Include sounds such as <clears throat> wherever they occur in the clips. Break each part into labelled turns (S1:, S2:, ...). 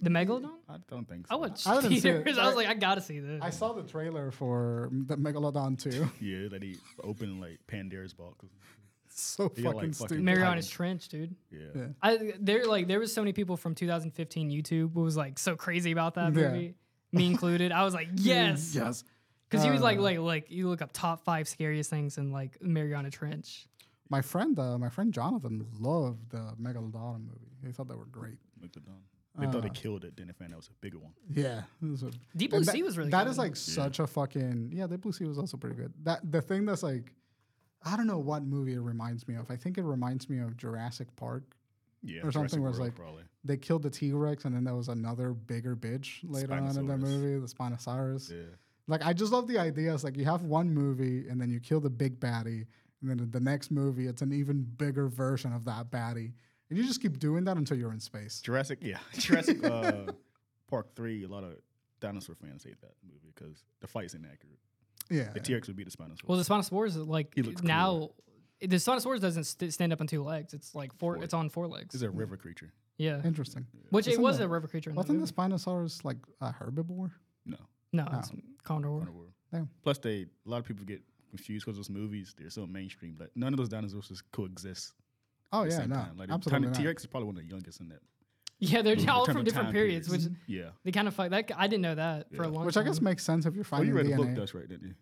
S1: The Megalodon?
S2: I don't think so.
S1: I watched I
S2: I didn't see it.
S1: theaters. I was like, I gotta see this.
S3: I saw the trailer for the Megalodon
S2: <laughs>
S3: 2.
S2: Yeah, that he opened like Pandora's box.
S3: so
S2: You
S3: fucking,
S2: got, like, fucking
S3: stupid.
S1: Mariana's Trench, dude.
S2: Yeah.
S3: Yeah.
S1: I there like there was so many people from 2015 YouTube who was like so crazy about that
S3: Yeah.
S1: movie, me included. I was
S3: <laughs>
S1: like, yes,
S3: Yes.
S1: because he was like
S3: Uh,
S1: like like you look up top five scariest things in like Mariana Trench.
S3: My friend, uh, my friend Jonathan loved the Megalodon movie. He thought they were great.
S2: Like the dawn. They thought they
S3: Uh,
S2: killed it, then they found out it was a bigger one.
S3: Yeah, it was a-
S1: Deep Blue
S3: and that-
S1: Sea was really
S3: That
S1: good.
S3: is like such a fucking yeah. Deep Blue Sea was also pretty good. That the thing that's like, I don't know what movie it reminds me of. I think it reminds me of Jurassic Park.
S2: Yeah.
S3: Or something
S2: Jurassic World,
S3: was like-
S2: probably.
S3: They killed the T Rex, and then there was another bigger bitch later on in the
S2: Spinosaurus.
S3: movie, the Spinosaurus.
S2: Yeah.
S3: Like I just love the idea. It's like you have one movie, and then you kill the big baddie, and then the next movie, it's an even bigger version of that baddie, and you just keep doing that until you're in space.
S2: Jurassic,
S3: <laughs>
S2: yeah. Jurassic uh, Park 3, a lot of dinosaur fans hate that movie because the fight's inaccurate.
S3: Yeah,
S2: The T Rex would beat the Spinosaurus.
S1: Well, the Spinosaurus like
S2: He looks
S1: now. The Spinosaurus doesn't st- stand up on two legs. It's like four.
S2: Four.
S1: It's on four legs.
S2: it's a river creature.
S1: yeah,
S3: interesting.
S1: which it
S3: Isn't
S1: was
S3: the-
S1: a river creature. In the
S3: Wasn't
S1: movie.
S3: the Spinosaurus like a herbivore?
S2: No.
S1: no,
S3: Oh.
S1: it's Condor.
S2: carnivore.
S3: Damn.
S2: Plus, they a lot of people get confused because those movies they're so mainstream. Like none of those dinosaurs just coexist.
S3: Oh
S2: at the
S3: yeah,
S2: same
S3: no,
S2: time. Like,
S3: absolutely
S2: T
S3: not.
S2: Rex is probably one of the youngest in that.
S1: Yeah, they're
S2: movie in
S1: all
S2: terms
S1: from
S2: of
S1: different
S2: time
S1: periods,
S2: periods.
S1: which
S2: yeah.
S1: they kind of fuck. That I didn't know that for a
S2: Yeah.
S1: long.
S3: Which I guess
S1: time.
S3: makes sense if you're
S2: Well,
S3: finding
S2: Oh, you read the book,
S3: DNA.
S2: that's right, didn't you?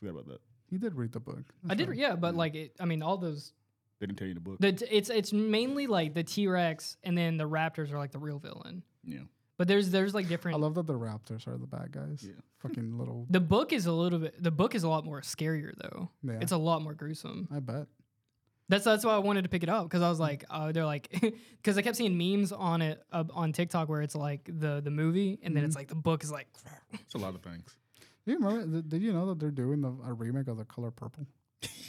S2: Forgot about that.
S3: he did read the book.
S1: I
S3: That's
S1: did.
S3: right.
S1: Yeah, but
S2: Yeah.
S1: like it, I mean, all those
S2: They didn't tell you the book.
S1: The t- it's it's mainly like the T Rex and then the Raptors are like the real villain.
S2: yeah.
S1: But there's there's like different.
S3: I love that the Raptors are the bad guys.
S2: Yeah.
S3: <laughs> Fucking little.
S1: the book is a little bit. The book is a lot more scarier though.
S3: Yeah.
S1: It's a lot more gruesome.
S3: I bet.
S1: That's that's why I wanted to pick it up because I was like, uh, they're like, <laughs> because I kept seeing memes on it uh, on TikTok where it's like the the movie and then
S3: Mm-hmm.
S1: it's like the book is like, <laughs>
S2: It's a lot of things.
S3: Do you remember? th- Did you know that they're doing the, a remake of The Color Purple?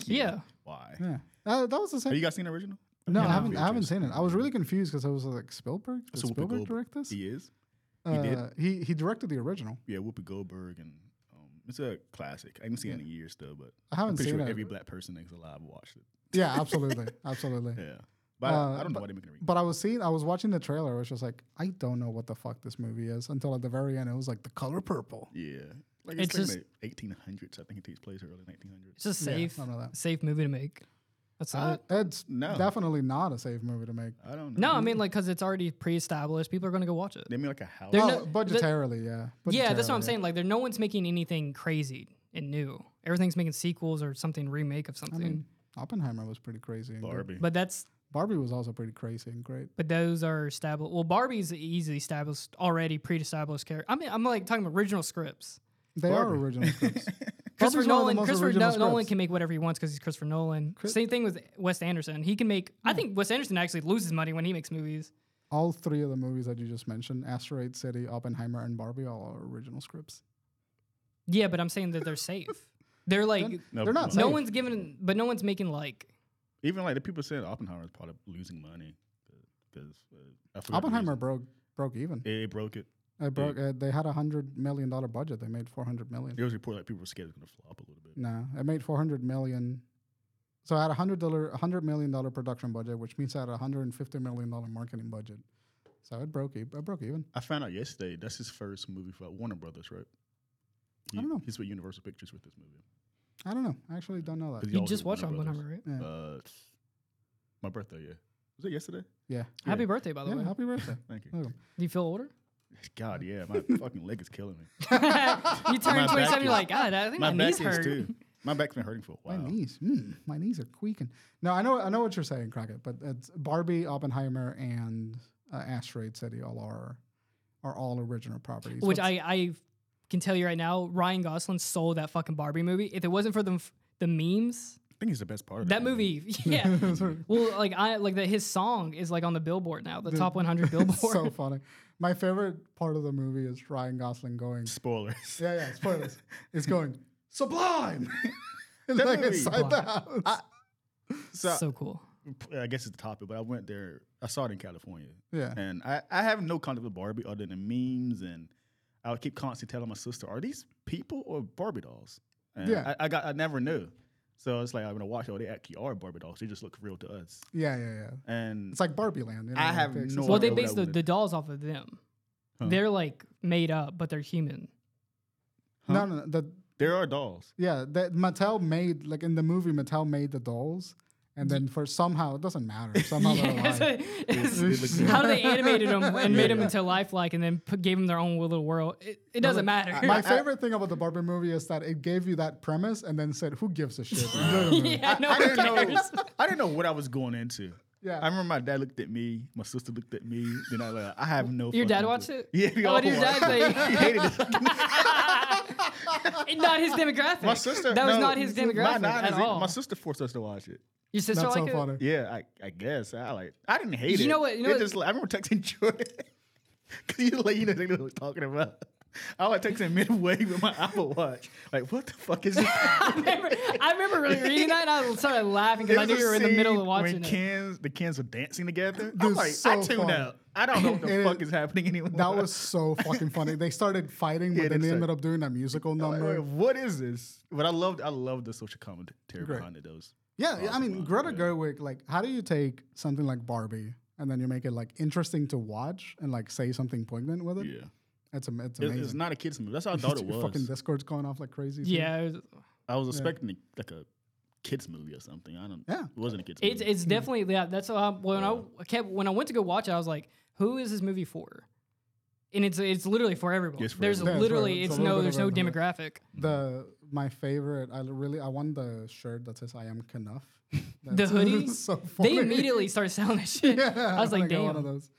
S1: yeah.
S2: Why?
S3: Yeah, uh, that was the
S2: Have
S3: same.
S2: you guys seen the original?
S3: No, I
S2: Yeah.
S3: haven't. I haven't
S2: Features.
S3: seen it. I was really confused because I was like Spielberg. Did
S2: That's Whoopi
S3: Spielberg
S2: Goldberg.
S3: direct this?
S2: He is.
S3: uh,
S2: did.
S3: He he directed the original.
S2: Yeah, Whoopi Goldberg and um, it's a classic. I haven't seen it in years though, but
S3: I
S2: I'm
S3: haven't
S2: pretty
S3: seen
S2: sure
S3: it.
S2: every black person that's alive watched it. <laughs>
S3: yeah, absolutely, absolutely.
S2: Yeah. But
S3: Uh,
S2: I don't know
S3: but-
S2: why they're making a remake.
S3: But I was seeing, I was watching the trailer, which was like, I don't know what the fuck this movie is until at the very end, it was like The Color Purple.
S2: Yeah. Like
S1: It's
S2: it's,
S1: just-
S2: like the 1800s. I think it takes place early 1900s.
S1: It's a
S3: Yeah,
S1: safe
S3: I know that.
S1: safe movie to make. That's
S2: I-
S1: it.
S3: It's
S2: No.
S3: definitely not a safe movie to make.
S2: I don't
S1: No,
S2: know.
S1: I mean like because it's already pre-established. People are gonna go watch it.
S2: They made like a house.
S1: They're
S3: Oh,
S1: no-
S3: budgetarily, yeah.
S1: Yeah, that's what I'm
S3: Budgetarily,
S1: saying. Like, there, no one's making anything crazy and new. Everything's making sequels or something remake of something.
S3: Oppenheimer was pretty crazy. And Barbie.
S2: Barbie.
S1: but that's
S3: Barbie was also pretty crazy and great.
S1: but those are established. Well, Barbie's easily established already pre-established character. I mean, I'm like talking about original scripts.
S3: They
S2: Barbie.
S3: are
S2: <laughs>
S3: original scripts.
S1: Christopher
S3: Barbie's one of the
S1: Nolan.
S3: most
S1: Christopher
S3: original
S1: no- Nolan
S3: scripts.
S1: can make whatever he wants because he's Christopher Nolan.
S3: Chris- Hmm.
S1: Same thing with Wes Anderson. He can make. I think Wes Anderson actually loses money when he makes movies.
S3: All three of the movies that you just mentioned, Asteroid City, Oppenheimer, and Barbie, all are original scripts.
S1: Yeah, but I'm saying that they're safe.
S3: <laughs>
S1: They're like
S3: Then-
S2: No,
S3: They're not
S2: no.
S3: safe.
S1: no one's giving, but no one's making like.
S2: Even like the people said Oppenheimer is probably losing money because uh, I forgot the
S3: Oppenheimer
S2: reason.
S3: broke broke even.
S2: It, it broke it.
S3: It broke. Uh, they had a hundred million dollar budget. They made four hundred million.
S2: There was a report like people were scared it was going to flop a little bit.
S3: No, it made four hundred million. So I had a hundred dollar, a hundred million dollar production budget, which means I had a hundred and fifty million dollar marketing budget. So it broke. e- It broke even.
S2: I found out yesterday that's his first movie for uh, Warner Brothers, right? He,
S3: don't know.
S2: He's with Universal Pictures with this movie.
S3: I don't know. I actually don't know
S2: 'Cause
S3: that.
S2: he
S1: You
S2: always
S1: just
S2: with
S1: watched
S2: Warner
S1: Oppenheimer,
S2: Brothers.
S1: right?
S3: Yeah.
S2: Uh, my birthday, yeah. Was it yesterday?
S3: Yeah.
S1: Happy birthday, by the
S3: Yeah,
S1: way.
S3: happy birthday.
S2: Thank you.
S3: Welcome.
S1: Do you feel older?
S2: God, yeah,
S1: <laughs>
S2: my fucking leg is killing me. <laughs>
S1: you turn
S2: back
S1: 27,
S2: is-
S1: you're like, God, I think my,
S2: my back
S1: knees
S2: is
S1: hurt.
S2: too. My back's been hurting for a
S3: My
S2: while.
S3: knees, mm, my knees are quaking. No, I know, I know what you're saying, Crockett. But it's Barbie, Oppenheimer, and uh, Asteroid City all are are all original properties.
S1: Which
S3: <laughs> What's-
S1: I, I can tell you right now, Ryan Gosling sold that fucking Barbie movie. If it wasn't for the f- the memes,
S2: I think he's the best part of
S1: that movie, <laughs> yeah.
S2: <laughs>
S3: Sorry.
S1: well, like I like that his song is like on the Billboard now, the top
S2: <laughs>
S1: 100 Billboard.
S3: so funny. My favorite part of the movie is Ryan Gosling going.
S2: Spoilers. <laughs>
S3: Yeah, yeah. Spoilers. it's going sublime. <laughs> It's
S2: That
S3: like
S2: movie-
S3: inside the house.
S2: So,
S1: <laughs> so cool.
S2: I guess it's the topic, but I went there. I saw it in California,
S3: yeah.
S2: and I, I have no contact with Barbie other than memes, and I would keep constantly telling my sister, "Are these people or Barbie dolls?" And
S3: Yeah.
S2: I, I got I never knew. So it's like I'm gonna watch. Oh, they actually are Barbie dolls. They just look real to us.
S3: Yeah, yeah, yeah.
S2: And
S3: It's like Barbie Land. You know,
S2: I
S3: like
S2: have
S3: they
S2: no
S3: exist
S2: idea
S3: in
S1: Well, they
S2: what I
S1: based the,
S2: wanted.
S1: the dolls off of them.
S2: Huh.
S1: They're like made up, but they're human.
S3: No,
S2: Huh?
S3: no, no. The,
S2: There are dolls.
S3: yeah, that Mattel made like in the movie Mattel made the dolls, and then for somehow it doesn't matter. Somehow
S2: <laughs>
S1: Yeah,
S3: they're alive.
S1: <laughs> it's- <laughs>
S2: Oh, They look good.
S1: How they animated them and made them
S2: yeah.
S1: into lifelike and then put, gave them their own little world. It, it doesn't <laughs> matter.
S3: My favorite thing about the Barbie movie is that it gave you that premise and then said, "Who gives
S2: <laughs>
S3: a shit?" Enjoy the movie.
S1: yeah, <laughs> no
S2: I
S1: one
S2: didn't know.
S1: cares.
S2: I didn't know what I was going into.
S3: Yeah.
S2: I remember my dad looked at me, my sister looked at me, then I like I have no.
S1: Your dad
S2: fucking
S1: watched
S2: clue.
S1: it?
S2: Yeah, we <laughs>
S1: Oh,
S2: all
S1: did your
S2: watched
S1: dad
S2: it. <laughs>
S1: say-
S2: he hated
S1: <laughs>
S2: it.
S1: not his demographic.
S2: My sister.
S1: That was
S2: no,
S1: not his demographic
S2: My, nine
S1: at
S2: is it.
S1: all.
S2: my sister forced us to watch it.
S1: Your sister
S3: That's
S1: like
S3: so
S1: it?
S3: funny.
S2: Yeah, I, I guess I like. I didn't hate it.
S1: You know what- you know
S2: It
S1: what-
S2: just like- I remember texting <laughs> Jordan because you like you know they know what I'm talking about. I was texting midway with my Apple Watch. Like, what the
S1: <laughs>
S2: fuck is this?
S1: <laughs> I remember, I remember really reading that and I started laughing because I
S2: There
S1: knew
S2: was
S1: you
S2: a
S1: were in the middle
S2: scene
S1: of watching
S2: when
S1: it.
S2: Kins, the Kins were dancing together. I'm
S3: Dude,
S2: like, I
S3: so
S2: tuned
S3: funny.
S2: out. I don't know
S1: <laughs>
S2: what the
S3: It
S2: fuck
S3: is-
S2: is happening anymore.
S3: That was so fucking funny. They started fighting, but
S2: Yeah,
S3: then
S2: that's
S3: they
S2: it.
S3: ended up doing that musical
S2: <laughs> Like,
S3: number.
S2: wait, what is this? But I loved, I loved the social commentary
S3: Great.
S2: behind it. Those
S3: Yeah, I
S2: Awesome
S3: mean,
S2: one,
S3: Greta
S2: yeah.
S3: Gerwig, like, how do you take something like Barbie and then you make it like interesting to watch and like say something poignant with it?
S2: yeah,
S3: It's, am-
S2: it's,
S3: it's amazing.
S2: it's not a kids movie. That's how I thought it
S3: <laughs> Your Fucking
S2: was.
S3: Discord's going off like crazy. too.
S1: Yeah, it was-
S2: I was expecting like a kids movie or something. I don't.
S3: Yeah.
S2: it wasn't a kids.
S1: it's
S2: movie.
S1: it's definitely yeah. That's how I, when I kept when I went to go watch it, I was like, who is this movie for? And it's it's literally for everyone.
S2: It's for
S1: there's
S2: everyone.
S3: Yeah, it's for
S1: literally
S3: everyone. It's
S1: it's
S3: a
S1: no
S3: little bit
S1: there's
S3: of
S1: no
S3: everyone.
S1: demographic.
S3: The my favorite. I really I want the shirt that says I am
S1: <laughs>
S3: Knuff. That's- <laughs>
S1: hoodie?
S3: it's so
S1: They
S3: funny.
S1: immediately started selling that
S3: <laughs>
S1: shit. I was
S3: I'm
S1: like,
S3: gonna get
S1: damn.
S3: one of those.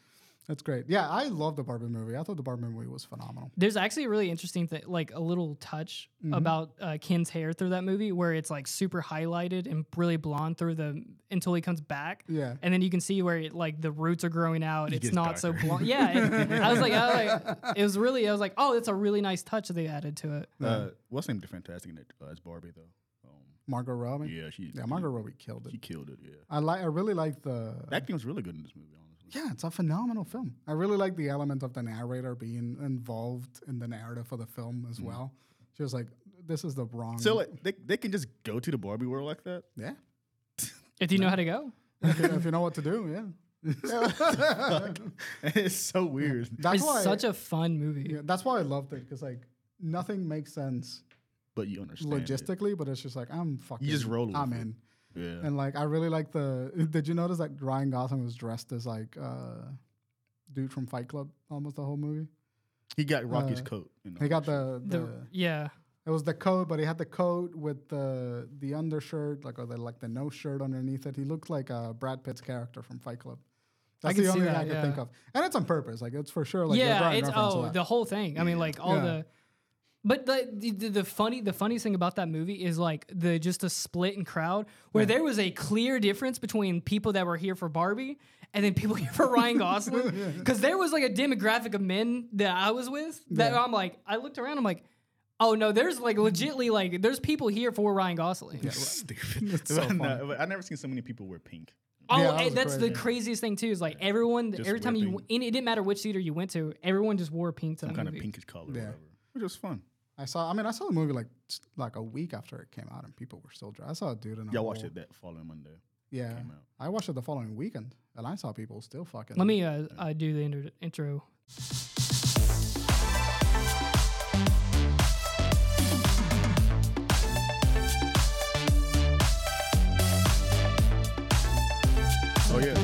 S3: That's great. Yeah, I love the Barbie movie. I thought the Barbie movie was phenomenal.
S1: There's actually a really interesting thing, like a little touch
S3: Mm-hmm.
S1: about uh, Ken's hair through that movie, where it's like super highlighted and really blonde through the until he comes back.
S3: Yeah.
S1: and then you can see where it, like the roots are growing out. it's
S2: gets
S1: not so
S2: darker.
S1: blonde. Yeah, it- I was like, I was
S3: <laughs>
S1: like, it was really, I was like, oh, it's a really nice touch that they added to it.
S3: Mm-hmm.
S2: uh, what's named fantastic in it uh, is Barbie though. Um,
S3: Margot Robbie.
S2: yeah, she.
S3: Yeah, Margot Robbie killed
S2: She
S3: it.
S2: killed it. Yeah,
S3: I like. I really like the.
S2: that thing was really good in this movie. Honestly,
S3: yeah, it's a phenomenal film. I really like the element of the narrator being involved in the narrative of the film
S2: Mm.
S3: as well. She was like, "This is the wrong."
S2: so like they, they can just go to the Barbie world like that. <laughs>
S3: yeah,
S1: If you know how to go,
S3: if you, if you know what to do,
S1: <laughs>
S3: yeah.
S2: it's so weird.
S3: That's
S1: it's
S3: why.
S1: such a fun movie.
S3: yeah, that's why I loved it because like nothing makes sense
S2: But you understand. it.
S3: logistically, but it's just like I'm fucking.
S2: just roll with
S3: I'm
S2: it.
S3: in.
S2: Yeah.
S3: And like I really like the. <laughs> Did you notice that Ryan Gosling was dressed as like uh, dude from Fight Club almost the whole movie?
S2: He got Rocky's
S3: Uh,
S2: coat. You know,
S3: He got the, the,
S1: The, yeah,
S3: it was the coat, but he had the coat with the the undershirt, like or the like the no shirt underneath it. He looked like uh, Brad Pitt's character from Fight Club. That's
S1: can
S3: the
S1: see
S3: only
S1: that,
S3: thing I could
S1: yeah.
S3: think of, and it's on purpose. Like it's for sure. Like they're
S1: yeah,
S3: drawing
S1: it's
S3: reference to
S1: oh
S3: that.
S1: the whole thing. I mean, like all
S3: Yeah.
S1: the. But the, the the- the funny the funniest thing about that movie is like the just a split in crowd where there was a clear difference between people that were here for Barbie and then people <laughs> here for Ryan
S3: <laughs>
S1: Gosling because there was like a demographic of men that I was with that I'm like I looked around I'm like oh no there's like legitly like there's people here for Ryan Gosling
S2: <laughs>
S3: <laughs>
S2: stupid.
S3: so
S2: But <laughs> no,
S3: funny.
S2: but I never seen so many people wear pink.
S1: oh
S3: Yeah, that
S1: and
S3: was
S1: that's the
S3: crazy.
S1: craziest thing too is like everyone
S2: Just
S1: every time you
S2: whipping.
S1: and it didn't matter which theater you went to everyone just wore pink to
S2: Some
S1: that
S2: kind
S1: movie.
S2: of pinkish color,
S3: Yeah.
S2: or whatever. Which was fun.
S3: I saw. I mean, I saw the movie like s- like a week after it came out, and people were still dressed. I saw a dude in a
S2: Y'all watched
S3: whole-
S2: it that following Monday.
S3: Yeah,
S2: came out.
S3: I watched it the following weekend, and I saw people still fucking.
S1: Let me uh, uh, do the intro. intro.
S2: Oh yeah.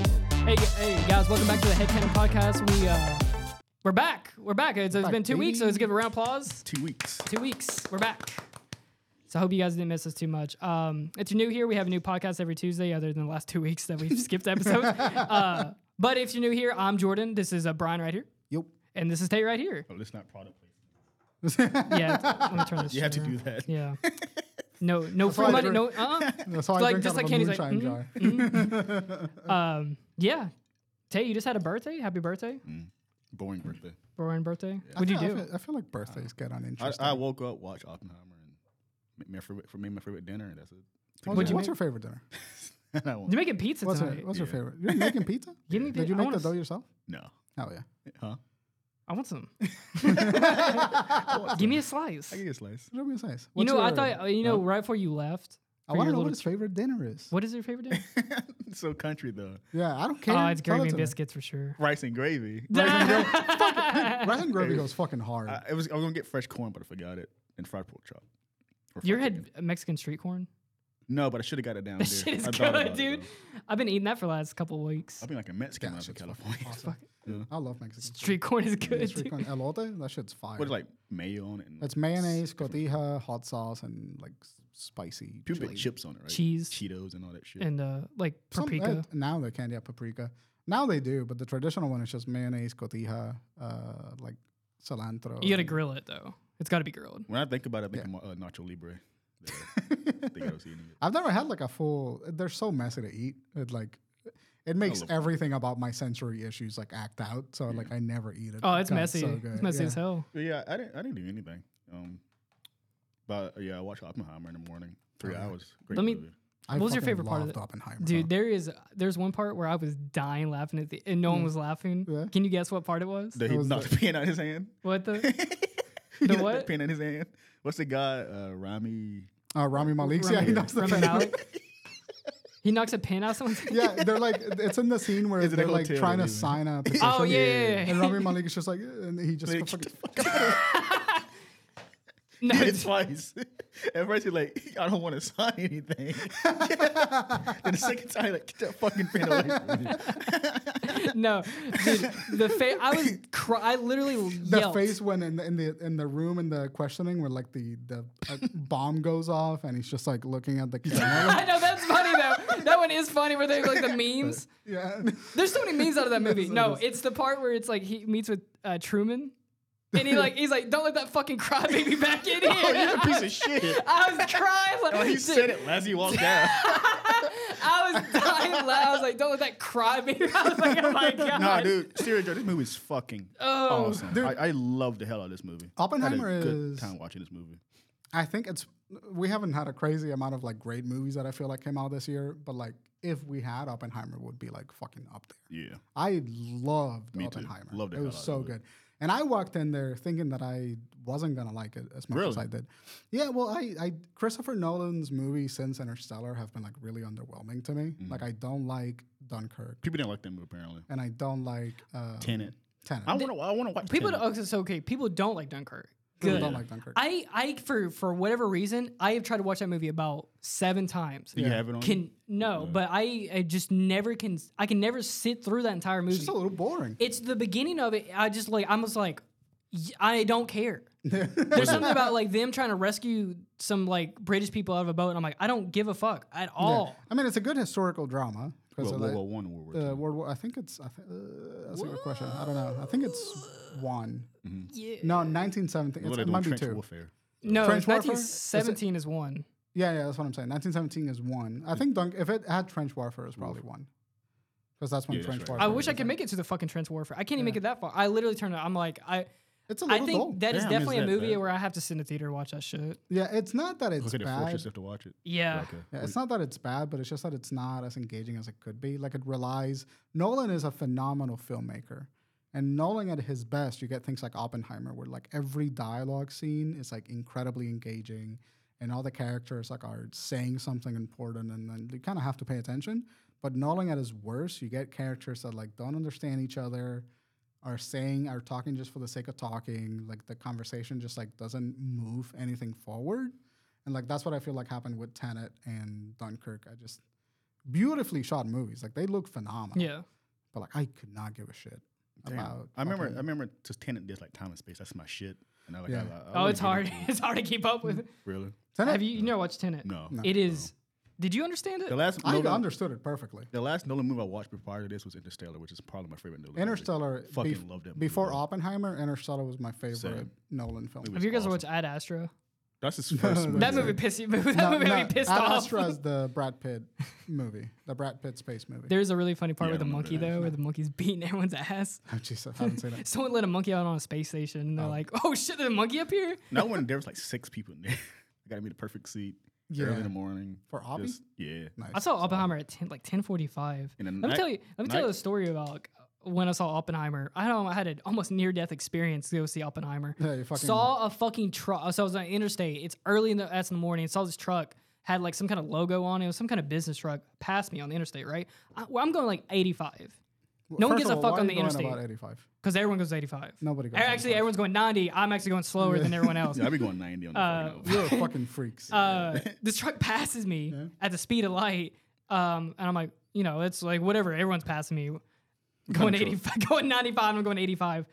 S1: Hey, gu- hey guys, welcome back to the Headcanon Podcast. We uh, we're back. We're back. It's, it's
S3: Back,
S1: been two weeks, so
S3: baby.
S1: let's give a round of applause.
S2: Two weeks.
S1: Two weeks. We're back. So I hope you guys didn't miss us too much. Um, if you're new here, we have a new podcast every Tuesday, other than the last two weeks that
S3: <laughs>
S1: we've skipped episodes. Uh, but if you're new here, I'm Jordan. This is uh, Brian right here,
S3: Yep.
S1: and this is Tate right here.
S2: Oh, it's not product placement.
S1: Yeah, I'm gonna turn this.
S2: You
S1: shit
S2: have to
S1: around.
S2: do that.
S1: Yeah.
S3: <laughs>
S1: No, no free
S3: why I
S1: money. No.
S3: drink- <laughs>
S1: Uh.
S3: That's how I
S1: Like,
S3: drink
S1: just
S3: out
S1: like
S3: of a
S1: Kenny's like, "Mm-hmm."
S3: moonshine jar.
S1: uh Um. Yeah. Tay, you just had a birthday. Happy birthday.
S2: Boring birthday.
S1: Brian birthday.
S3: Mm. I
S1: What'd you
S3: feel-
S1: do?
S3: I feel, I feel like birthdays get
S2: I,
S3: uninteresting.
S2: I woke up, watched Oppenheimer, and made my favorite for me my favorite dinner, and that's it.
S3: what's
S1: What'd you make?
S3: what's your favorite dinner?
S2: <laughs> And I went,
S1: You're making pizza
S3: What's, your,
S1: tonight.
S3: what's your
S2: Yeah.
S3: favorite? You're
S1: <laughs>
S3: making pizza?
S1: Give me
S3: Did
S1: pi-
S3: you
S1: I
S3: make
S1: wanna
S3: the dough
S1: s-
S3: yourself?
S2: no, <laughs>
S3: Oh yeah.
S1: <laughs>
S2: huh?
S1: I want some.
S2: I want
S1: Give me a slice.
S3: <laughs>
S2: I
S1: You
S2: get a slice.
S3: What are we gonna say? What's
S1: know, I
S3: your-
S1: thought you know right before you left.
S3: I
S1: for your
S3: want to know
S1: little-
S3: what his favorite dinner is.
S1: What is your favorite dish?
S2: <laughs> so country though.
S3: Yeah, I don't care.
S1: oh, it's
S3: Tell
S1: gravy
S3: <laughs> it
S1: and
S3: to me.
S1: biscuits for sure. <laughs>
S2: Rice and gravy.
S1: Fuck.
S3: Ryan Gravy
S1: <laughs>
S3: goes fucking hard.
S2: I, it was, I was gonna get fresh corn, but I forgot it and fried pork chop. Or fried
S1: You ever
S2: chicken.
S1: had Mexican street corn? <laughs>
S2: No, but I should have got it down.
S1: That
S2: there.
S1: shit is
S2: I thought about
S1: good,
S2: it,
S1: dude.
S2: though.
S1: I've been eating that for the last couple of weeks.
S2: I've been like a Mexican
S3: That
S2: man in
S3: shit's fucking
S2: California.
S3: awesome.
S2: Yeah.
S3: I love Mexican.
S1: Street corn is
S3: Yeah,
S1: good.
S3: street
S1: dude.
S3: corn. Elote? That shit's
S2: <laughs>
S3: fire.
S2: What is like mayo on it? And
S3: It's
S2: <laughs>
S3: mayonnaise, cotija, hot sauce, and like s- spicy.
S2: people put
S3: chili.
S2: chips on it, right?
S1: Cheese.
S2: Cheetos, and all that shit.
S1: <laughs> And uh, like
S3: Some-
S1: paprika.
S3: uh, now they can't get paprika. Now they do, but the traditional one is just mayonnaise, cotija, uh, like cilantro.
S1: you gotta
S3: and-
S1: grill it though. It's gotta be grilled.
S2: when I think about it, I think
S3: Yeah.
S2: of uh, Nacho Libre.
S1: <laughs>
S2: The- I think I was eating it.
S3: I've never had like a full. They're so messy to eat. It like it makes
S2: love-
S3: everything about my sensory issues like act out. So like I never eat it.
S1: Oh, it's
S3: God,
S1: messy.
S3: so
S1: it's
S3: good,
S1: messy
S3: yeah. Uh-huh.
S1: as hell.
S2: But yeah, I didn't. I didn't do anything. Um, but uh, yeah, I watched Oppenheimer in the morning. Three
S3: Oh, yeah.
S2: hours. Great
S1: Let me- <laughs>
S2: movie.
S3: I
S1: What was your
S3: fucking
S1: favorite part of
S3: loved
S1: it?
S3: Oppenheimer.
S1: Dude, there is there's one part where I was dying laughing at the and no one was laughing.
S3: Mm. Yeah.
S1: Can you guess what part it was?
S2: The, he
S3: That was
S2: knocked
S3: the-
S2: the pen out of his hand.
S1: what <laughs>
S2: <laughs>
S1: the
S2: He knocked
S1: what?
S2: pen in his hand. What's the guy? Uh,
S1: <laughs>
S2: Rami.
S3: uh, Rami Malek. <laughs> yeah, he
S1: Rami-
S3: knocks the
S1: Rami
S3: pen.
S1: Malek? <laughs> he knocks a pin out
S2: <laughs>
S1: someone's
S3: Yeah, they're like it's in the scene where
S2: Is it a
S3: they're like
S2: hotel
S3: trying to
S2: room?
S1: <laughs>
S3: sign a petition.
S1: Oh yeah, yeah, yeah.
S3: And Rami Malek is just like, uh, and he just
S2: Like,
S3: fucking-
S1: no,
S2: did it
S1: it's-
S2: twice. <laughs> At first, he's like, <laughs> I don't want to sign anything. <laughs> and the second time, like, get that fucking pen away <laughs> from me.
S3: <laughs>
S1: no, dude, the face. I was cry. I literally
S3: the
S1: yelled. <laughs>
S3: face when in the, in the in the room in the questioning where like the the
S1: <laughs>
S3: uh, bomb goes off and he's just like looking at the camera.
S1: I know that's funny though. That one is funny where there's like the memes.
S3: yeah,
S1: There's so many memes out of
S2: <laughs>
S1: that movie.
S3: Yes, it
S1: No,
S3: is.
S1: it's the part where it's like he meets with uh, Truman, and
S2: <laughs>
S1: he like he's like, "Don't let that fucking crybaby back in here."
S2: Oh, you're a piece of shit.
S1: <laughs> I was crying. Like,
S2: Oh, he
S1: dude,
S2: said it as he walked
S1: <laughs>
S2: out.
S1: Oh I was dying. Loud. I was like, "Don't let that crybaby." <laughs> I was like, "Oh my god."
S2: <laughs> nah, dude, seriously, this movie is fucking
S1: Oh,
S2: awesome. I, I love the hell out of this movie.
S3: Oppenheimer
S2: I had a
S3: is-
S2: good time watching this movie.
S3: I think it's we haven't had a crazy amount of like great movies that I feel like came out this year, but like if we had Oppenheimer, would be like fucking up there.
S2: Yeah,
S3: I loved
S2: Me too.
S3: Oppenheimer.
S2: Loved the
S3: it
S2: hell
S3: was
S2: out of
S3: so
S2: it.
S3: good. And I walked in there thinking that I wasn't gonna like it as much as
S2: Really?
S3: I did. Yeah, well, I, I Christopher Nolan's movies since Interstellar have been like really underwhelming to me.
S2: Mm.
S3: Like I don't like Dunkirk,
S2: people didn't like that movie apparently.
S1: Mm.
S3: and I don't like uh,
S2: Tenet.
S3: Tenet.
S2: I want to. I want to watch.
S1: People,
S2: Tenet.
S1: don't, okay, so okay, people don't like Dunkirk.
S3: People
S1: Good.
S3: don't like Dunkirk.
S1: I, I for for whatever reason, I have tried to watch that movie about seven times.
S2: Do you have it on?
S1: Can no, but I, I just never can. I can never sit through that entire movie.
S3: it's just a little boring.
S1: it's the beginning of it. I just like I'm just like y- I don't care.
S3: <laughs>
S1: There's something about like them trying to rescue some like British people out of a boat, and I'm like I don't give a fuck at all.
S3: I mean, it's a good historical drama because
S2: World,
S3: of
S2: World
S3: the-
S2: War One, World War
S3: the
S2: Two.
S3: World War. I think it's. I thi- uh, that's a good question. I don't know. I think it's one.
S1: Yeah.
S3: No, 1917.
S2: What
S3: It's,
S2: are
S3: it
S2: they doing?
S3: might be
S2: Trench
S3: two.
S2: warfare.
S1: No,
S3: French Warfare?
S1: 1917 is one.
S3: Yeah, yeah, that's what I'm saying. 1917 is one. I think Dunk, if it had trench warfare, it's probably one. Because that's when
S2: Yeah, that's
S3: trench
S2: right.
S3: warfare.
S1: I wish I
S3: is.
S1: could make it to the fucking trench warfare. I can't even make it that far. I literally turned. it- I'm like I.
S3: It's a
S1: I
S3: little dull.
S1: think that is
S2: Damn, is
S1: definitely a
S2: that
S1: movie
S2: bad?
S1: where I have to sit in the theater and watch that shit.
S3: yeah, it's not that it's
S2: Look at it. Force
S3: bad.
S2: yourself to watch it.
S1: Yeah.
S2: Okay.
S3: Yeah, it's not that it's bad, but it's just that it's not as engaging as it could be. Like it relies. Nolan is a phenomenal filmmaker, and Nolan at his best, you get things like Oppenheimer, where like every dialogue scene is like incredibly engaging, and all the characters like are saying something important, and then you kind of have to pay attention. But Nolan at his worst, you get characters that like don't understand each other, are saying are talking just for the sake of talking. Like the conversation just like doesn't move anything forward. And like that's what I feel like happened with Tenet and Dunkirk. I just beautifully shot movies. Like they look phenomenal.
S1: Yeah.
S3: But like I could not give a shit
S2: Damn.
S3: about
S2: I remember. I
S3: fucking-
S2: remember. Just Tenet did like time and space. That's my shit. And I like. I, I,
S3: Yeah.
S2: I
S1: Oh,
S2: wanna
S1: it's
S2: get
S1: hard.
S2: into
S1: <laughs>
S2: it.
S1: it's hard to keep up with.
S2: Really?
S3: Tenet,
S1: Have you you never watched Tenet?
S3: <laughs>
S2: No.
S1: It is. Did you understand it?
S2: The last.
S3: I
S2: Nolan-
S3: understood it perfectly.
S2: The last Nolan movie I watched prior to this was Interstellar, which is probably my favorite Nolan. movie.
S3: Interstellar
S2: Fucking
S3: bef-
S2: loved that movie,
S3: Before
S2: bro.
S3: Oppenheimer, Interstellar was my favorite
S2: Same.
S3: Nolan film.
S2: It
S3: <laughs>
S1: Have
S2: was
S1: you guys
S2: awesome.
S1: watched Ad Astra?
S2: That's his first movie.
S1: That movie pissed you. <laughs> That
S3: No,
S1: movie
S3: no,
S1: made me pissed
S3: Ad
S1: off.
S3: Astra is the Brad Pitt movie, the Brad Pitt space
S1: <laughs>
S3: movie.
S1: There's a really funny part
S2: Yeah,
S1: with
S2: I
S1: the
S2: remember
S1: monkey
S2: that.
S1: though, where the monkey's <laughs> beating everyone's ass.
S3: <laughs> oh, jeez, I haven't seen it.
S1: Someone let a monkey out on a space station, and they're like, "Oh shit, there's a monkey up here."
S2: <laughs> That one, there was like six people in there. <laughs> I got to be the perfect seat early
S3: Yeah.
S2: in the morning.
S3: For Oppie?
S2: Just- Yeah.
S3: Nice.
S1: <laughs> I saw Oppenheimer at 10, like 10:45.
S2: And
S1: Let
S2: then
S1: me
S2: night-
S1: tell you. Let me tell you
S2: night-
S1: a story about like, when I saw Oppenheimer. I don't. know, I had an almost near death experience to go see Oppenheimer.
S3: Yeah, you fucking-
S1: saw a fucking truck. So I was on the interstate. It's early in the that's in the morning. Saw this truck had like some kind of logo on it. It was some kind of business truck. Passed me on the interstate. Right. I, well, I'm going like 85. No one
S3: First
S1: gives
S3: of
S1: a
S3: all,
S1: fuck
S3: why
S1: on
S3: are
S1: the
S3: you going
S1: interstate
S3: About 85.
S1: because everyone goes 85.
S3: Nobody goes.
S1: Actually,
S3: 85.
S1: everyone's going 90. I'm actually going slower than everyone else.
S2: Yeah, I'd be going 90 on the
S1: Uh,
S2: fucking <laughs>
S3: You're
S2: over.
S3: a fucking freaks.
S1: <laughs> uh, this truck passes me at the speed of light, um, and I'm like, you know, it's like whatever. Everyone's passing me, going
S2: of truck?
S1: 85, <laughs> going 95, I'm going 85,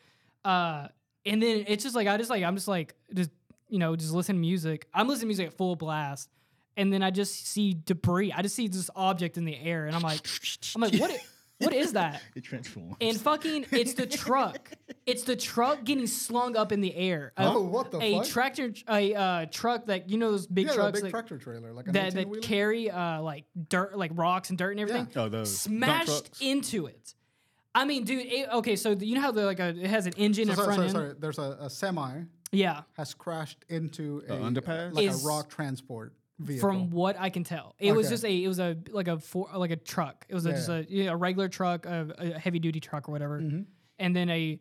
S1: uh, and then it's just like I just like I'm just like just you know just listen to music. I'm listening to music at full blast, and then I just see debris. I just see this object in the air, and I'm like, I'm like, what? i- what is that?
S4: It transforms.
S1: And fucking, it's the truck. It's the truck getting slung up in the air. A-
S3: Oh, what the
S1: a
S3: fuck?
S1: tractor, a uh, truck that you know those big
S3: yeah, that
S1: trucks
S3: big
S1: that,
S3: tractor trailer, like an
S1: that,
S3: 18
S1: that carry uh, like dirt, like rocks and dirt and everything,
S2: Oh, those dump
S1: smashed
S2: trucks.
S1: into it. I mean, dude. It, okay, so the- you know how the, like a, it has an engine
S3: So
S1: in
S3: sorry,
S1: front
S3: sorry,
S1: end.
S3: sorry. There's a, a semi
S1: Yeah,
S3: has crashed into a
S2: underpass?
S3: like
S1: Is-
S3: a raw transport vehicle.
S1: from what I can tell, it was
S3: Okay.
S1: just a it was a like a four, like a truck. It was a, just
S3: Yeah. Mm-hmm.
S1: a, yeah, a regular truck, a, a heavy duty truck or whatever. And then a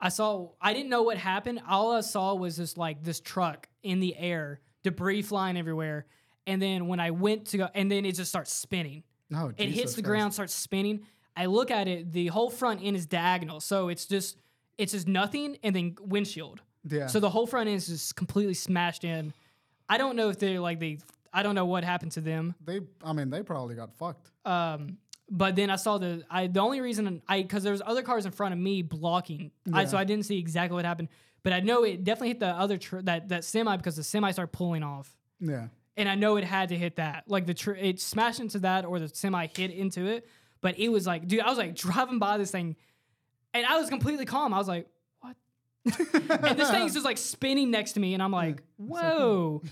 S1: I saw I didn't know what happened. All I saw was just like this truck in the air, debris flying everywhere. And then when I went to go, and then it just starts spinning.
S3: no,
S1: It hits
S3: Oh, Jesus
S1: the
S3: Christ.
S1: ground, starts spinning. I look at it, the whole front end is diagonal, so it's just it's just nothing and then windshield.
S3: Yeah.
S1: So the whole front end is just completely smashed in. I don't know if they're like they I don't know what happened to them.
S3: they, I mean, they probably got fucked.
S1: Um but then I saw the I the only reason I because there was other cars in front of me blocking, I, so I didn't see exactly what happened. But I know it definitely hit the other tr- that that semi because the semi started pulling off,
S3: yeah.
S1: and I know it had to hit that like the tr- it smashed into that or the semi hit into it. But it was like, dude, I was like driving by this thing, and I was completely calm. I was like, what? <laughs> and this thing's just like spinning next to me, and I'm like,
S3: <laughs>
S1: whoa.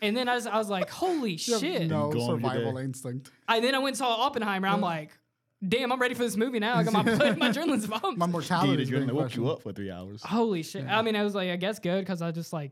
S1: and then I was, I was like, holy
S3: You have
S1: shit.
S4: Gone
S3: No
S4: with your
S3: survival
S4: day.
S3: instinct.
S1: I then I went and saw Oppenheimer. I'm like, damn, I'm ready for this movie now. I
S3: <laughs>
S1: got my <laughs> blood, my adrenaline's pumped.
S3: My mortality is
S4: Dude,
S3: being
S4: adrenaline woke you
S3: questioned.
S4: up for three hours.
S1: Holy shit! I mean, I was like, I guess good because I just like.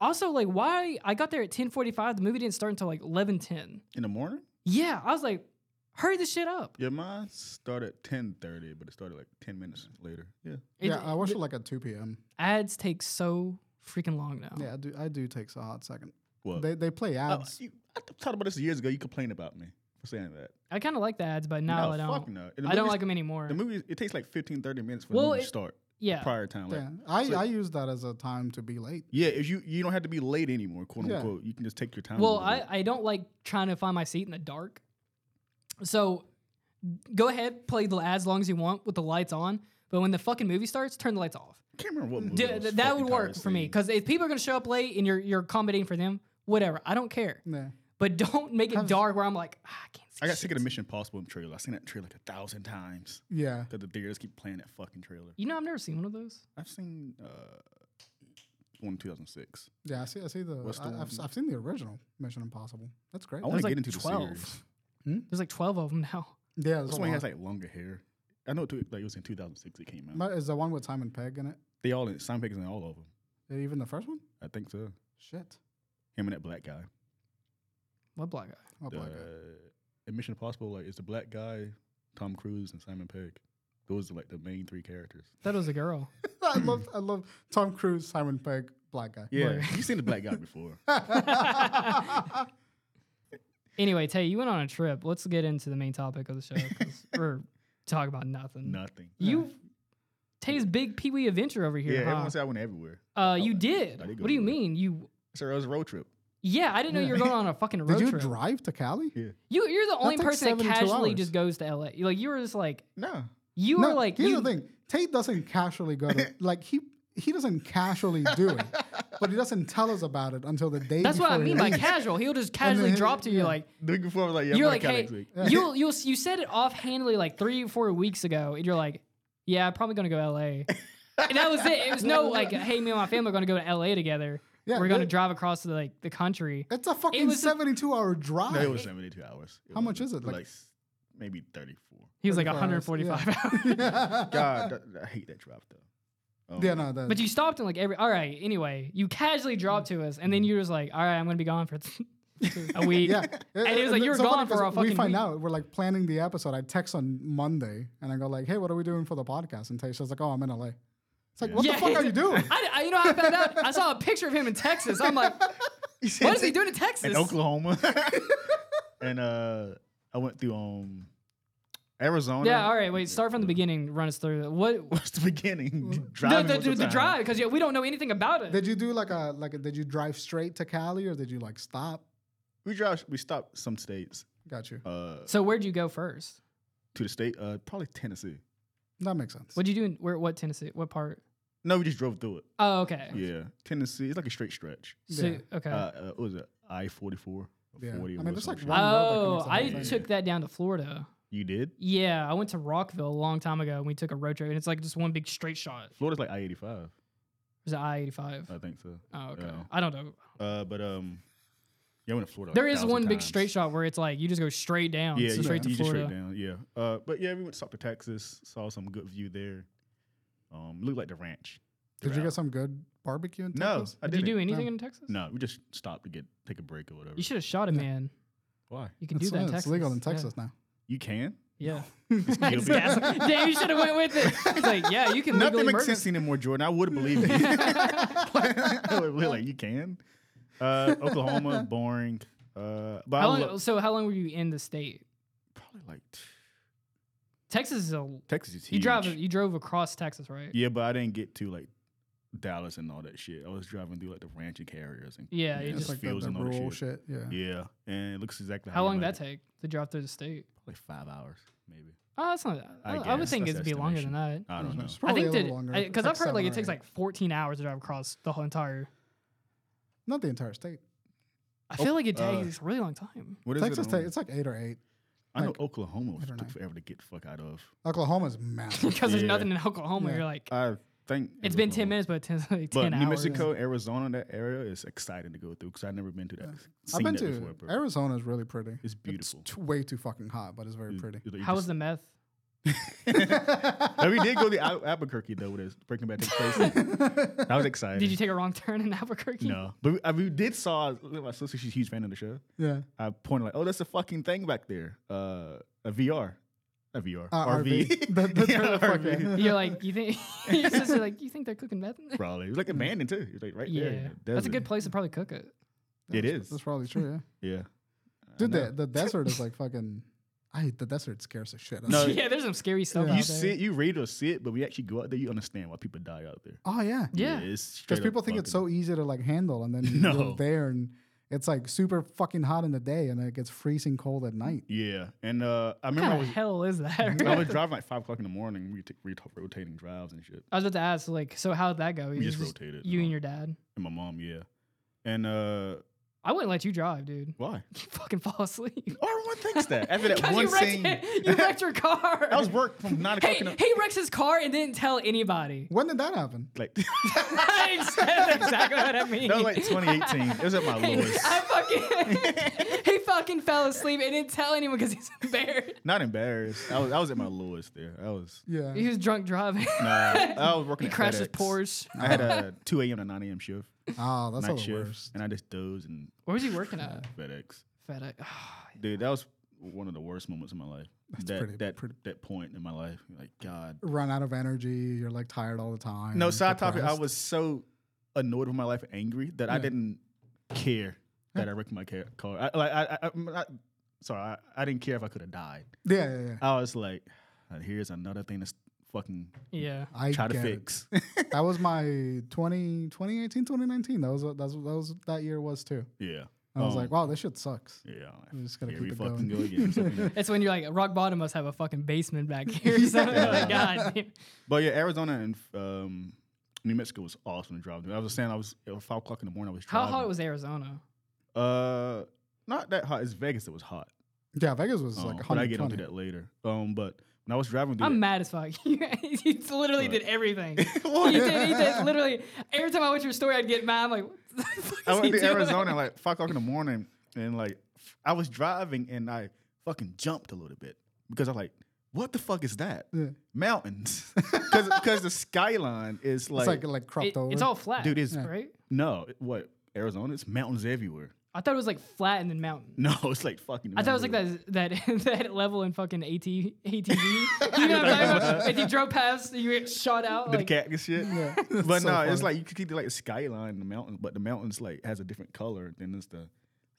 S1: Also, like, why I got there at 10:45, the movie didn't start until like 11:10.
S2: In the morning?
S1: Yeah, I was like, hurry this shit up.
S2: Yeah, mine started at 10.30, but it started like 10 minutes later. Yeah.
S1: It-
S3: Yeah, I watched it like at 2 p.m.
S1: ads take so freaking long now.
S3: Yeah, I do. I do takes a hot second.
S2: Well,
S3: They they play
S1: Oh.
S2: I,
S3: ads.
S2: you, I talked about this years ago. You complained about me for saying that.
S1: I kind of like the ads, but now I don't.
S2: fuck no. And the
S1: I don't
S2: movies-
S1: like them anymore.
S2: The movie, it takes like 15, 30 minutes for
S1: Well,
S2: the movie
S1: it-
S2: to start.
S1: yeah,
S2: Prior time. Like,
S3: yeah, I,
S2: so-
S3: I use that as a time to be late.
S2: yeah, if you you don't have to be late anymore, quote
S3: Yeah.
S2: unquote. You can just take your time. a
S1: Well,
S2: little
S1: I,
S2: bit.
S1: I don't like trying to find my seat in the dark. So go ahead, play the ads as long as you want with the lights on. But when the fucking movie starts, turn the lights off.
S2: can't remember what movie.
S1: D-
S2: I was
S1: th- that
S2: fucking
S1: would work
S2: tired of
S1: for me
S2: seeing.
S1: because if people are gonna show up late and you're you're accommodating for them, whatever. I don't care.
S3: Yeah.
S1: But don't make it dark where I'm like, ah, I can't see.
S2: I got sick
S1: shit."
S2: of the Mission Possible trailer. I've seen that trailer like a thousand times
S3: Yeah.
S2: because the theaters keep playing that fucking trailer.
S1: You know, I've never seen one of those.
S2: I've seen uh, one in 2006.
S3: Yeah, I see. I see the.
S2: What's the
S3: I, have
S2: one?
S3: I've seen the original Mission Impossible. That's great.
S2: I want to
S1: like
S2: get into
S1: 12.
S2: the series.
S1: There's like 12 of them now.
S3: yeah,
S2: This
S3: that's
S2: one
S3: one
S2: has like longer hair. I know it, took, like, it was in 2006 it came out.
S3: is the one with Simon Pegg in it.
S2: they all in Simon Pegg's in all of them.
S3: Even the first one.
S2: I think so.
S3: Shit.
S2: Him and that black guy.
S1: What black guy?
S3: Oh, black
S2: uh,
S3: guy.
S2: in Mission Impossible, like it's the black guy, Tom Cruise, and Simon Pegg. Those are like the main three
S3: <laughs>
S2: characters.
S1: That was a girl.
S3: I love I love Tom Cruise, Simon Pegg,
S2: <laughs>
S3: black guy.
S2: Yeah, you seen the black guy
S3: <laughs>
S2: before.
S1: anyway, Tay, you went on a trip. Let's get into the main topic of the show 'cause we're talking about
S3: Mm.
S1: nothing.
S2: Nothing.
S1: You, Tay's big Pee Wee adventure over
S2: Yeah,
S1: here.
S2: everyone
S1: huh?
S2: said I went everywhere.
S3: "Oh,
S1: Uh, you did.
S2: I did go
S1: What do you
S2: to work.
S1: mean? You?
S2: So it was a road trip.
S1: Yeah, I didn't know you were going on a
S3: <laughs>
S1: fucking road
S3: Did you
S1: trip.
S3: drive to Cali?
S2: Yeah.
S1: you, you're the only
S3: took
S1: person that
S3: 72
S1: casually
S3: hours.
S1: just goes to LA. Like you were just like
S2: No,
S1: you were
S3: No,
S1: like
S3: here's
S1: you,
S3: the thing. Tate doesn't casually go
S2: <laughs>
S3: to like he he doesn't casually do it, but he doesn't tell us about it until the day.
S1: That's what I
S3: before he
S1: mean by
S3: leaves.
S1: casual. He'll
S3: <laughs>
S1: just casually
S3: then-
S1: drop to you like
S2: the week before I was like, yeah,
S1: you're
S2: I'm
S1: like,
S2: going
S1: hey,
S2: to Cali next week.
S1: you'll you'll you said it offhandedly like three or four weeks ago, and you're like, yeah, I'm probably gonna go to LA. and that was it. It was no like, hey, me and my family are gonna go to LA together.
S3: Yeah,
S1: We're gonna
S3: that-
S1: drive across the, like the country.
S3: It's a fucking
S1: was a-
S3: seventy-two hour drive.
S2: No, it
S3: <laughs>
S2: was 72 hours.
S3: How much is it?
S2: Like,
S3: Like-
S2: s- maybe 34.
S1: He was like
S3: 35 hours,
S1: 145 hours.
S2: God,
S3: <laughs>
S2: that- that- I hate that drive though. Um,
S3: yeah, no, that,
S1: but you stopped and like every. All right, anyway, you casually dropped to us, and then you were just like, all right, I'm gonna be gone for
S3: <laughs>
S1: a week. <laughs>
S3: yeah.
S1: And he was like, you were
S3: so funny
S1: gone for
S3: 'cause
S1: a
S3: We
S1: fucking
S3: find
S1: week.
S3: out we're like planning the episode. I text on Monday and I go like, hey, what are we doing for the podcast? And Tayshia's like, oh, I'm in LA. It's like, what
S1: Yeah.
S3: the fuck
S1: <laughs>
S3: are you doing?
S1: I, I- you know, how I found out. I saw a picture of him in Texas. I'm
S3: <laughs>
S1: like, what is he doing in Texas?
S2: <laughs> in Oklahoma. and uh, I went through um, Arizona.
S1: Yeah, all right. Wait, start from the beginning. Run us through. What
S2: <laughs> What's the <laughs> beginning?
S1: the,
S2: <laughs> Driving
S1: the,
S2: was
S1: the, the
S2: time.
S1: drive? Because yeah, we don't know anything about it.
S3: Did you do like a like? A, did you drive straight to Cali or did you like stop?
S2: We drive. We stopped some states.
S3: Got you.
S2: Uh,
S1: so where'd you go first?
S2: to the state. Uh, probably Tennessee.
S3: That makes sense.
S1: What'd you do? In, where? What Tennessee? What part?
S2: No, we just drove through it.
S1: Oh, okay.
S2: Yeah, Tennessee. It's like a straight stretch.
S1: So,
S3: Yeah.
S1: okay.
S2: Uh, uh, what was it? I forty four.
S3: Yeah.
S2: Forty.
S3: I
S2: or
S3: mean, there's,
S2: some
S3: like,
S2: shit.
S3: one- road that
S1: oh,
S3: connects all
S1: I
S3: the way.
S1: took that down to Florida.
S2: You did.
S1: Yeah, I went to Rockville a long time ago, and we took a road trip, and it's like just one big straight shot.
S2: Florida's like I eighty five.
S1: It was I eighty five.
S2: I think so.
S1: Oh, okay.
S2: Uh, yeah.
S1: I don't know.
S2: Uh, but um, yeah, I went to Florida. like
S1: There
S2: a
S1: is
S2: thousand
S1: one big
S2: times.
S1: straight shot where it's like you just go straight down,
S2: Yeah,
S1: so
S2: you,
S1: straight
S2: you
S1: to
S2: just
S1: Florida.
S2: straight down. Yeah. Uh, but yeah, we went south to Texas. Saw some good view there. Um, looked like the ranch.
S3: Did you
S2: throughout.
S3: get some good barbecue in
S2: No,
S3: Texas?
S2: I
S1: Did you
S2: didn't.
S1: do anything in Texas?
S2: No, we just stopped to get take a break or whatever.
S1: You should have shot a man.
S2: Why?
S1: You can do
S3: It's-
S1: that in
S3: it's
S1: Texas.
S3: legal in
S1: Yeah.
S3: Texas now.
S2: You can. <laughs>
S1: Yeah.
S2: You'll be- <laughs>
S1: <laughs> Damn, you should have went with it. It's like, yeah, you can
S2: Nothing
S1: legally
S2: makes
S1: murder.
S2: sense anymore, Jordan. I would believe <laughs> you.
S3: <laughs>
S2: I would believe, like you can.
S1: <laughs>
S2: Uh, Oklahoma, boring. Uh, but I
S1: How long,
S2: love-
S1: so how long were you in the state?
S2: probably like t-
S1: Texas is a
S2: Texas is huge.
S1: you drive you drove across Texas, right?
S2: Yeah, but I didn't get to like Dallas and all that shit. I was driving through like the ranch and carriers and
S1: Yeah, you It's
S2: and
S3: It's
S1: just
S3: like the,
S2: fields
S3: the
S2: and all that
S3: rural
S2: shit.
S3: shit. Yeah.
S2: Yeah, and it looks exactly
S1: How
S2: you
S1: long
S2: like
S1: that
S2: it.
S1: take to drive through the state?
S2: Probably five hours, maybe.
S1: Oh, that's not. I,
S2: I
S1: I would
S2: guess.
S1: think
S2: That's
S1: it'd be longer than
S2: estimation.
S1: that.
S2: I don't know.
S3: It's
S1: I
S3: probably
S1: think
S3: a little longer.
S1: that because
S3: It's
S1: I've heard like it
S3: seven or
S1: takes
S3: eight.
S1: like 14 hours to drive across the whole entire.
S3: not the entire state.
S1: I
S2: Oh,
S1: feel like it
S2: uh,
S1: takes a really long time. <laughs>
S2: What is
S3: Texas
S2: it?
S3: ta-
S2: on-
S3: it's like eight or eight.
S2: I know
S3: like-
S2: Oklahoma was
S3: I don't
S2: took
S3: know.
S2: forever to get the fuck out of.
S3: Oklahoma's
S2: <laughs>
S3: massive.
S1: Because there's
S2: Yeah.
S1: nothing in Oklahoma,
S3: Yeah.
S1: you're like,
S2: I think
S1: it's been 10 minutes,
S2: Oklahoma.
S1: but it takes like 10
S2: But New
S1: hours.
S2: Mexico, Arizona, that area is exciting to go through because I've never been to that.
S3: I've
S2: Seen
S3: been
S2: that
S3: to
S2: before, but
S3: Arizona. Is really pretty.
S2: It's beautiful. Mm.
S3: It's t- way too fucking hot, but it's very
S2: <laughs>
S3: pretty. <laughs>
S1: How was the meth?
S2: we did go to Al- Albuquerque though with this Breaking Bad takes place.
S1: <laughs>
S2: that was exciting.
S1: Did you take a wrong turn in <laughs> Albuquerque?
S2: No, but we, I, we did saw my sister. She's a huge fan of the show.
S3: Yeah.
S2: I pointed like, oh, that's a fucking thing back there. Uh, a VR, a VR,
S3: Uh,
S2: RV. <laughs>
S3: RV. That- that's
S2: Yeah,
S3: where the fuck
S2: RV.
S3: it-
S1: You're like, you think, <laughs> your sister like, you think they're cooking
S2: <laughs>
S1: meth in there?
S2: Probably it was like abandoned too. It was like right
S1: Yeah.
S2: there. in the
S1: That's a
S2: desert.
S1: good place to probably cook it.
S2: It
S3: That's-
S2: is.
S3: That's probably true.
S2: <laughs>
S3: Yeah.
S2: Yeah.
S3: Dude,
S2: know.
S3: the, the desert
S2: <laughs>
S3: is like fucking. I hate the desert. Scares the shit. out of
S2: No,
S3: me.
S1: <laughs> yeah, there's some scary stuff.
S3: Yeah.
S1: out
S2: You
S1: there.
S2: see it, you read or see it, but we actually go out there, you understand why people die out there.
S3: Oh yeah.
S1: Yeah.
S2: it's
S3: Because
S2: straight up
S3: people think it's
S2: fucking-
S3: so easy to like
S2: <laughs>
S3: handle, and then you
S2: No.
S3: go there and it's like super fucking hot in the day, and then it gets freezing cold at night.
S2: Yeah, and uh, I
S1: What
S2: remember I
S1: kind
S2: was,
S1: of hell is that?
S2: I was driving like five o'clock in the morning. We took we took rotating drives and shit.
S1: I was about to ask, like, so how'd that go? You
S2: We just rotated.
S1: You and
S2: all.
S1: your dad.
S2: and my mom, yeah. And uh,
S1: I wouldn't let you drive, dude. <laughs>
S2: why?
S1: You fucking fall asleep.
S2: Oh, everyone thinks that
S1: <laughs>
S2: after <laughs> that
S1: Because
S2: one
S1: you wrecked
S2: scene.
S1: it. You wrecked your
S2: <laughs>
S1: car.
S2: I was work from nine
S1: <laughs>
S2: o'clock
S1: hey,
S2: in the
S1: he wrecks his car and didn't tell anybody. <laughs>
S3: When did that happen?
S2: like <laughs>
S1: That's exactly what I mean.
S2: that was
S1: <laughs>
S2: like 2018. It was at my lowest.
S1: I
S2: <laughs>
S1: fucking <laughs> he fucking fell asleep and didn't tell anyone because he's
S2: <laughs>
S1: embarrassed.
S2: Not embarrassed. I was I was at my lowest there. I was <laughs>
S3: Yeah.
S1: He was drunk driving. <laughs>
S2: nah. I was working.
S1: he
S2: at
S1: crashed his
S2: FedEx.
S1: Porsche.
S2: I had a 2 a.m. to 9 a.m.
S3: <laughs>
S2: shift,
S3: Oh, that's all
S2: night
S3: the
S2: shift,
S3: worst.
S2: and I just dozed and
S1: Where was he working
S2: <laughs>
S1: at?
S2: FedEx.
S1: FedEx. <sighs>
S2: Dude, that was one of the worst moments of my life. that
S3: pretty-
S2: that
S3: pretty-
S2: that point in my life, like God.
S3: Run out of energy. You're like tired all the time.
S2: No side topic. I
S3: depressed.
S2: was so annoyed with my life, angry that I
S3: Yeah.
S2: didn't care that I wrecked my ca- car. I, like I, I, I'm not- sorry, I, I didn't care if I could have died.
S3: Yeah, yeah, yeah.
S2: I was like, "Uh, here's another thing that's fucking
S1: yeah.
S3: I
S2: try to
S3: get it.
S2: fix.
S3: That was my 20, 2018, 2019. That was what- that's what- that was what that year was too.
S2: <laughs> yeah,
S3: I was
S2: Um,
S3: like, wow, this shit sucks.
S2: yeah. I'm
S3: I'm
S2: Like,
S3: just gonna
S2: here we
S3: keep it
S2: fucking
S3: going.
S2: go again. So, you
S3: <laughs>
S2: know.
S1: That's when you're like rock bottom must have a fucking basement back
S2: <laughs>
S1: here. So like, <laughs> God, damn.
S2: But yeah, Arizona and um, New Mexico was awesome to drive. through. I was saying I was it was five o'clock in the morning. I was
S1: how
S2: driving.
S1: hot was Arizona?
S2: Uh, not that hot. It's Vegas. It was hot.
S3: Yeah, Vegas was
S2: Um,
S3: like
S2: but I get onto
S3: 120.
S2: that later. Um, but when I was driving through,
S1: I'm
S2: it-
S1: mad as fuck. <laughs> you literally did everything.
S2: <laughs> What?
S1: You did, you did literally every time I watch your story, I'd get mad. I'm like, what the <laughs> fuck
S2: I
S1: is he
S2: went to
S1: doing?
S2: Arizona like five o'clock in the morning, and like f- I was driving and I fucking jumped a little bit because I'm like, what the fuck is that?
S3: Yeah. <laughs>
S2: Mountains, <laughs> because the skyline is
S3: It's
S2: like,
S3: like like cropped
S1: It-
S3: over.
S1: it's all flat,
S2: dude, it's
S1: right?
S2: no it- what Arizona? It's mountains everywhere. <laughs>
S1: I thought it was like flat and then mountain.
S2: No, it's like fucking.
S1: I thought it was like
S2: mountains
S1: that <laughs> that that level in fucking AT, ATV. you
S2: <laughs>
S1: know what I'm talking about? If you drove past, you get shot out. Like,
S2: everywhere. the cactus shit.
S3: <laughs> Yeah.
S2: <laughs> But
S3: so
S2: no, it's
S3: funny.
S2: like you could keep the, like the skyline, and the mountains, but the mountains like has a different color than it's the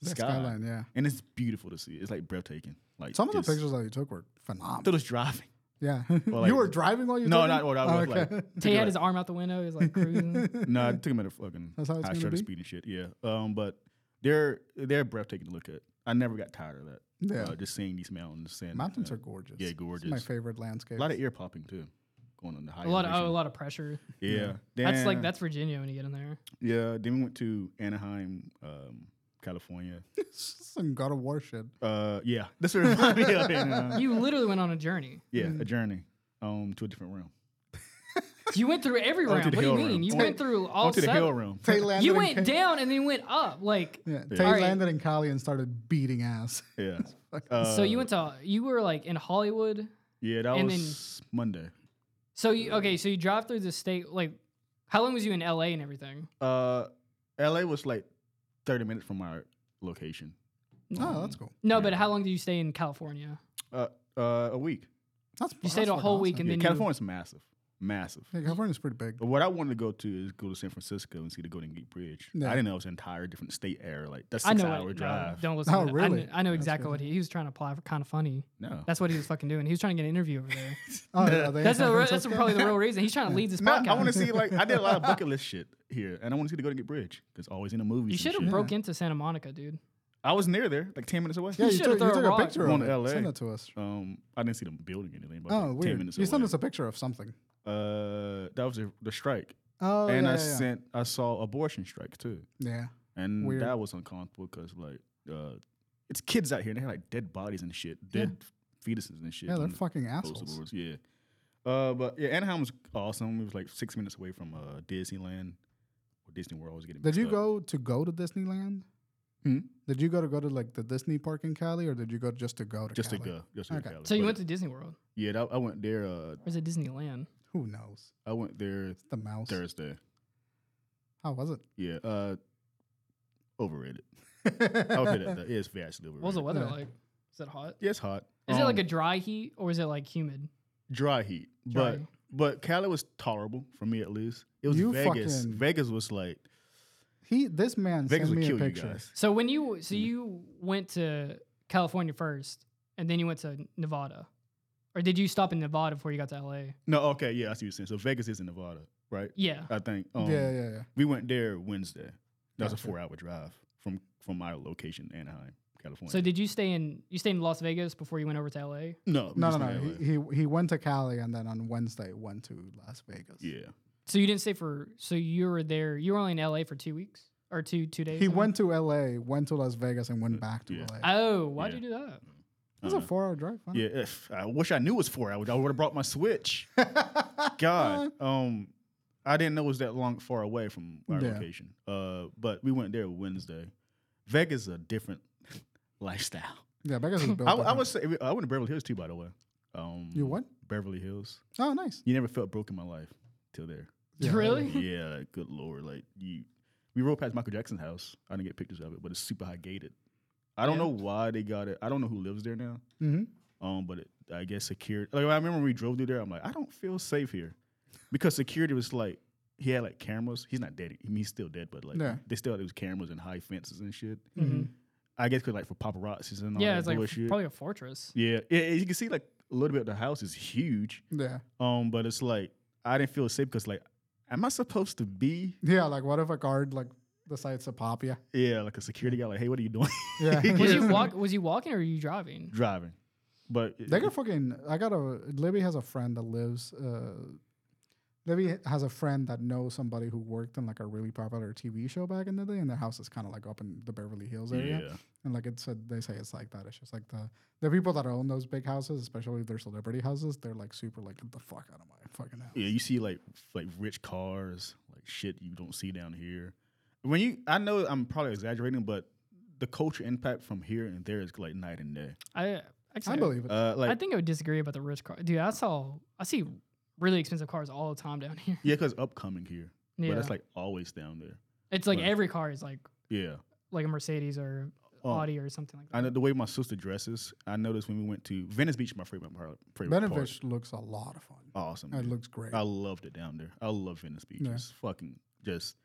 S3: The
S2: sky.
S3: skyline, yeah.
S2: And it's beautiful to see. It's like breathtaking. Like
S3: Some of the
S2: just-
S3: pictures that you took were phenomenal.
S2: Still just driving. <laughs>
S3: Yeah,
S2: like-
S3: <laughs> you were driving while you.
S2: No,
S3: took
S2: not
S3: it?
S2: what I was
S3: Oh, okay.
S2: like.
S1: Tay had his arm out the window. He was like cruising.
S2: <laughs> No, I took him at a fucking
S3: That's how it's
S2: high
S3: gonna
S2: shutter
S3: be?
S2: speed and shit. Yeah. Um, but they're they're breathtaking to look at. I never got tired of that.
S3: Yeah.
S2: Uh, just seeing these mountains, seeing
S3: Mountains
S2: uh,
S3: are gorgeous.
S2: yeah,
S3: It's my
S2: gorgeous.
S3: favorite landscape. <laughs>
S2: a lot of ear popping too. Going on the high.
S1: a lot of oh, a
S2: elevation.
S1: lot of pressure.
S2: yeah.
S1: That's like
S2: Then-
S1: that's Virginia when you get in there.
S2: Yeah. Then we went to Anaheim, um, California.
S3: some God of
S2: <laughs>
S3: War shit.
S2: Uh, yeah. That's what it reminded me of.
S3: <laughs>
S2: Anaheim.
S1: You literally went on a journey.
S2: Yeah, a journey um to a different realm.
S1: You went through every round.
S2: to
S1: What do
S2: the
S1: you
S2: hill
S1: mean?
S2: room.
S1: You
S2: Went-
S1: went through all
S2: to the hill
S1: seven.
S3: <laughs>
S2: realm.
S3: Tay landed.
S1: You
S3: in
S1: went
S3: Ca-
S1: down and then you went up. Like
S3: Yeah, Tay
S1: Alright.
S3: landed in Cali and started beating ass. <laughs>
S2: Yeah.
S1: so,
S2: Uh,
S1: you went to you were like in Hollywood.
S2: Yeah, that
S1: and
S2: was Monday.
S1: So you okay? So you drive through the state. Like, how long was you in L.A. and everything?
S2: Uh, LA was like 30 minutes from our location.
S3: Oh,
S2: Mm.
S3: that's cool.
S1: No, but how long did you stay in California?
S2: Uh, uh, a week.
S3: That's
S1: You stayed a whole week and
S2: Yeah,
S1: then you,
S2: California's massive, massive.
S3: Yeah, California's pretty big.
S2: But what I wanted to go to is go to San Francisco and see the Golden Gate Bridge.
S3: Yeah.
S2: I didn't know it was an entire different state area. Like that's
S1: I
S2: six
S1: know
S2: hour
S1: it. No,
S2: drive.
S1: don't listen.
S3: Oh,
S1: to that. I
S3: really?
S1: kn- I know
S3: That's
S1: exactly what he, he was trying to apply for. Kind of funny.
S2: no,
S1: That's what he was fucking doing. He was trying to get an interview over there.
S3: Oh, yeah, they in
S1: That's
S3: San <laughs>
S1: the re- that's
S3: Francisco?
S1: probably the real reason. He's trying to lead this
S2: no.
S1: podcast.
S2: I want to see like I did a lot of
S3: <laughs>
S2: bucket list shit here, and I want to see the Golden Gate Bridge because always in the movies.
S1: You
S2: and
S1: should have
S2: shit.
S1: broke into Santa Monica, dude.
S2: I was near there, like ten minutes away.
S3: Yeah,
S1: You
S3: you,
S1: should've
S3: took,
S1: thrown
S3: you
S1: a
S3: took a
S1: rock.
S3: picture
S2: Going
S3: of
S2: to
S3: it.
S2: LA.
S3: Send it to us.
S2: Um, I didn't see the building or anything, but I was,
S3: Oh,
S2: like, ten
S3: weird.
S2: minutes
S3: You
S2: away.
S3: sent us a picture of something.
S2: uh, that was the, the strike,
S3: Oh,
S2: and
S3: yeah,
S2: I
S3: yeah, yeah.
S2: sent I saw abortion strike too.
S3: Yeah.
S2: And
S3: Weird.
S2: that was uncomfortable because like uh, it's kids out here and they have like dead bodies and shit, dead fetuses and shit.
S3: Yeah, they're
S2: on the
S3: fucking
S2: coastal
S3: assholes.
S2: roads. Yeah. Uh, but yeah, Anaheim was awesome. It was like six minutes away from uh, Disneyland or Disney World. I was getting
S3: Did you
S2: mixed up.
S3: go to go to Disneyland?
S2: Hmm?
S3: Did you go to go to like the Disney park in Cali, or did you go just to go to
S2: just to
S3: Cali?
S2: go? Just to
S3: Okay.
S2: go Cali.
S1: So you
S2: But,
S1: went to Disney World
S2: yeah, that, I went there. Uh,
S1: or is it Disneyland?
S3: Who knows?
S2: I went there
S3: The mouse.
S2: Thursday.
S3: How was it?
S2: Yeah. Uh,
S1: <laughs>
S2: overrated. I would say that, that is vastly overrated.
S1: What was the weather
S3: Yeah.
S1: like? Is it hot?
S2: Yeah, it's hot.
S1: Is it like
S2: Um,
S1: a dry heat or is it like humid?
S2: dry heat,
S1: Dry.
S2: but but Cali was tolerable for me at least. It was
S3: You
S2: Vegas.
S3: fucking-
S2: Vegas was like
S3: <laughs> He, this man
S2: Vegas would
S3: sent me a
S2: kill you
S3: picture.
S2: guys.
S1: So when you so
S2: Mm-hmm.
S1: you went to California first and then you went to Nevada, or did you stop in Nevada before you got to LA?
S2: No, okay, yeah, I see what you're saying. So Vegas is in Nevada, right?
S1: Yeah.
S2: I think. Um,
S3: yeah, yeah, yeah.
S2: We went there Wednesday. That was a
S3: Gotcha.
S2: four-hour drive from from our location, Anaheim, California.
S1: So did you stay in you stayed in Las Vegas before you went over to LA?
S2: no, we
S3: No, no,
S2: just
S3: no.
S2: went
S3: He, he he went to Cali, and then on Wednesday went to Las Vegas.
S2: LA. yeah,
S1: So you didn't stay for so you were there you were only in LA for two weeks or two two days.
S3: He
S1: I mean?
S3: went to L.A., went to Las Vegas, and went back to
S2: yeah.
S3: L.A.
S1: Oh, why'd
S2: Yeah.
S1: you do that?
S3: It was a four-hour drive. huh?
S2: Uh-huh. yeah. if- I wish I knew it was four hours. I would have brought my Switch. God,
S3: Uh-huh.
S2: um, I didn't know it was that long far away from our
S3: Yeah.
S2: location. Uh, but we went there Wednesday. Vegas is a different <laughs> lifestyle.
S3: <laughs> yeah. Vegas is built.
S2: I, I
S3: different.
S2: would say I went to Beverly Hills too, by the way. Um,
S3: You what?
S2: Beverly Hills.
S3: Oh, nice.
S2: You never felt broke in my life till there.
S3: Yeah.
S1: really? <laughs>
S2: yeah, like, good lord. Like you, we rode past Michael Jackson's house. I didn't get pictures of it, but it's super high gated. I don't
S1: Yeah.
S2: know why they got it. I don't know who lives there now.
S3: Mm-hmm.
S2: Um, but it, I guess security. Like I remember when we drove through there, I'm like, I don't feel safe here, because security was like, he had like cameras. He's not dead. I mean, he's still dead, but like
S3: Yeah.
S2: they still had those cameras and high fences and shit.
S3: Mm-hmm.
S1: hmm
S2: I guess because like for paparazzis and all
S1: Yeah,
S2: that
S1: it's like
S2: bullshit.
S1: probably a
S2: <laughs>
S1: fortress.
S2: Yeah, yeah, you can see like a little bit of the house is huge.
S3: Yeah.
S2: Um, but it's like I didn't feel safe because like, am I supposed to be
S3: Yeah. Like, what if a guard like decides to pop you?
S2: yeah like a security guy like hey what are you doing
S3: <laughs>
S2: <laughs>
S3: Yeah.
S1: Was you walk was you walking or were you driving?
S2: driving? But
S3: They got fucking. I got a. Libby has a friend that lives. Uh, Libby has a friend that knows somebody who worked in like a really popular TV show back in the day, and their house is kind of like up in the Beverly Hills area.
S2: yeah,
S3: And like it's a, they say it's like that. It's just like the the people that own those big houses, especially their celebrity houses, they're like super like get the fuck out of my fucking house.
S2: yeah, you see like f- like rich cars like shit you don't see down here. When you I know I'm probably exaggerating, but the culture impact from here and there is like night and day.
S1: I
S3: I
S1: actually
S3: believe it.
S2: Uh, like
S1: I think I would disagree about the rich car. Dude, I saw I see really expensive cars all the time down <laughs> here.
S2: yeah, because upcoming here,
S1: Yeah.
S2: but that's like always down there.
S1: it's like
S2: but-
S1: every car is like
S2: Yeah,
S1: like a Mercedes or
S2: Oh.
S1: Audi or something like that.
S2: I know the way my sister dresses. I noticed when we went to Venice Beach, my favorite part. Favorite part.
S3: Benovich looks a lot of fun.
S2: awesome.
S3: It
S2: dude.
S3: looks great.
S2: I loved it down there. I love Venice Beach.
S3: Yeah.
S2: It's fucking just.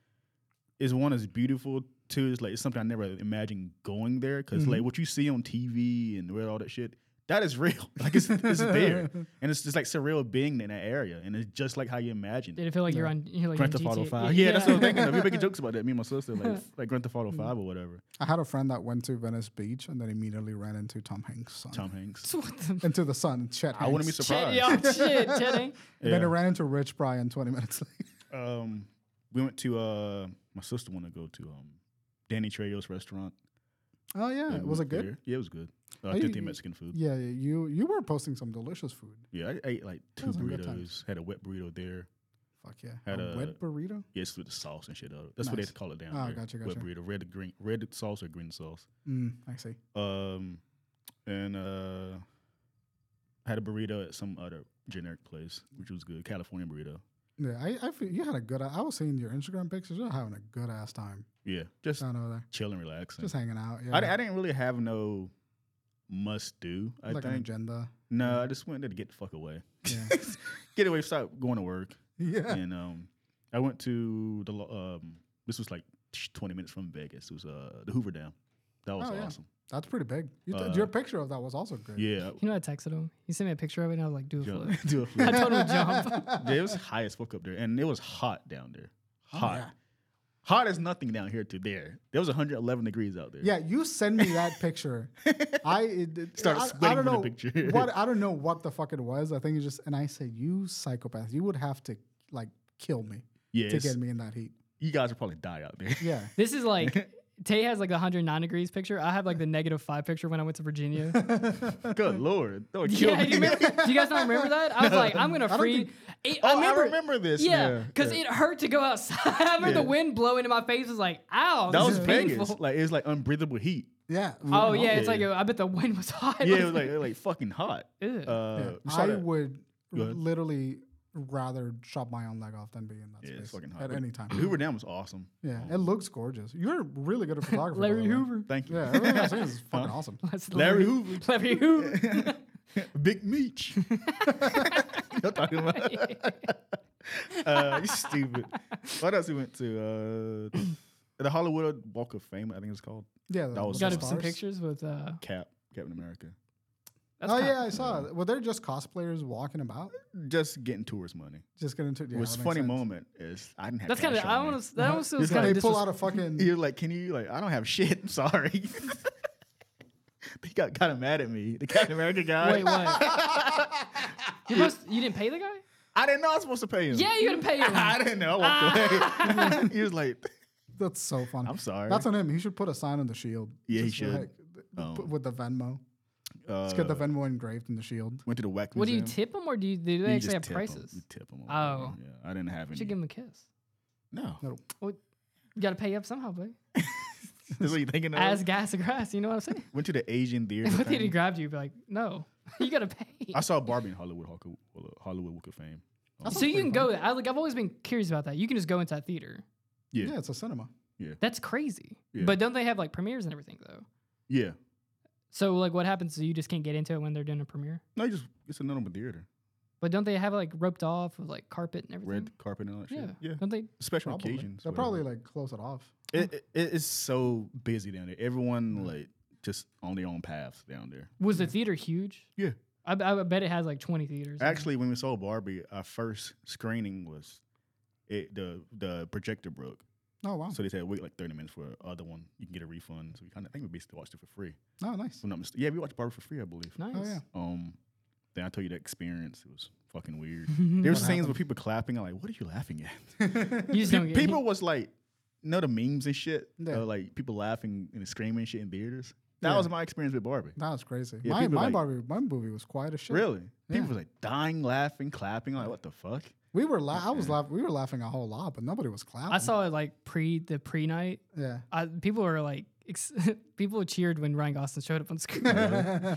S2: It's one is beautiful. too. It's like it's something I never imagined going there because like what you see on TV and where all that shit, that is <laughs> real. Like it's, it's there, and it's just like surreal being in that area, and it's just like how you imagine.
S1: Did it feel like you're on you're like
S2: Grand
S1: on
S2: Theft Auto
S1: GTA?
S2: Five.
S1: <laughs>
S2: Yeah, that's what I'm thinking. of. We making jokes about that. Me and my sister, like like Grand Theft Auto Five or whatever.
S3: I had a friend that went to Venice Beach and then immediately ran into Tom Hanks' son.
S2: Tom Hanks.
S1: What the <laughs>
S2: <laughs>
S3: Into the sun, Chet
S2: I wouldn't be
S3: Hanks.
S1: shit,
S2: surprised.
S1: yeah, shit,
S2: <laughs>
S1: Chet, eh?
S3: And Then
S2: Yeah.
S3: it ran into Rich Brian 20 minutes <laughs> later.
S2: Um, we went to uh, my sister wanted to go to um, Danny Trejo's restaurant.
S3: Oh, yeah.
S2: Yeah, we
S3: Was it
S2: went
S3: good?
S2: there. Yeah, it was good. Uh,
S3: you-
S2: authentic
S3: you-
S2: Mexican food.
S3: Yeah, yeah, you you were posting some delicious food.
S2: Yeah, I ate like two
S3: Those are good times.
S2: burritos. Had a wet burrito there.
S3: Fuck yeah.
S2: Had
S3: a
S2: a-
S3: wet burrito?
S2: Yes, with the sauce and shit. on it. That's what
S3: Nice.
S2: they call it down
S3: Ah,
S2: there.
S3: gotcha,
S2: Wet
S3: gotcha.
S2: burrito, red green, red sauce or green sauce.
S3: Mm, I see.
S2: Um, and uh, had a burrito at some other generic place, which was good. California burrito.
S3: Yeah, I, I feel you had a good. I was seeing your Instagram pictures. You're having a good ass time
S2: Yeah, just
S3: down over there,
S2: chill and relax.
S3: Uh, just hanging out. Yeah,
S2: I, di- I didn't really have no must do. I
S3: like an
S2: think <laughs>
S3: agenda.
S2: no, I just went there to get the fuck away,
S3: Yeah, <laughs>
S2: get away, stop going to work.
S3: yeah.
S2: and um, I went to the lo- um, this was like tsh, twenty minutes from Vegas. It was uh the Hoover Dam. That was
S3: Oh, yeah.
S2: awesome.
S3: that's pretty big. You th-
S2: Uh,
S3: your picture of that was also great. <laughs>
S2: Yeah,
S1: You know, I texted him. He sent me a picture of it, and I was like, <laughs> "Do <laughs> a
S2: <laughs> jump-
S1: flip."
S2: do a
S1: I
S2: flip.
S1: told him
S2: <laughs>
S1: jump.
S2: Yeah, it was high as fuck up there, and it was hot down there.
S3: Oh,
S2: Hot,
S3: yeah.
S2: hot as nothing down here to there. There was 111 degrees out there.
S3: Yeah, you send me
S2: <laughs>
S3: that picture. I it, it-
S2: Started
S3: I, I
S2: splitting
S3: don't
S2: for the
S3: know
S2: picture. <laughs>
S3: what I don't know what the fuck it was. I think it's just and I said, "You psychopath! You would have to like kill me
S2: yeah.
S3: to
S2: it's-
S3: get me in that heat."
S2: You guys would probably die out there.
S3: Yeah,
S1: This is like Tay has like the 109 degrees picture. I have like the negative five picture when I went to
S2: <laughs>
S1: Virginia.
S2: <laughs> Good lord,
S1: <laughs>
S2: that would kill
S1: yeah, do
S2: me. <laughs>
S1: you, remember, do you guys not remember that? I was like, I'm gonna free. It-
S2: oh, I remember, this.
S1: Yeah, because it hurt to go outside. <laughs> I remember the
S2: Yeah.
S1: wind blowing in my face was like, "Ow!"
S2: that
S1: this
S2: was
S1: is
S2: Vegas.
S1: painful.
S2: Like it was like unbreathable heat.
S3: yeah.
S1: Oh yeah, it's
S2: Yeah.
S1: like I bet the wind was <laughs> hot.
S2: Yeah, it was like, it was like fucking hot. Uh,
S1: Ew.
S2: we saw
S3: I
S2: that-
S3: would
S2: Go ahead.
S3: literally rather chop my own leg off than be in that
S2: Yeah,
S3: space
S2: it's fucking hot.
S3: at
S2: But
S3: any time.
S2: Hoover Dam was awesome.
S3: Yeah,
S2: Um,
S3: it looks gorgeous. You're really good at photography. by
S1: Larry
S3: the way.
S1: Hoover.
S2: Thank you.
S3: Yeah,
S2: <laughs>
S3: everything I've seen is fucking awesome.
S1: That's
S2: Larry Hoover.
S1: Larry <laughs> Hoover.
S2: Big
S3: <laughs>
S2: Meech. You're talking about. <laughs> uh, you stupid. What else we went to? Uh, the Hollywood Walk of Fame, I think it's called.
S3: Yeah,
S2: That was
S1: Got
S2: awesome.
S1: some
S3: stars.
S1: pictures with. uh
S2: Cap, Captain America.
S1: that's
S3: Oh
S1: kinda-
S3: yeah, I saw. it. Were they just cosplayers walking about?
S2: Just getting tourist money.
S3: Just getting to. Yeah,
S2: It was
S3: that
S2: a
S3: makes
S2: funny
S3: sense.
S2: moment is I didn't have.
S1: That's kind of.
S2: cash on
S1: I
S2: me.
S1: want to. That almost was
S2: It's
S1: kind
S2: like
S1: of.
S3: They pull out a fucking.
S2: You're like, can you like? I don't have shit. I'm sorry. <laughs> they got kind of mad at me. The Captain America guy.
S1: Wait, what? you must. You didn't pay the guy?
S2: I didn't know I was supposed to pay him.
S1: <laughs> Yeah, you had to pay
S2: <laughs> I
S1: him.
S2: didn't know. I walked away. <laughs> he was like,
S3: That's so funny.
S2: I'm sorry.
S3: That's on him. He should put a sign on the shield.
S2: Yeah, he
S3: Just
S2: should.
S3: th- th-
S2: Um,
S3: with the Venmo.
S2: uh, oh,
S3: Let's get the Venmo engraved in the shield.
S2: Went to the WAC.
S1: What do you
S2: Museum.
S1: tip them, or do you? Do they
S2: You
S1: actually
S2: just
S1: have
S2: tip 'em.
S1: prices?
S2: You tip 'em or
S1: Oh.
S2: whatever, Yeah, I didn't have
S1: You
S2: any.
S1: should give him a kiss.
S2: no.
S3: No.
S1: You got to pay up somehow, buddy.
S2: <laughs> <laughs> That's what you thinking
S1: <laughs>
S2: of?
S1: As gas and grass, you know what I'm saying?
S2: Went to
S1: <laughs>
S2: the Asian theater.
S1: If he
S2: thing.
S1: grabbed you, you'd be like, no, <laughs> you got to pay.
S2: I saw Barbie in Hollywood Hawk uh, Hollywood Walk of Fame.
S3: That's
S1: So you
S3: pretty
S1: can
S3: fun.
S1: go. I like. I've always been curious about that. You can just go into that theater.
S2: Yeah.
S3: Yeah,
S2: Yeah.
S3: it's a cinema.
S1: That's crazy.
S2: Yeah.
S1: But don't they have like premieres and everything though? So like, what happens? So you just can't get into it when they're doing a premiere.
S2: No, you just it's a normal theater.
S1: But don't they have like roped off with like carpet and everything?
S2: Red carpet and all that
S1: Yeah.
S2: shit. Yeah.
S1: Don't they?
S2: Special
S3: Probably.
S2: occasions.
S3: They'll
S2: whatever.
S3: probably like close it off.
S2: It, it, it's so busy down there. Everyone like just on their own paths down there.
S1: Was the theater huge?
S2: Yeah.
S1: I, b- I bet it has like 20 theaters. in it.
S2: Actually, when we saw Barbie, our first screening was it the the projector broke.
S3: Oh wow.
S2: So they said wait like thirty minutes for the other one. You can get a refund. So we kind of I think we basically watched it for free.
S3: oh nice.
S2: If I'm not mistaken. Yeah, we watched Barbie for free, I believe.
S1: nice. <laughs>
S3: Oh yeah.
S2: Um, then I told you the experience. It was fucking
S3: <laughs>
S2: weird. there were
S3: What
S2: scenes
S3: happened?
S2: with people clapping. I'm like, what are you laughing at?
S3: <laughs>
S1: You just don't get
S2: people was like, you know the memes and shit.
S3: Yeah.
S2: Uh, like people laughing and screaming and shit in theaters. That
S3: Yeah.
S2: was my experience with Barbie.
S3: That was crazy.
S2: Yeah,
S3: my
S2: people
S3: my
S2: like-
S3: Barbie my movie was quiet as shit.
S2: Really,
S3: Yeah.
S2: people was like dying, laughing, clapping. Like, what the
S3: <laughs>
S2: fuck?
S3: We were la- I was laughing. We were laughing a whole lot, but nobody was
S1: <laughs>
S3: clapping.
S1: I saw it like pre the pre night.
S3: Yeah.
S1: I, people were like, ex- <laughs> people cheered when Ryan Gosling showed up on
S2: <laughs>
S1: screen.
S2: they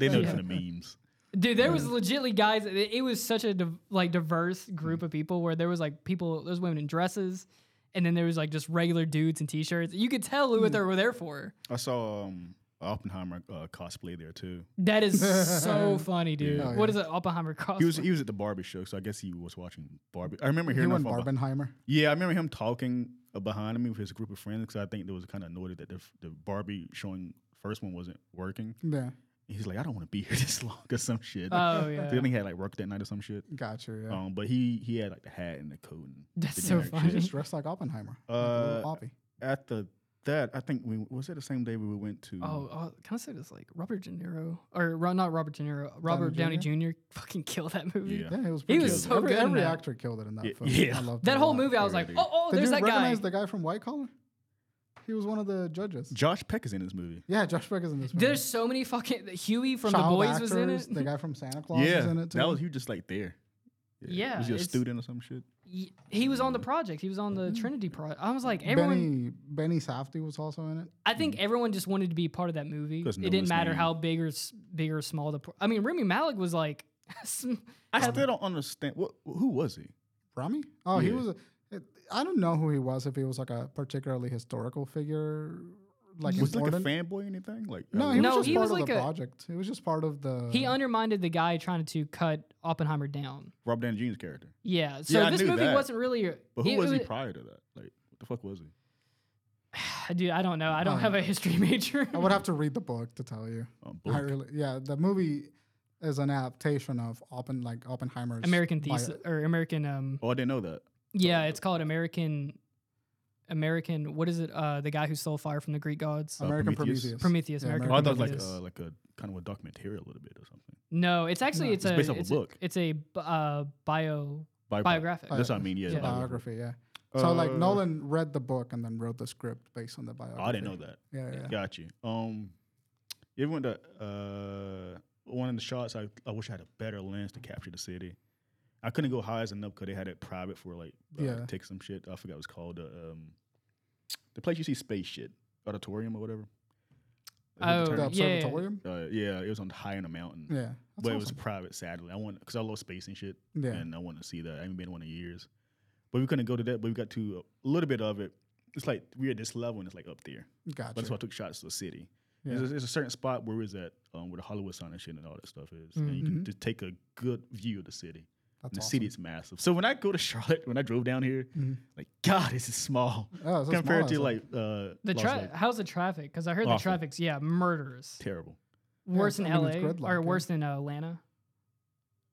S2: know it's the memes.
S1: Dude, there was legitly guys. It, it was such a div- like diverse group of people where there was like people, there's women in dresses, and then there was like just regular dudes in t-shirts. You could tell who they were there for.
S2: I saw um, Oppenheimer uh, cosplay there too.
S1: That is
S3: <laughs>
S1: so funny, dude.
S3: Oh, Yeah.
S1: What is it, Oppenheimer cross?
S2: He was he was at the Barbie show, so I guess he was watching Barbie. I remember
S3: He
S2: hearing him
S3: went
S2: from-
S3: Barbenheimer.
S2: Yeah, I remember him talking. uh, behind me with his group of friends because I think they was kind of annoyed that the, f- the Barbie showing first one wasn't working.
S3: Yeah.
S2: He's like, I don't want to be <laughs> here this long or some shit.
S1: Oh
S2: I
S1: yeah.
S2: think he had like work that night or some shit.
S3: Gotcha. Yeah.
S2: Um, but he he had like the hat and the coat. And
S1: <laughs> That's
S2: the
S1: so
S2: generic
S1: funny.
S2: shit.
S3: Just dressed like Oppenheimer. like a
S2: Uh,
S3: little Poppy.
S2: After that, I think we was it the same day we went to.
S1: Oh, oh, can I say this? Like Robert De Niro, or Ro- not Robert De Niro, Robert Downey Jr. fucking killed that movie.
S2: yeah.
S3: Yeah, it was.
S1: He
S3: pretty
S1: was
S3: good.
S1: so
S3: every,
S1: good in
S3: Every
S1: that.
S3: actor killed it in that
S2: Yeah,
S3: film.
S2: yeah.
S3: I loved
S1: That
S3: a
S1: whole
S3: lot.
S1: movie, I was
S2: Yeah,
S1: like,
S2: dude.
S1: oh, oh,
S3: Did
S1: there's
S3: you
S1: that guy.
S3: recognize the guy from White Collar? He was one of the judges.
S2: Josh Peck is in this movie.
S3: Yeah, Josh Beck is in this movie.
S1: There's so many fucking Huey from
S3: Child
S1: The Boys was in
S3: actors,
S1: it.
S3: The guy from Santa Claus was in it too.
S2: that was you just like there.
S1: Yeah,
S2: was he a
S1: it's-
S2: student or some shit?
S1: Y- He was on the project. He was on the Trinity project. I was like, everyone.
S3: Mm-hmm. Benny Benny Safdie was also in it.
S1: I think everyone just wanted to be part of that movie.
S2: 'Cause no
S1: it didn't
S2: one's
S1: matter
S2: name.
S1: how big or s- big or small the. Pro- I mean, Remy Malik was like, <laughs> sm-
S2: I still don't understand. What? Who was he?
S3: Rami? Oh, he
S2: Yeah.
S3: was. A, it, I don't know who he was. If he was like a particularly historical figure, like
S2: was he like a
S3: important.
S2: fanboy or anything? Like
S3: no,
S2: uh,
S3: he
S1: No,
S3: was just
S1: he
S3: part
S1: was
S3: of
S1: like
S3: the
S1: a-
S3: project. He was just part of the.
S1: he undermined the guy trying to cut Oppenheimer down.
S2: Rob Downey Jr.'s character.
S1: Yeah, so
S2: Yeah, I
S1: this
S2: knew
S1: movie
S2: that.
S1: wasn't really. a-
S2: But who
S1: it
S2: was he prior to that? Like, what the fuck was
S1: <sighs>
S2: he?
S1: Dude, I don't know. I don't
S3: Oh.
S1: have a history <laughs> major.
S3: I would have to read the book to tell you.
S2: Um,
S3: I really, yeah, the movie is an adaptation of Oppen, like Oppenheimer's
S1: American
S3: bio-
S1: thesis or American um
S2: oh, I didn't know that.
S1: yeah, it's called American American what is it? Uh the guy who stole fire from the Greek gods.
S2: Uh,
S3: American
S2: Prometheus.
S3: Prometheus.
S1: Prometheus,
S3: Oh, yeah,
S1: American
S2: Oh, I thought it was like
S1: Prometheus.
S2: uh, like a kind of a documentary a little bit or something.
S1: No, it's actually
S3: No.
S1: it's,
S2: It's
S1: a
S2: based off a
S1: it's
S2: book.
S1: it's a b- uh bio
S2: Bio-
S3: Oh,
S1: biographic.
S2: That's what I mean. Yeah.
S1: Yeah.
S2: bio-
S3: biography, yeah. So like
S2: Uh,
S3: Nolan read the book and then wrote the script based on the biography.
S2: Oh, I didn't know that.
S3: Yeah, yeah.
S2: Got you. Um, you ever went to uh one of the shots? I I wish I had a better lens to capture the city. I couldn't go high as enough because they had it private for like uh,
S3: Yeah.
S2: take some shit. I forgot what it's called. Uh, um, the place you see space shit, auditorium or whatever. Is that the
S1: Oh,
S3: The
S2: term?
S1: yeah, yeah, yeah.
S3: observatorium.
S2: Uh, yeah, it was on high in a mountain.
S3: Yeah,
S2: but
S3: that's
S2: it was
S3: awesome.
S2: private. Sadly, I want because I love space and shit,
S3: yeah.
S2: and I want to see that. I haven't been to one in years, but we couldn't go to that. But we got to a little bit of it. It's like we're at this level and it's like up there. But that's why
S3: gotcha.
S2: I took shots of the city.
S3: Yeah.
S2: There's, a, there's a certain spot where is that um, where the Hollywood sign and shit and all that stuff is, and you can
S3: Mhm.
S2: just take a good view of the city.
S3: That's
S2: and the
S3: awesome.
S2: city is massive. So when I go to Charlotte, <laughs> when I drove down here,
S3: Mhm.
S2: like God, this is small
S3: Oh, it's
S2: <laughs>
S3: a
S2: compared
S3: small
S2: to
S3: ass-
S2: like uh,
S1: The
S2: Las
S1: tra-
S2: Vegas.
S1: how's the traffic? Because I heard the
S2: Awful.
S1: traffic's yeah murderous,
S2: terrible.
S1: worse
S3: I
S1: in
S3: mean,
S1: LA
S3: it's gridlock,
S1: or
S3: yeah.
S1: worse than uh, Atlanta.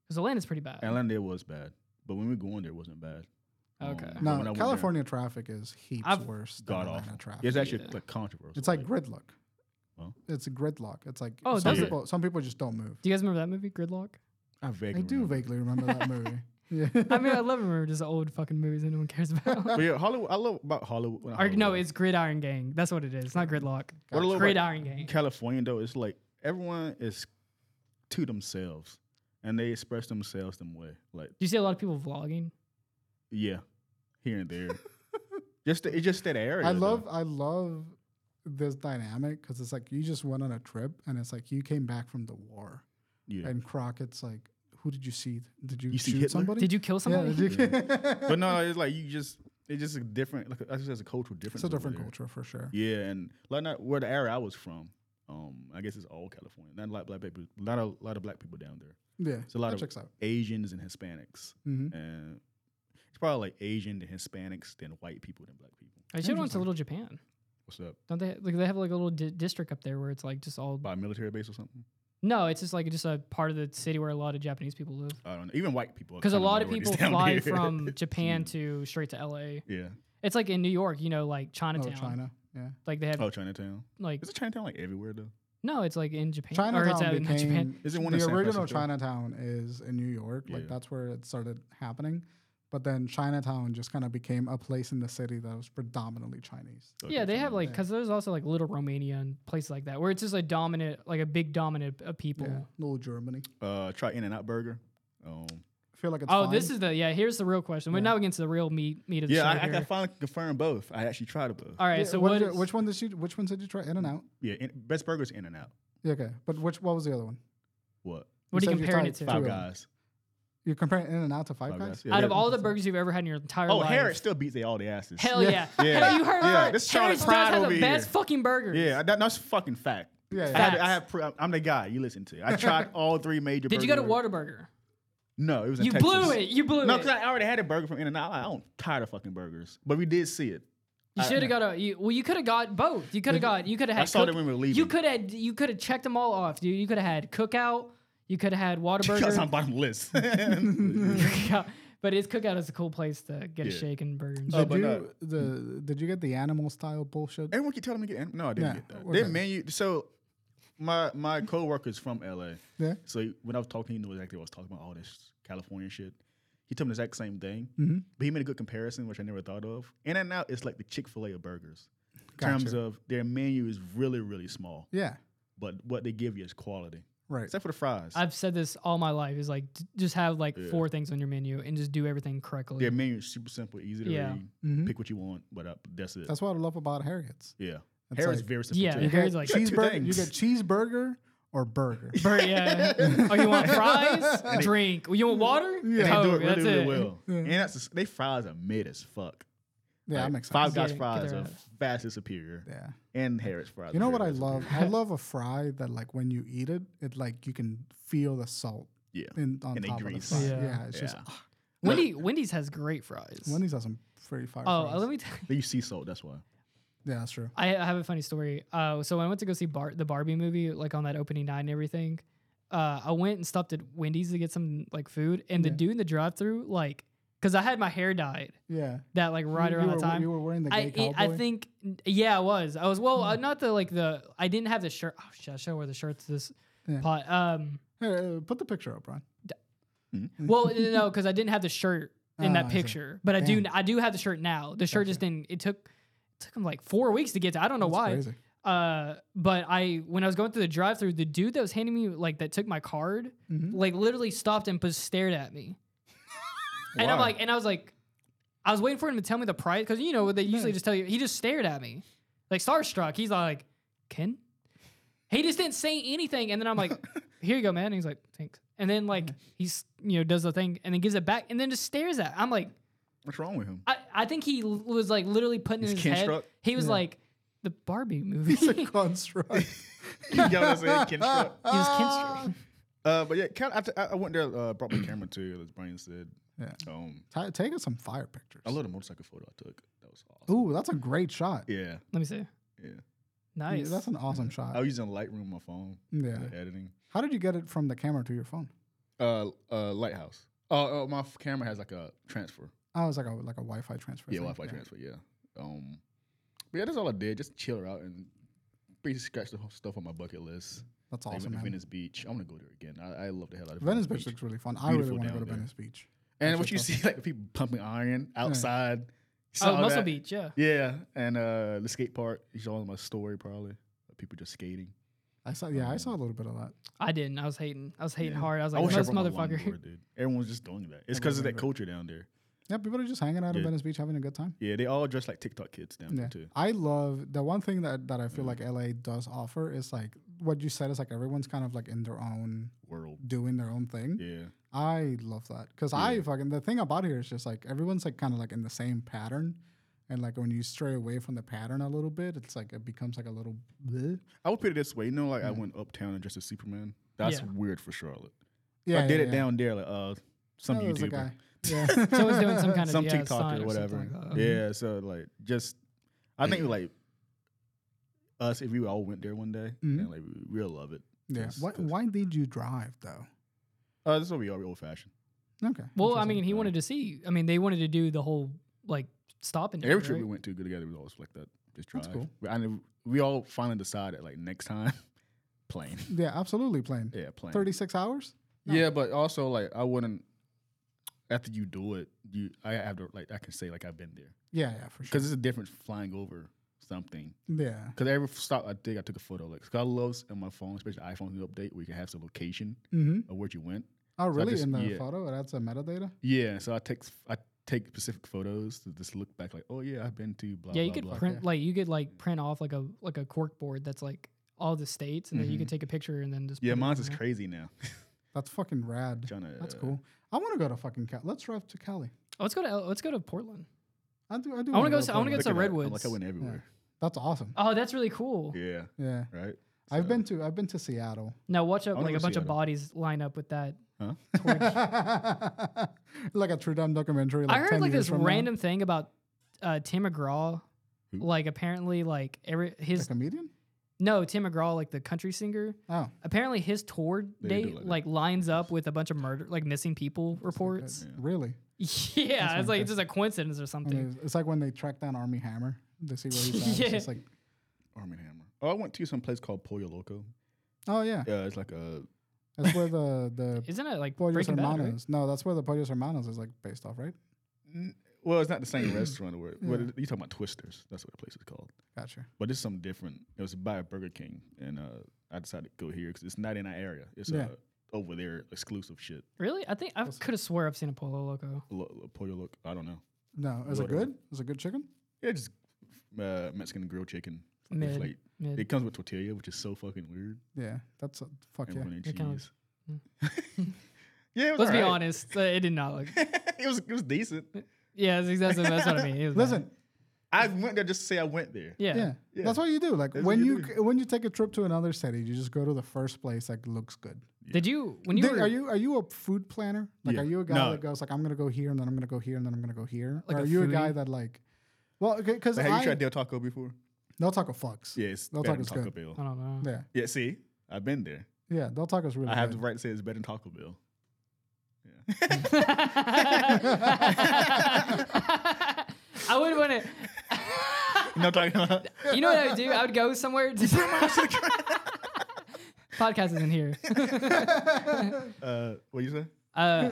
S1: Because Atlanta's pretty bad.
S2: Atlanta was bad, but when we were going there, it wasn't bad. Um,
S1: Okay.
S2: but when I
S3: no
S2: went there,
S3: California traffic is heaps
S1: I've-
S3: worse. than
S2: god
S3: Atlanta
S2: awful.
S3: traffic.
S2: It's actually
S1: Yeah.
S2: like controversial.
S3: It's like gridlock.
S2: Well.
S3: It's a gridlock. It's like
S1: Oh,
S3: some
S2: that's it.
S3: people. Some people just don't move.
S1: Do you guys remember that movie Gridlock?
S2: I vaguely
S3: I do
S2: remember.
S3: vaguely remember
S2: <laughs>
S3: that movie. Yeah.
S1: <laughs> I
S3: <laughs>
S1: mean, I love remember just old fucking movies that no one cares about.
S2: <laughs> But yeah, Hollywood. I love about Hollywood. not
S1: Or, no,
S2: Hollywood.
S1: it's Gridiron Gang. That's what it is. It's not Gridlock.
S2: What I love about-
S1: Gridiron Gang.
S2: California though, it's like everyone is to themselves and they express themselves them way. Like
S1: Do you see a lot of people vlogging?
S2: yeah, here and there. just the, it's just that area.
S3: I
S2: though.
S3: love I love this dynamic because it's like you just went on a trip and it's like you came back from the war
S2: yeah.
S3: and Crockett's like, who did you see? Did you,
S2: You see
S3: shoot
S2: Hitler?
S3: somebody?
S1: Did you kill
S3: Yeah,
S1: somebody?
S3: did you- <laughs>
S2: But no, it's like you just it's just a different like I just there's a cultural difference.
S3: it's a
S2: over
S3: different
S2: there.
S3: culture for sure.
S2: Yeah, and like not where the area I was from. Um, I guess it's all California. Not a lot of black people. Not a lot of black people down there.
S3: Yeah,
S2: a lot
S3: that
S2: of-
S3: checks out.
S2: Asians and Hispanics,
S3: hmm
S2: and it's probably like Asian and Hispanics than white people than black people.
S1: I should have went to
S3: Interesting.
S1: Little Japan.
S2: What's up?
S1: Don't they like they have like a little di- district up there where it's like just all
S2: By a military base or something?
S1: no, it's just like just a part of the city where a lot of Japanese people live.
S2: I don't know. Even white people. are
S1: Because a
S2: kinda
S1: lot of
S2: minorities
S1: people
S2: <laughs> down
S1: fly
S2: here.
S1: from Japan to straight to L.A.
S2: yeah.
S1: It's like in New York, you know, like
S3: Oh,
S1: Chinatown.
S3: China. Yeah,
S1: Like they have
S2: Oh, Chinatown.
S1: like
S2: Is it Chinatown like everywhere though?
S1: no, it's like in Japan or it's
S3: Chinatown
S1: out in
S3: became
S1: Japan.
S2: Is it one
S3: the
S2: in San
S3: original
S2: Francisco?
S3: Chinatown is in New York.
S2: Yeah.
S3: Like that's where it started happening. But then Chinatown just kind of became a place in the city that was predominantly Chinese.
S2: Fucking
S1: Yeah, they have
S2: China.
S1: like
S3: Yeah.
S1: because there's also like little Romania and places like that where it's just like dominant, like a big dominant of people.
S3: Yeah, little Germany.
S2: uh try In and Out Burger. Um
S3: I feel like it's
S1: Oh,
S3: fine.
S1: this is the yeah. Here's the real question. We're
S3: Yeah.
S1: now against the real meat meat of the
S2: Yeah,
S1: show
S2: I, I
S1: here.
S2: can finally confirm both. I actually tried both.
S1: All right,
S3: Yeah,
S1: so
S3: what
S1: what?
S3: did you-
S1: is-
S3: which one did you? Which ones did you try? In and out.
S2: Yeah, in, best burgers In and Out.
S3: Yeah, okay, but which? What was the other one?
S2: What?
S1: What
S3: you
S1: are you
S3: said you
S1: comparing it
S3: typed
S1: to?
S3: five
S2: Five
S3: Two.
S2: guys.
S3: You're comparing In and Out to Five,
S2: Five
S3: Guys.
S2: guys. Yeah,
S1: Out
S2: they-
S1: of all the burgers you've ever had in your entire
S2: Oh,
S1: life,
S2: Harris still beats they all the asses.
S1: Hell
S3: Yeah.
S1: yeah!
S2: Yeah.
S1: Hell, you heard
S2: Yeah,
S1: about
S2: this
S1: Harris
S2: is Charlotte
S1: does
S2: Pride
S1: have the
S2: over
S1: best
S2: here.
S1: fucking burgers.
S2: Yeah, that, that's fucking fact.
S3: Yeah,
S2: I,
S3: yeah.
S2: had, I had pr- I'm the guy you listen to. I
S1: <laughs>
S2: tried all three major.
S1: Did you go to
S2: burger-
S1: Whataburger?
S2: No, it was in
S1: You
S2: Texas.
S1: blew it. You blew
S2: No,
S1: it.
S2: because I already had a burger from In and Out. I don't tired of fucking burgers, but we did see it.
S1: You should have got a. You, well, you could have got both. You could have got. You could have had.
S2: I saw that when we were leaving.
S1: You could have. You could have checked them all off, dude. You could have had cookout. You could have
S2: <laughs>
S1: had
S2: Because I'm
S1: Whataburger. <laughs>
S2: bottomless. <laughs>
S3: Mm.
S1: Cookout. <laughs> but it's cookout is a cool place to get a
S2: Yeah.
S1: shake and burger. And
S3: Did
S1: stuff.
S2: Oh, but
S3: you
S2: no.
S3: the did you get the animal style bullshit?
S2: Everyone keep telling me to get anim- no, I didn't
S3: Nah,
S2: get that.
S3: we're
S2: Their
S3: good.
S2: menu. So my my coworker's from LA.
S3: Yeah.
S2: So he- when I was talking, he knew exactly what I was talking about. All this California shit. He told me the exact same thing,
S3: Mm-hmm.
S2: but he made a good comparison, which I never thought of. In and out is like the Chick Fil A of burgers. In terms
S3: Gotcha.
S2: of their menu is really really small,
S3: Yeah,
S2: but what they give you is quality,
S3: right.
S2: except for the fries.
S1: I've said this all my life. Is like d- just have like
S2: Yeah.
S1: four things on your menu and just do everything correctly. <laughs>
S2: their menu is super simple, easy to
S1: Yeah.
S2: read.
S3: Mhm.
S2: Pick what you want, but up, that's it.
S3: That's what I love about Harrods.
S2: yeah,
S3: It's
S2: hair is
S3: like-
S2: very simple.
S3: <laughs>
S1: yeah,
S2: too.
S1: Harrods like.
S2: two
S3: cheeseburger. You
S2: things.
S3: get cheeseburger or
S2: <laughs>
S3: burger. <laughs>
S1: Bur- yeah. oh, you want fries? Drink. You want water?
S3: Oh,
S2: They
S1: Coke,
S2: do it really,
S1: that's
S2: really
S1: it.
S2: well. And that's the s- they fries are mid as fuck.
S3: Yeah, that
S2: Like,
S3: makes sense.
S2: Five Guys
S1: Yeah, get
S2: fries
S1: their
S2: are
S1: ass.
S2: vastly superior,
S3: Yeah.
S2: and Harris fries.
S3: You know
S2: are
S3: what I
S2: vastly
S3: love?
S2: superior.
S3: I love a fry that like when you eat it, it like you can feel the salt
S2: Yeah,
S3: in on
S2: And the
S3: top of the
S2: grease.
S3: fry.
S1: Yeah.
S3: Yeah, it's just
S2: Yeah.
S3: ah,
S1: Wendy, Wendy's has great fries.
S3: Wendy's has some pretty fire.
S1: oh,
S3: fries.
S1: let me. T-
S2: they use sea salt. That's why.
S3: yeah, that's true.
S1: <laughs> I, I have a funny story. Uh, so when I went to go see Bar- the Barbie movie, like on that opening night and everything, uh, I went and stopped at Wendy's to get some like food, and the
S3: Yeah.
S1: dude in the drive-through, like, cause I had my hair dyed
S3: Yeah,
S1: that like right
S3: you,
S1: around
S3: you
S1: the
S3: were,
S1: time.
S3: you were wearing the
S1: I,
S3: gay
S1: it-
S3: cowboy.
S1: I think yeah, I was. I was well, uh, not the like the I didn't have the shirt. Oh shit, I should wear the shirt to this
S3: Yeah.
S1: pot. Um,
S3: Hey, uh, put the picture up, Ron.
S1: well, no, because I didn't have the shirt in
S3: Ah,
S1: that
S3: I see.
S1: picture, but I do I do have the shirt now. The shirt just didn't. It took it took him like four weeks to get to. I don't know why.
S3: Crazy.
S1: Uh, but I when I was going through the drive through, the dude that was handing me like that took my card,
S3: Mm-hmm.
S1: like literally stopped and just stared at me. and I'm
S2: Why?
S1: like, and I was like, I was waiting for him to tell me the price because you know they usually just tell you. He just stared at me, like starstruck. He's like, Ken. He just didn't say anything, and then
S2: <laughs>
S1: I'm like, "Here you go, man." And he's like, "Thanks." And then like he's you know does the thing, and then gives it back, and then just stares at. I'm like,
S2: What's wrong
S3: <laughs>
S2: with him?
S1: I, I think he l- was like literally putting in
S2: He's
S1: his head.
S2: construct?
S1: He was like the
S2: <laughs>
S1: Barbie movie. <laughs>
S3: It's a <laughs> construct.
S2: you know what I'm <laughs> saying? Ken Struck.
S1: He was Kinstry.
S2: Uh, but yeah, Cal- I, t- I I went there, uh, brought
S3: <clears throat>
S2: my camera too, as Brian said.
S3: Yeah.
S2: Um,
S3: Ta- take us some fire pictures.
S2: I love the motorcycle photo I took. That was awesome.
S3: Ooh, that's a great shot.
S2: Yeah,
S1: Let me see.
S2: yeah.
S3: Yeah,
S1: Nice. Oh,
S3: That's an awesome shot.
S2: I was using Lightroom on my phone.
S3: Yeah.
S2: for Editing.
S3: How did you get it from the camera to your phone?
S2: Uh, uh, Lighthouse. Oh, uh, my f- camera has like a transfer.
S3: Oh, it's like a like a Wi-Fi transfer.
S2: Yeah,
S3: thing.
S2: Wi-Fi transfer. Yeah. Um, but yeah, that's all I did. Just chill out and basically scratch the whole stuff on my bucket list.
S3: That's
S2: Like, went
S3: awesome.
S2: to
S3: man. Venice,
S2: Venice Beach. I want to go there again. I, I love the hell out of
S3: Beach
S2: Beach.
S3: looks really fun. I really
S2: Beautiful
S3: want to go
S2: down
S3: to
S2: there.
S3: Venice Beach.
S2: And what you see, <laughs> like people pumping iron outside. You
S1: oh,
S2: saw
S1: Muscle
S2: that.
S1: Beach. Yeah.
S2: Yeah, and uh, the skate park. You saw my story probably. People just skating.
S3: I saw. Yeah,
S2: Mm-hmm.
S3: I saw a little bit of that.
S1: I didn't. I was hating. I was hating
S2: Yeah.
S1: hard. I was like,
S2: I
S1: most
S2: brought my
S1: motherfucker.
S2: longboard, dude. Everyone's just doing that. It's because of that culture down there.
S3: Yeah, people are just hanging out at
S2: Yeah.
S3: Venice Beach having a good time.
S2: Yeah, they all dress like TikTok kids down
S3: Yeah,
S2: there too. Mm-hmm.
S3: I love the one thing that that I feel like LA does offer is like what you said is like everyone's kind of like in their own
S2: World.
S3: doing their own thing.
S2: Yeah,
S3: I love that because I fucking the thing about here is just like everyone's like kind of like in the same pattern, and like when you stray away from the pattern a little bit, it's like it becomes like a little. bleh.
S2: I would put it this way. You know, like I went uptown and dressed as Superman. That's
S1: Yeah.
S2: weird for Charlotte.
S3: Yeah,
S2: I did
S3: yeah,
S2: it
S3: yeah.
S2: down there, like uh, some
S3: No, it was a
S2: YouTuber.
S3: guy.
S2: <laughs>
S3: Yeah.
S1: Someone's doing some kind of
S2: some
S1: yeah, uh, sign
S2: TikTok or
S1: something
S2: whatever.
S1: like
S3: Uh-huh.
S1: that. uh-huh.
S2: yeah, so like just I think like us if we all went there one day
S1: Mm-hmm.
S3: Mhm.
S2: and like we- we'll love it.
S3: <laughs> Yeah.
S2: Yes,
S3: Why,
S2: yes.
S3: why did you drive though?
S2: Uh, that's what we are old fashioned.
S3: Okay.
S1: Well, I
S3: interesting.
S1: mean, he
S2: Yeah.
S1: wanted to see. I mean, they wanted to do the whole like stop and
S2: Every trip
S1: right?
S2: we went to good together was always like that. Just drive.
S3: That's cool.
S2: But I never, we all finally decided like next time <laughs> plane.
S3: yeah, absolutely plain.
S2: Yeah, plane.
S3: 36 hours?
S2: Yeah, but also like I wouldn't after you do it, you I have to like I can say like I've been there.
S3: Yeah, yeah, for sure.
S2: Because it's a difference flying over something
S3: Yeah.
S2: Because every stop I think I took a photo. Like, 'cause I love in my phone, especially iPhone new update, where you can have the location
S3: hmm
S2: of where you went.
S3: Oh, really?
S2: just-
S3: In the
S2: yeah.
S3: photo, it adds a metadata?
S2: Yeah, so I take I take specific photos to just look back, like, oh yeah, I've been to blah.
S1: Yeah,
S2: blah,
S1: you could
S2: blah.
S1: print like you could like print off like a like a cork board that's like all the states, and then you could take a picture and then just
S2: Mm-hmm. Yeah,
S1: put it
S2: mine's
S1: on
S2: is
S1: there.
S2: crazy now.
S3: That's fucking rad.
S2: Trying to,
S3: That's cool. I want to go to fucking Cali. Let's drive to Cali.
S1: Oh, let's go to let's go to Portland.
S3: I do. I do.
S1: I wanna go s-
S3: to
S1: I wanna go
S2: Look
S1: It's a
S2: at that.
S1: redwoods.
S2: I'm like I went everywhere.
S3: That's awesome.
S1: Oh, that's really cool.
S2: Yeah,
S3: Yeah.
S2: right.
S3: I've been to I've been to Seattle.
S1: Now watch out,
S2: wanna
S1: like
S2: go
S1: a
S2: to
S1: bunch of
S2: Seattle.
S1: bodies line up with that.
S3: <laughs> like a true dumb documentary. Like
S1: I heard
S3: 10
S1: like
S3: years
S1: this
S3: from now.
S1: random thing about uh, Tim McGraw Like apparently, like every
S3: The
S1: his
S3: comedian?
S1: no Tim McGraw, like the country singer.
S3: Oh,
S1: Apparently, his tour
S2: They do
S1: date
S2: like
S1: like,
S2: that.
S1: lines up with a bunch of murder, like missing people <laughs> reports.
S3: really?
S1: Yeah, it's like it's just a coincidence or
S3: I
S1: something.
S3: mean, it's like when they track down Army Hammer to see where he's
S1: <laughs>
S3: at.
S1: Yeah.
S3: It's just like,
S2: Arm and Hammer. Oh, I went to some place called Pollo Loco.
S3: oh yeah,
S2: Yeah, it's like a
S3: that's where the
S1: <laughs>
S3: the
S1: Isn't it like
S3: Pollos
S1: Breaking Bad?
S3: Hermanos.
S1: right?
S3: No, that's where the Pollos Hermanos is like based off, right?
S2: well, it's not the same restaurant. Where, but
S3: Yeah.
S2: it- you talking about Twisters? That's what the place is called.
S3: Gotcha.
S2: But it's something different. It was by Burger King, and uh, I decided to go here because it's not in our area. It's
S3: Yeah.
S2: uh, over there, exclusive shit.
S1: Really? I think I could have swear I've seen a Polo Loco.
S2: Lo- lo- Pollo Loco. I don't know.
S3: No, is it
S2: Whatever.
S3: good? Is it good chicken?
S2: Yeah, just uh, Mexican grilled chicken. with
S1: Mid.
S2: like-
S1: Mid.
S2: It comes with tortilla, which is so fucking weird.
S3: Yeah, that's a, fuck
S2: And
S3: yeah.
S2: running
S1: It kinda-
S2: cheese. <laughs> yeah, it
S1: <laughs>
S2: was
S1: Let's be
S2: alright.
S1: honest, uh, it did not look. <laughs>
S2: <laughs> it was it was decent.
S1: Yeah, that's, that's, that's what I mean. It was bad.
S3: Listen,
S2: I went there just to say I went there.
S1: yeah.
S3: yeah. that's what you do. Like
S2: That's
S3: when
S2: what
S3: you
S2: you do.
S3: c- when you take a trip to another city, you just go to the first place that looks good.
S1: Did you when you
S3: Dude,
S1: were
S3: are you are you a food planner? Like,
S2: Yeah.
S3: are you a guy
S2: No.
S3: that goes like, I'm gonna go here and then I'm gonna go here and then I'm gonna go here?
S1: Like
S3: or
S1: a
S3: are you a guy
S1: foodie?
S3: that like, well, because
S2: Like, have you
S3: I
S2: tried Del Taco before?
S3: Del Taco fucks.
S2: Yeah, it's
S3: Del
S2: better than
S3: Taco's
S2: Taco
S3: good.
S1: I
S2: Bell.
S1: don't know.
S3: yeah,
S2: Yeah, see, I've been there.
S3: yeah. Del Taco's really.
S2: I have the
S3: good.
S2: right to say it's better than Taco Bell.
S1: <laughs>
S2: <laughs>
S1: I would want to.
S2: You know what I'm
S1: <laughs>
S2: talking about?
S1: You know what I would do? I would go somewhere.
S3: <laughs>
S1: To <laughs> Podcast isn't here.
S2: Uh, what you say? <laughs>
S1: Uh,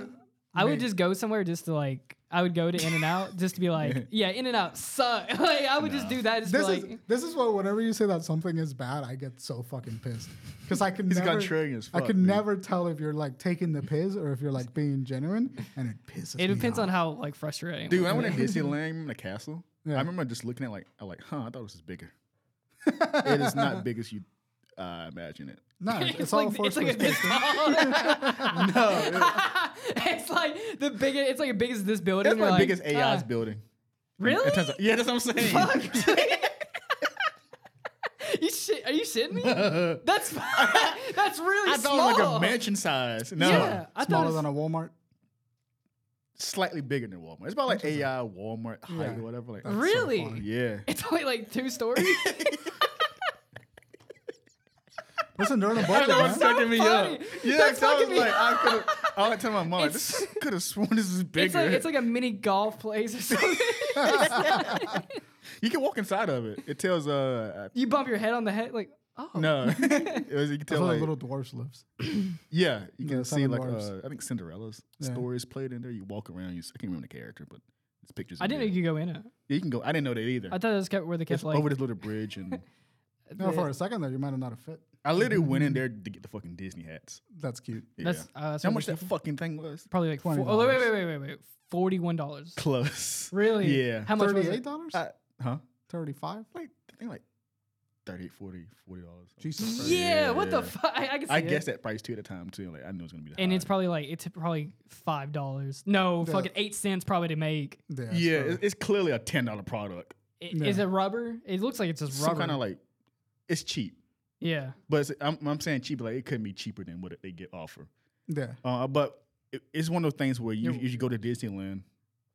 S1: I would just go somewhere just to like. I would go to In and Out just to be
S2: <laughs>
S1: like, yeah, In and Out suck. <laughs> like I would just do that. Just be
S3: This
S1: like,
S3: is this is why whenever you say that something is bad, I get so fucking pissed because I can
S2: He's
S3: never
S2: contrarian as
S3: I
S2: fuck.
S3: could
S2: dude.
S3: never tell if you're like taking the piss or if you're like being genuine, and it pisses.
S1: it
S3: me
S1: depends
S3: off.
S1: on how like frustrating.
S2: Dude, when I went to Disneyland in the castle.
S3: Yeah.
S2: I remember just looking at it like I like, huh? I thought this
S1: <laughs>
S2: was bigger. it is not big as you uh, imagine
S1: <laughs>
S2: it.
S3: No,
S1: <laughs>
S3: it's,
S1: it's,
S3: all
S1: like it's
S3: forced
S1: like a this
S3: perspective.
S1: tall. <laughs> it's like the biggest. It's like the biggest this building.
S2: <laughs> That's
S1: You're
S2: my
S1: like,
S2: biggest AI's
S1: ah,
S2: building.
S1: Really?
S2: In terms of- yeah, that's what I'm
S1: <laughs>
S2: saying. <laughs>
S1: You shit? Are you shitting me? That's <laughs> that's really
S2: I
S1: small.
S2: thought it was like a mansion size. No,
S1: Yeah, I thought
S3: Smaller
S1: it was,
S3: than a Walmart.
S2: slightly bigger than Walmart. It's about like AI Walmart height or whatever. Like,
S1: really.
S3: funny.
S1: <laughs>
S2: yeah.
S1: It's only like two stories. <laughs> <laughs>
S3: Listen, during the
S2: I
S3: budget,
S2: know
S3: man.
S2: what's fucking me up.
S1: funny.
S2: Yeah,
S1: That's
S2: 'cause I was
S1: fucking me
S2: like, I could.
S1: <laughs>
S2: I would tell my mom, like,
S1: It's-
S2: this <laughs> could have sworn this is bigger.
S1: it's like it's like a mini golf place or
S2: <laughs>
S1: something.
S2: you can walk inside of it. It tells uh
S1: you bump your head on the head, like oh. <laughs>
S2: uh, no, it was, you can
S3: That's
S2: tell
S3: where
S2: like,
S3: the little dwarfs lives.
S2: yeah, you can
S3: the
S2: see
S3: Seven
S2: like
S3: Dwarfs.
S2: uh, I think Cinderella's
S3: Yeah.
S2: story is played in there. You walk around, you s- I can't remember the character, but it's pictures.
S1: I
S2: in
S1: didn't
S2: there.
S1: think you could go in it.
S2: Yeah, you can go. I didn't know that either.
S1: I thought it was kept where they kept
S2: It's
S1: like
S2: over this little bridge, and
S3: No, for a second there, you might have not have fit.
S2: I literally went in there to get the fucking Disney hats.
S3: That's cute.
S2: Yeah.
S1: that's, uh, that's
S2: How
S1: what
S2: much
S1: they
S2: that
S1: keep-
S2: fucking thing was?
S1: Probably like four, oh wait wait wait wait wait forty one dollars.
S2: Close.
S1: Really?
S2: Yeah.
S1: How much was
S3: Thirty-eight
S1: it? Uh,
S3: dollars?
S2: I, huh?
S3: Thirty-five?
S2: Like I think like 38 40 40 dollars.
S3: Jesus. Christ.
S1: Yeah, What the
S2: Yeah.
S1: fuck? I, I can see
S2: I
S1: it.
S2: guessed that price too at the time too. Like I knew it was gonna be. The
S1: And
S2: high.
S1: it's probably like it's probably five dollars. No,
S3: Yeah.
S1: fucking eight cents probably to make.
S3: Yeah. it's
S2: yeah.
S3: probably-
S2: it- It's clearly a ten dollar product.
S1: I-
S3: No.
S1: Is it rubber? It looks like it's just
S2: Some
S1: rubber.
S2: kind of like it's cheap,
S1: yeah.
S2: but it's, I'm, I'm saying cheap. Like it couldn't be cheaper than what they get offer.
S3: Yeah.
S2: Uh, but it, it's one of those things where you
S1: You're-
S2: you should go to Disneyland.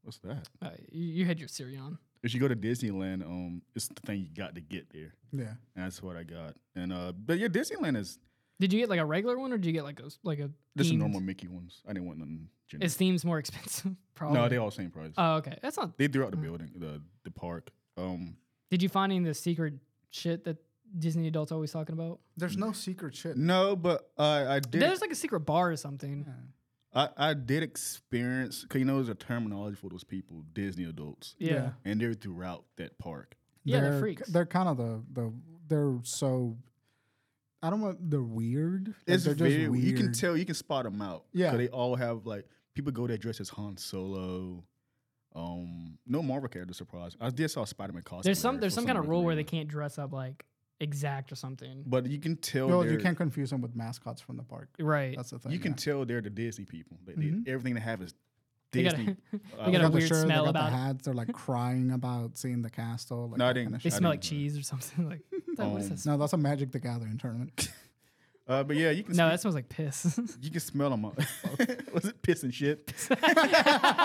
S2: What's that?
S1: Uh, you, you had your Siri on.
S2: If you go to Disneyland, um, it's the thing you got to get there.
S3: Yeah.
S2: And that's what I got. And uh, but yeah, Disneyland is
S1: Did you get like a regular one or did you get like a s- like a
S2: just the
S1: themed-
S2: normal Mickey ones. I didn't want nothing. Gender.
S1: Is themes more <laughs> expensive? Probably.
S2: no, they all same price.
S1: Oh, okay. That's not.
S2: They threw out the building, the the park. Um,
S1: Did you find any of the secret shit that Disney adults always talking about?
S3: There's no secret shit.
S2: no, but uh, I did.
S1: There's like a secret bar or something.
S2: I, I did experience. Cause you know, there's a terminology for those people, Disney adults,
S1: Yeah. Yeah,
S3: Yeah.
S2: and they're throughout that park.
S1: they're,
S3: they're
S1: freaks.
S3: They're kind of the the they're so. I don't want they're weird. Like,
S2: It's
S3: they're
S2: very. You can
S3: weird.
S2: tell. You can spot them out. 'Cause
S3: Yeah.
S2: they all have like people go there dressed as Han Solo. Um, no Marvel character surprise. I did saw Spider Man cosplay.
S1: there's some there's some kind of rule where they can't dress up like exact or something.
S2: But you can tell.
S3: No,
S2: they're-
S3: you can't confuse them with mascots from the park.
S1: Right.
S3: That's the thing.
S2: You can
S3: yeah.
S2: tell they're the Disney people. They, they-
S3: Mm-hmm.
S2: everything they have is
S1: They got
S2: Disney. Uh,
S1: a, <laughs>
S2: I
S1: they got a
S3: the
S1: weird
S3: shirt, they
S1: smell
S3: got
S1: about
S3: the
S1: it.
S3: hats. They're like crying about seeing the castle. Like
S2: No, I
S3: that
S2: didn't-
S3: kinda
S1: They
S3: shit.
S1: smell
S2: didn't
S1: like
S2: know.
S1: cheese or something. <laughs> Like that, what is
S2: Um,
S1: this?
S3: No, that's a Magic the Gathering tournament. <laughs>
S2: uh, but yeah, you can.
S1: No, that smells like piss. <laughs>
S2: You can smell them. <laughs> Was it piss and shit?
S1: <laughs>
S2: <laughs>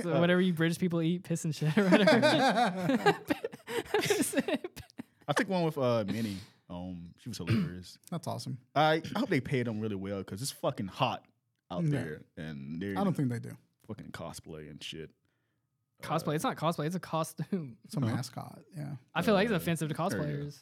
S1: So whatever you British people eat, piss and shit or whatever.
S2: I took one with uh Minnie. Um, she was hilarious.
S3: That's awesome.
S2: I, I hope they paid them really well because it's fucking hot out
S3: Yeah.
S2: there, and they're
S3: I don't think they do.
S2: fucking cosplay and shit.
S1: cosplay. It's not cosplay. It's a costume.
S3: It's
S2: Uh-huh.
S3: a mascot. Yeah.
S1: I feel like it's
S2: Uh,
S1: offensive to
S2: there you go.
S1: cosplayers.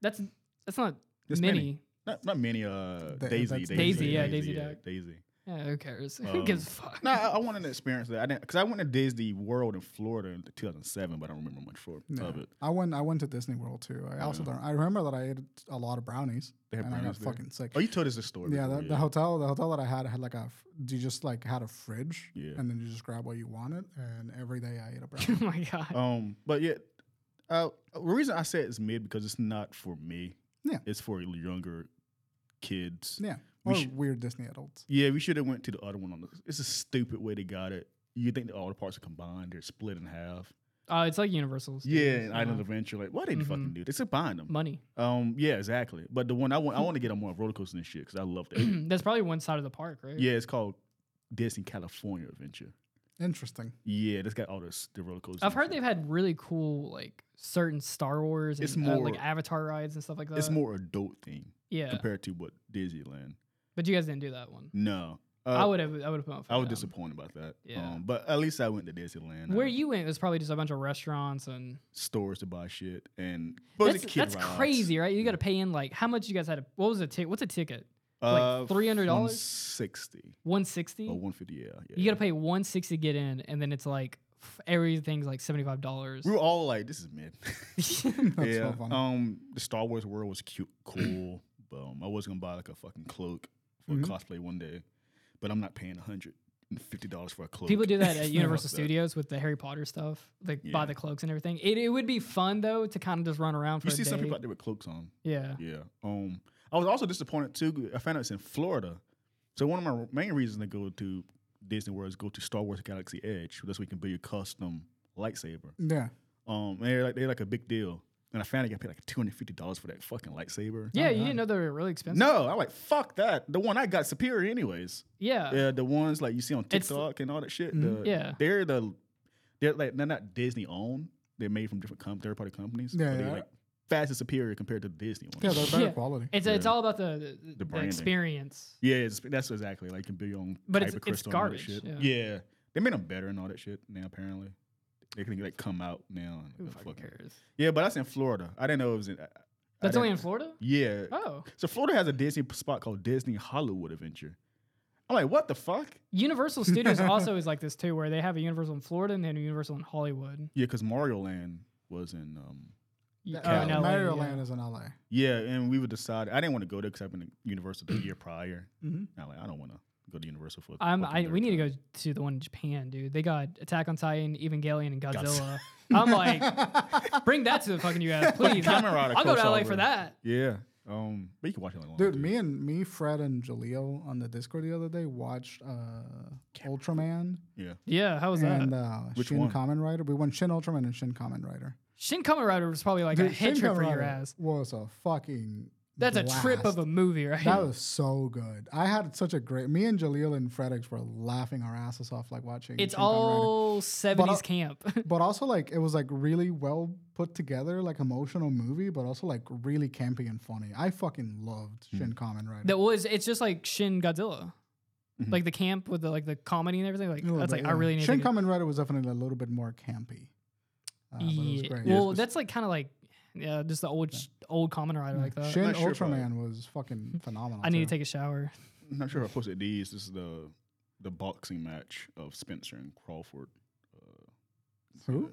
S1: That's that's not
S2: It's
S1: mini.
S2: mini. Not not many. Uh,
S3: Th-
S2: Daisy,
S3: that's
S2: Daisy,
S1: Daisy, yeah, Daisy
S2: yeah,
S1: Duck.
S2: Daisy.
S1: Yeah, who cares? <laughs> who
S2: Um,
S1: gives a fuck?
S2: No, I, I wanted to experience that. I didn't because I went to Disney World in Florida in 2007, but I don't remember much for,
S3: Yeah.
S2: of it.
S3: I went. I went to Disney World too. I also don't. I remember that I ate a lot of brownies,
S2: They have
S3: and I got
S2: brownies there?
S3: fucking sick.
S2: Oh, you told us this story.
S3: yeah,
S2: before,
S3: the, the hotel, the hotel that I had had like a. f- You just like had a fridge,
S2: Yeah.
S3: and then you just grab what you wanted, and every day I ate a
S2: <laughs>
S3: brownie.
S1: oh my god.
S2: Um, but yeah, uh, the reason I say it's mid because it's not for me.
S3: Yeah.
S2: it's for younger kids.
S3: yeah,
S2: <laughs> we
S3: or
S2: should-
S3: weird Disney adults.
S2: Yeah, we should have went to the other one on the. It's a stupid way they got it. You think that all the parts are combined? They're split in half.
S1: Uh, it's like Universal.
S2: Yeah,
S1: Studios,
S2: and
S1: uh,
S2: Island Adventure. Like, why they
S1: Mhm.
S3: Mm-hmm.
S2: fucking do this? They combine them. <clears throat>
S1: money. <clears throat>
S2: Um, yeah, exactly. But the one I want, I want to get on more roller coaster and shit because I love that. shit.
S1: that's probably one side of the park, right?
S2: <clears throat> yeah, it's called Disney California Adventure.
S3: Interesting. <laughs>
S2: Yeah, that's got all this the roller coaster.
S1: I've heard they've had really cool like certain Star Wars and
S2: It's
S1: uh, like
S2: more-
S1: Avatar rides and stuff like that.
S2: It's more adult thing
S1: uh, yeah,
S2: compared to what Disneyland.
S1: but you guys didn't do that one.
S2: No, uh,
S1: I would have. I would have put. my foot
S2: I was
S1: down.
S2: disappointed about that.
S1: Yeah.
S2: Um, but at least I went to Disneyland.
S1: Where
S2: I-
S1: you went was probably just a bunch of restaurants and
S2: stores to buy shit and bunch of
S1: that's,
S2: kid
S1: that's
S2: rides.
S1: crazy, right? You got to pay in like how much you guys had. To, what was a ticket? What's a ticket?
S2: Uh,
S1: Like $300?
S2: sixty
S1: One sixty.
S2: or one fifty. Yeah, yeah.
S1: You got to pay one sixty to get in, and then it's like f- everything's like seventy five dollars.
S2: we were all like, "This is mid." <laughs>
S1: <laughs>
S3: That's
S2: yeah.
S3: so fun.
S2: Um, the Star Wars world was cute, cool. <clears throat> but, um, I was gonna buy like a fucking cloak for
S3: Mhm.
S2: cosplay one day, but I'm not paying hundred and fifty dollars for a cloak.
S1: People do
S2: <laughs>
S1: that at
S2: Fuck
S1: Universal
S2: that.
S1: Studios with the Harry Potter stuff, like buy
S2: Yeah.
S1: the cloaks and everything. It, it would be fun though to kind of just run around for
S2: You
S1: a
S2: see some
S1: day.
S2: people out there with cloaks on.
S1: yeah.
S2: Yeah. Um, I was also disappointed too. I found out it's in Florida. So one of my main reasons to go to Disney World is go to Star Wars Galaxy Edge. That's where you can build your custom lightsaber.
S3: yeah,
S2: Um, and they're like they're like a big deal. And I found I got paid like two hundred fifty dollars for that fucking lightsaber.
S1: Yeah, you didn't know they were really expensive.
S2: Uh-huh. No, I'm like fuck that. The one I got superior anyways.
S1: Yeah.
S2: Yeah, the ones like you see on
S1: It's- Mm-hmm.
S2: TikTok and all that shit.
S3: Mhm.
S2: the-
S1: Yeah.
S2: they're the they're like they're not Disney owned. They're made from different com- third party companies.
S3: Yeah,
S2: but they're
S3: yeah.
S2: like fast and superior compared to the Disney ones.
S3: yeah, they're better
S1: Yeah.
S3: quality.
S1: It's it's
S2: Yeah.
S1: all about the the, the
S2: branding.
S1: experience.
S2: Yeah, it's, that's exactly like you can build your own.
S1: But
S2: type
S1: it's-
S2: of
S1: it's
S2: crystal and all that
S1: garbage,
S2: Shit.
S1: yeah.
S2: Yeah. they made them better and all that shit now. Apparently, they can like come out now. And,
S1: Who
S2: like,
S1: fucking
S2: fucking-
S1: cares?
S2: Yeah, but that's in Florida. I didn't know it was in. I- I
S1: That's only in
S2: didn't-
S1: Florida.
S2: Yeah.
S1: Oh,
S2: So Florida has a Disney spot called Disney Hollywood Adventure. I'm like, what the fuck?
S1: Universal
S2: <laughs>
S1: Studios also is like this too, where they have a Universal in Florida and then a Universal in Hollywood.
S2: Yeah, because Mario Land was in. Um,
S1: You-
S3: Uh,
S1: oh, in
S2: Cali.
S1: LA,
S3: Mario
S1: yeah.
S3: Land is in LA.
S2: yeah, and we would decide I didn't want to go there because I've been to Universal the
S1: <clears throat>
S2: year prior.
S1: Mm-hmm.
S3: <laughs> Mhm.
S2: I'm like, I don't want to go to Universal for. the
S1: I'm,
S2: fucking
S1: I,
S2: third
S1: we need to
S2: time.
S1: go to the one in Japan, dude. They got Attack on Titan, Evangelion, and
S2: <laughs>
S1: Godzilla. I'm like, bring that to the fucking
S3: <laughs>
S1: US, please.
S2: Kamen
S1: I'll-
S2: Rider
S1: I'll go to LA
S2: crossover.
S1: for that.
S2: Yeah. Um, but you can watch it online.
S3: Dude, me and me, Fred and Jaleel on the Discord the other day watched uh, Ultraman
S2: Yeah.
S1: Yeah, how was that?
S3: and uh,
S2: Which
S3: Shin
S2: one?
S3: Kamen Rider. We went Shin Ultraman and Shin Kamen Rider.
S1: Shin Kamen Rider was probably like a
S3: Dude,
S1: head
S3: Shin
S1: trip
S3: Kamen
S1: for your
S3: Rider
S1: ass.
S3: Was a fucking.
S1: That's a trip of
S3: blast.
S1: a movie, right? <laughs>
S3: That was so good. I had such a great. Me and Jaleel and Fredix were laughing our asses off like watching.
S1: it's
S3: Shin Kamen Rider.
S1: all 70s camp. <laughs>
S3: but uh, also like it was like really well put together, like emotional movie, but also like really campy and funny. I fucking loved Shin Kamen Rider.
S1: Hmm. that was it's just like Shin Godzilla. Like the camp with the like the comedy and everything. Like
S3: A little
S1: that's
S3: bit,
S1: like I
S3: Mm-hmm. yeah.
S1: really need
S3: Shin
S1: to get,
S3: Kamen Rider was definitely a little bit more campy. Uh, but it was
S1: Yeah.
S3: great.
S1: Well,
S2: it's-
S1: that's like kind of like yeah, just the old old Kamen Rider like that.
S3: Shin
S2: Not sure about
S3: Ultraman was fucking phenomenal.
S1: <laughs> I need to
S3: too.
S1: take a shower.
S2: I'm not sure if I posted these. This is the the boxing match of Spencer and
S1: <laughs>
S2: Crawford.
S3: Who?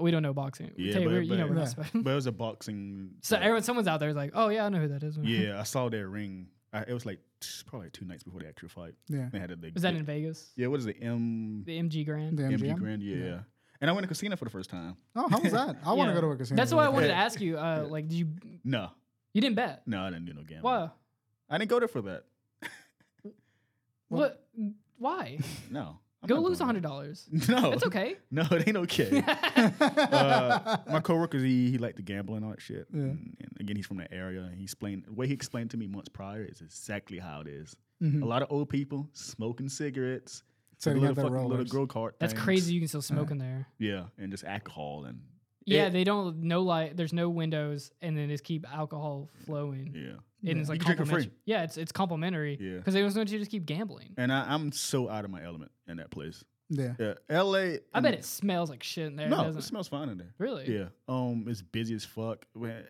S1: We don't know boxing. We
S2: Yeah,
S1: tell you,
S2: but-
S1: we're- you know,
S2: but-
S1: we're not
S3: Yeah.
S1: special.
S2: But it was a boxing.
S1: <laughs> So
S2: like-
S1: everyone, someone's out there is like, oh yeah, I know who that is.
S2: <laughs>
S1: <laughs>
S2: yeah, I saw their ring. I, it was like t- probably two nights before the actual fight.
S3: Yeah.
S2: They had a, like,
S1: Was that in Vegas?
S2: Yeah, what is it? M
S1: The MG Grand.
S3: The
S2: MG
S3: MGM?
S2: Grand. Yeah.
S3: Yeah.
S2: And I went to casino for the first time.
S3: Oh, how was that? I want to
S1: Yeah.
S3: go to a casino.
S1: That's why
S3: really
S1: I
S2: <laughs>
S3: bad.
S1: wanted to ask you. Uh, Like, did you
S2: No,
S1: you didn't bet?
S2: no, I didn't do no gambling.
S1: Why?
S2: I didn't go there for that.
S1: What?
S2: <laughs>
S1: Why?
S2: No. I'm
S1: Go
S2: not
S1: lose
S2: doing
S1: hundred dollars.
S2: that. <laughs> No,
S1: That's okay.
S2: No, it ain't okay. uh, my coworker, he, he liked to gamble and all that shit. And, and again, he's from that area. And he explained the way he explained to me months prior is exactly how it is.
S3: Hmm.
S2: A lot of old people smoking cigarettes,
S3: Mm-hmm. Setting
S2: little
S3: up their
S2: fucking little
S3: rollers.
S2: grow cart.
S1: That's
S2: things.
S1: crazy. You can still smoke in there.
S2: Yeah, and just alcohol and
S1: Yeah, they don't no light. There's no windows, and then just keep alcohol flowing.
S2: Yeah.
S1: And it's like
S2: You can drink for free.
S1: complimentary. Yeah, it's it's complimentary.
S2: Yeah.
S1: because they just want you to just keep gambling.
S2: And I, I'm so out of my element in that place.
S3: Yeah.
S2: Yeah. LA.
S1: I bet it smells like shit in there.
S2: No,
S1: doesn't
S2: it
S1: it?
S2: smells fine in there.
S1: really?
S2: Yeah. Um, it's busy as fuck. When-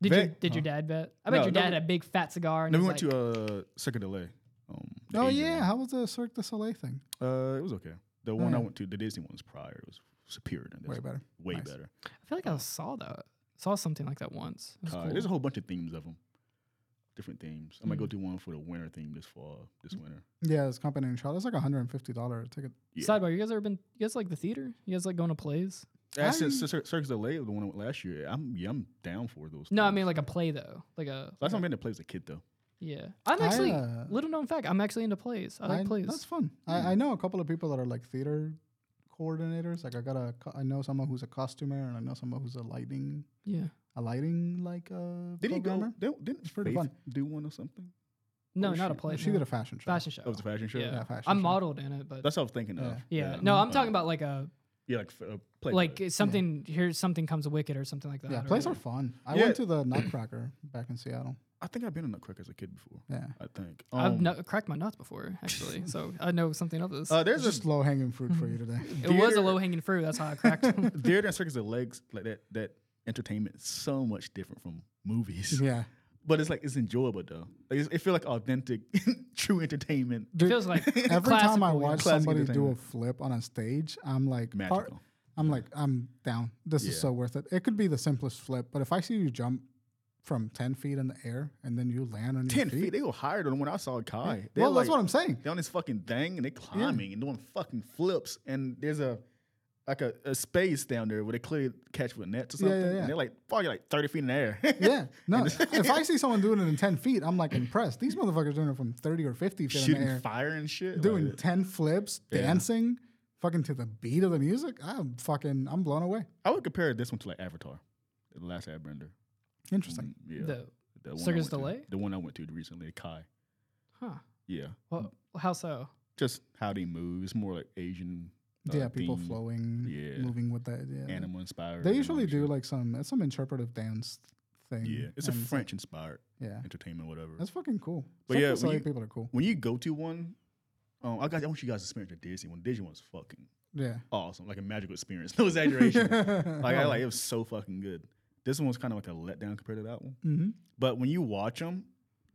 S1: Did
S2: Ve-
S1: you did your dad bet? I bet
S2: No,
S1: your
S2: no,
S1: dad
S2: we-
S1: had a big fat cigar. And
S2: No, we
S1: he's
S2: went
S1: like,
S2: to uh Cirque du Soleil. Um, the
S3: Oh
S2: Asian
S3: yeah,
S2: one.
S3: how was the Cirque du Soleil thing?
S2: Uh, it was okay. The one I
S1: Mm.
S3: yeah.
S2: went to, the Disney one was prior. It was superior than this.
S3: Way
S2: one.
S3: better.
S2: Way
S3: Nice.
S2: better.
S1: I feel like I saw that. Saw something like that once. It was
S2: Uh,
S1: cool. Mm.
S2: There's a whole bunch of themes of them. Different themes. I might go do one for the winter theme this fall, this winter.
S3: Yeah, it's company in Charlotte. It's like a hundred and fifty dollar ticket.
S2: Yeah.
S1: Sidebar: You guys ever been? You guys like the theater? You guys like going to plays?
S2: Uh, since Cir- Cirque du Soleil, the one I went last year, I'm yeah, I'm down for those.
S1: No, I
S2: things.
S1: mean like a play though. Like a
S2: last time I've been to play was a kid though.
S1: yeah. I'm actually
S3: uh,
S1: little known fact. I'm actually into plays. I like plays.
S3: That's fun. I, I know a couple of people that are like theater coordinators. Like I got a, co- I know someone who's a costumer, and I know someone who's a lighting,
S1: yeah.
S3: a lighting like uh,
S2: Did he go?
S3: programmer.
S2: Didn't, didn't
S3: pretty
S2: Faith
S3: fun.
S2: do one or something?
S1: No,
S2: was
S1: not a
S2: she-
S1: play.
S3: She
S1: no.
S3: did a fashion show.
S1: fashion show.
S2: That was a fashion show.
S1: Yeah.
S3: Yeah, fashion
S1: I'm
S3: show.
S1: modeled in it, but
S2: That's what I was thinking of.
S3: Yeah.
S1: yeah. No, I'm talking
S2: Uh,
S1: about like a
S2: yeah, like f- uh, a play.
S1: like something here's something comes a wicked or something like that.
S3: Yeah,
S1: or
S3: plays are
S1: whatever.
S3: fun. I
S2: Yeah.
S3: went to the Nutcracker back in Seattle.
S2: I think I've been in Nutcracker as a kid before.
S3: Yeah,
S2: I think.
S1: I've
S2: Um,
S1: nu- cracked my nuts before actually,
S3: <laughs>
S1: so I know something of this.
S2: uh, there's
S3: there's
S2: just
S3: just low hanging fruit for you
S1: <laughs>
S3: today.
S1: it was a
S2: theater-
S1: low hanging fruit. That's how I
S3: <laughs>
S1: cracked. them.
S2: theater and circus of legs like that. That entertainment is so much different from movies,
S3: <laughs> yeah,
S2: but it's like it's enjoyable though. Like it's, it feel like authentic, <laughs> true entertainment.
S1: it feels like <laughs>
S3: every time I
S1: classical, yeah.
S3: watch
S2: Classic
S3: somebody do a
S2: entertainment.
S3: flip on a stage, I'm like, part-
S2: Magical.
S3: I'm like, I'm down. This is
S2: Yeah.
S3: so worth it. It could be the simplest flip, but if I see you jump from ten feet in the air and then you land on your
S2: Ten feet. They go higher than when I saw Kai. They're
S3: well, that's
S2: like-
S3: what
S2: <laughs>
S3: I'm saying.
S2: they're on this fucking thing and they're climbing and doing fucking flips and there's a like a, a space down there where they clearly catch with nets or
S3: Yeah, yeah,
S2: something.
S3: yeah.
S2: And they're like probably like 30 feet in the air. <laughs>
S3: Yeah, no. if I see someone doing it in ten feet, I'm like impressed. These motherfuckers doing it from thirty or fifty feet in the
S2: Shooting
S3: air,
S2: fire and shit.
S3: doing
S2: Like,
S3: ten flips, dancing, fucking to the beat of the music. I'm fucking, I'm blown away.
S2: I would compare this one to like Avatar, the last Airbender. Mm,
S3: Interesting.
S2: Yeah.
S1: the
S2: the one I
S1: Circus
S2: went to-
S1: Delay?
S2: The one I went to recently, Kai.
S1: huh.
S2: Yeah.
S1: Well, how so?
S2: Just how they move. It's more like Asian. uh,
S3: yeah, people
S2: themed,
S3: flowing,
S2: Yeah.
S3: moving with that. Yeah,
S2: Animal inspired.
S3: they
S2: and
S3: usually
S2: all that
S3: do
S2: shit.
S3: like some it's some interpretive dance thing.
S2: Yeah. It's a
S3: and
S2: French inspired
S3: Yeah,
S2: entertainment, whatever.
S3: that's fucking cool.
S2: But
S3: Cirque
S2: yeah,
S3: du
S2: when
S3: Soleil
S2: you-
S3: people are cool.
S2: when you go to one, um, I got I want you guys to experience the Disney one. Disney one's fucking
S3: Yeah,
S2: awesome, like a magical experience. <laughs> No
S3: <laughs>
S2: exaggeration. <laughs> like
S3: Oh.
S2: I like it was so fucking good. This one was kind of like a letdown compared to that one.
S3: Mhm.
S2: But when you watch them,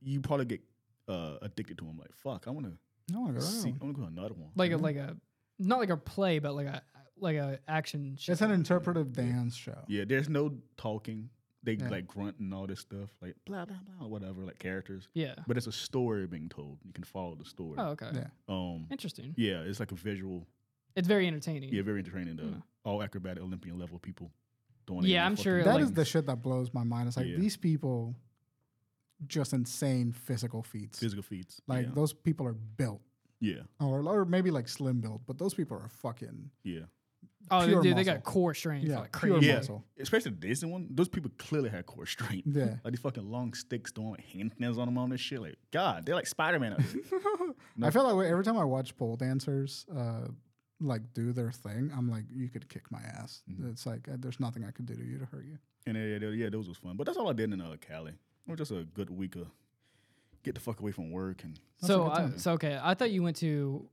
S2: you probably get uh, addicted to them. Like fuck, I want to
S3: I want to go. to that
S2: see.
S3: one.
S2: I want to go to another one.
S1: Like a
S3: Mm-hmm.
S1: like a not like a play, but like a like a action. Show.
S3: It's an interpretive dance show.
S2: yeah, there's no talking. They
S3: Yeah.
S2: like grunt and all this stuff, like blah blah blah, whatever, like characters.
S3: <laughs>
S1: yeah.
S2: But it's a story being told. You can follow the story.
S1: Oh, okay.
S3: Yeah.
S2: Um,
S1: Interesting.
S2: yeah, it's like a visual.
S1: It's very entertaining.
S2: Yeah, very entertaining though.
S1: Yeah.
S2: All acrobatic Olympian level people doing.
S1: Hmm. Yeah,
S2: their
S1: I'm
S2: fucking
S1: sure,
S3: That
S1: like-
S3: is the
S2: things.
S3: shit that blows my mind. It's like
S2: Yeah.
S3: these people, just insane physical feats.
S2: physical feats.
S3: like
S2: yeah.
S3: those people are built,
S2: yeah,
S3: or or maybe like slim built, but those people are fucking
S2: yeah,
S1: Oh,
S3: pure
S1: dude, they got
S3: muscle.
S1: core strength.
S3: yeah,
S1: like
S3: pure
S1: crazy.
S2: Yeah.
S3: muscle.
S2: Especially the Disney one. Those people clearly had core strength.
S3: Yeah.
S2: like these fucking long sticks doing like hand nails on them on this shit. Like God, they're like Spider Man.
S3: I feel like every time I watch pole dancers, uh, like do their thing, I'm like, you could kick my ass.
S2: Mm-hmm.
S3: It's like uh, there's nothing I could do to you to hurt you.
S2: and yeah, yeah, yeah, those was fun. But that's all I did in uh, Cali. It was just a good week of get the fuck away from work and
S1: So, I, so okay. I thought you went to.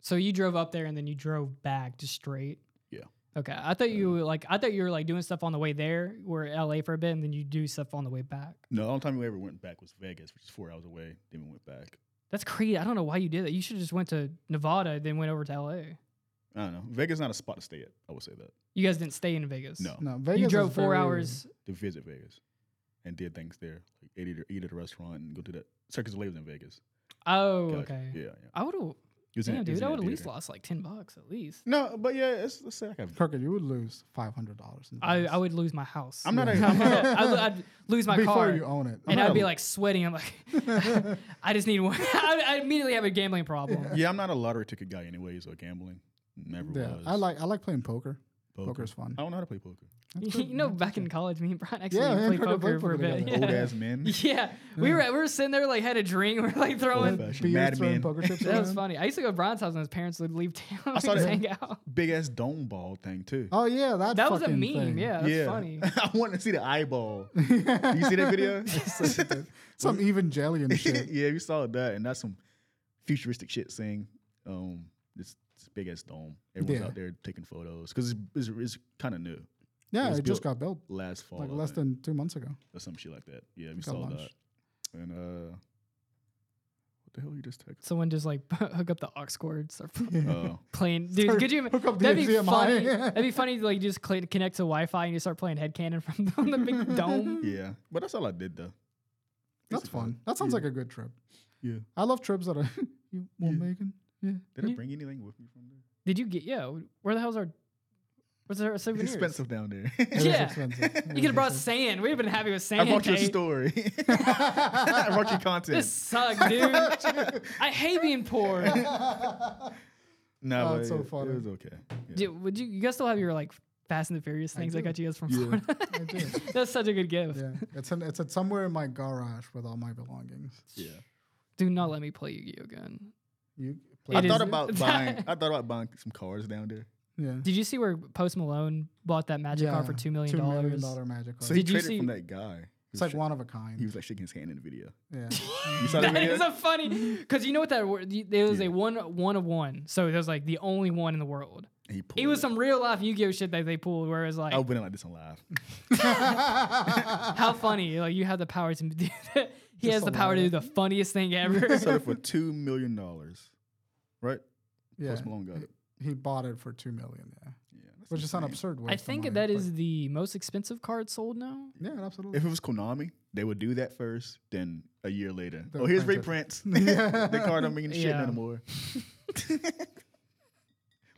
S1: So you drove up there and then you drove back just straight.
S2: Yeah. Uh,
S1: Okay. I thought you were like I thought you were like doing stuff on the way there. We're in LA for a bit and then you do stuff on the way back.
S2: no. The only time we ever went back was Vegas, which is four hours away. Then we went back.
S1: That's crazy. I don't know why you did that. You should have just went to Nevada then went over to LA.
S2: I don't know. Vegas not a spot to stay at. I would say that
S1: You guys didn't stay in Vegas.
S2: No.
S3: No, Vegas
S1: you
S3: is
S1: drove four
S3: very-
S1: hours.
S2: to visit Vegas and did things there, like ate at, eat at a restaurant and go to that Circus Lives in Vegas.
S1: Oh,
S2: Gotcha.
S1: okay.
S2: Yeah, yeah.
S1: I would have.
S2: It was in-
S1: Damn,
S2: it
S1: dude,
S2: was in
S1: I
S2: that
S1: would at least
S2: theater.
S1: lost like ten bucks at
S2: <laughs>
S1: least.
S2: No, but yeah, it's, it's like a
S3: Crooked, you would lose five hundred dollars.
S1: I, I would lose my house. <laughs>
S2: I'm not <laughs> a- I'm not
S1: I'd, lo- I'd lose my
S3: <laughs> before
S1: car.
S3: you own it.
S1: and
S2: not
S1: I'd be
S2: a- <laughs>
S1: like sweating. I'm like, <laughs>
S3: <laughs>
S1: I just need one. I, I immediately have a gambling problem. <laughs>
S2: yeah, I'm not a lottery ticket guy anyways or gambling. Never
S3: yeah,
S2: was.
S3: I like I like playing poker.
S2: Poker.
S3: Poker's fun.
S2: I don't know how to
S1: <laughs>
S2: play poker.
S1: you know, back in college, me and Brian actually
S3: Yeah, me and
S1: played poker,
S3: Brian played
S1: for a
S3: poker
S1: bit.
S3: together.
S2: Old
S1: Yeah.
S2: ass men.
S1: <laughs> Yeah. we were we were sitting there like had a drink, <laughs> we were like throwing.
S2: Old-fashioned
S3: Beers
S2: Mad
S3: throwing
S2: Men.
S3: poker
S1: <laughs>
S3: chips
S1: that was
S3: around.
S1: funny. I used to go to Brian's house, and his parents would leave <laughs> town.
S2: saw
S1: and
S2: that.
S1: hang out.
S2: Big ass dome ball thing too.
S3: Oh yeah, that
S1: That was a
S3: fucking
S1: meme.
S3: thing.
S1: Yeah, that's funny.
S2: <laughs> I want to see the eyeball. you see that video?
S3: <laughs>
S2: <laughs>
S3: some evangelion shit.
S2: yeah, we saw that, and that's some futuristic shit. Saying, um, this, this big ass dome. Everyone's
S3: Yeah.
S2: out there taking photos because it's, it's, it's kind of new.
S3: Yeah,
S2: was
S3: it just
S2: built
S3: got built
S2: Last fall,
S3: like
S2: I
S3: less
S2: think,
S3: than two months ago.
S2: or some shit like that. Yeah, we
S3: Got
S2: saw
S3: launched.
S2: that. And uh, what the hell you just
S3: <laughs>
S2: text?
S1: Someone just like <laughs> hook up the aux cords or
S2: Oh,
S1: playing. Dude,
S3: Start-
S1: could you?
S3: hook up the
S1: That'd be
S3: HDMI. <laughs>
S1: funny. That'd be funny. to, Like just cl- connect to Wi-Fi and you start playing headcanon from from the
S3: <laughs>
S1: big dome.
S2: yeah, but that's all I did though.
S3: That's fun. That sounds like a good trip.
S2: Yeah.
S3: I love trips that are <laughs> you want making. Yeah.
S2: Did I
S1: Yeah.
S2: bring anything with me from there?
S1: Did you get? Yeah. Where the hell's our? Where's
S3: <laughs>
S1: our souvenirs?
S2: It's expensive down there.
S3: It is
S1: Yeah. <laughs>
S3: expensive. It
S1: You
S3: is
S1: could have brought
S3: expensive.
S1: sand. We've been happy with sand.
S2: <laughs> I brought you a
S1: Nate.
S2: story. <laughs> I brought
S3: <laughs>
S2: you content.
S1: This sucks, dude. I hate being
S3: <laughs>
S1: poor.
S2: No,
S3: Oh,
S2: but
S3: it's so
S2: it-
S3: funny.
S2: It was okay. Yeah.
S1: Dude, would you? You guys still have your like Fast and the Furious things I, got you guys from Florida? <laughs>
S3: I do.
S1: That's such a good gift.
S3: Yeah. It's in, it's at somewhere in my garage with all my belongings.
S2: Yeah.
S1: Do not let me play Yu-Gi-Oh again.
S3: You
S1: It
S2: I
S1: is- <laughs>
S2: thought about buying. I thought about buying some cars down there.
S3: yeah.
S1: Did you see where Post Malone bought that magic car for
S3: Yeah,
S1: two million
S3: Two million
S1: dollars?
S3: dollar magic
S2: So
S3: card.
S2: he
S1: Did you
S2: traded from
S1: see-
S2: that guy. He was
S3: It's like
S2: sh-
S3: one of a
S2: He
S3: kind.
S2: was like shaking his hand in the video.
S3: Yeah. <laughs>
S2: You saw that
S1: That
S2: video?
S1: is a funny because you know what that word there was a one one of one, so it was like the only one in the world.
S2: And he
S1: It
S2: pulled
S1: was some real life Yu-Gi-Oh shit that they pulled, where it was like,
S2: I wouldn't like this on live.
S1: <laughs> how funny! Like you have the power to do <laughs> that. He
S3: Just
S1: has the power to do
S3: allow
S1: the funniest
S3: <laughs>
S1: thing ever.
S2: Sold it for two million dollars, right?
S3: Yeah.
S2: Post Malone got it.
S3: He bought it for two million. Yeah.
S2: Yeah, that's
S3: Which is an
S2: insane.
S3: absurd way.
S1: I think that is the most expensive card sold now.
S3: Yeah, absolutely.
S2: If it was Konami, they would do that first. Then a year later,
S3: They'll
S2: oh here's
S3: print
S2: reprints. <laughs> the card don't mean shit
S1: Yeah. <laughs>
S2: no more. <laughs>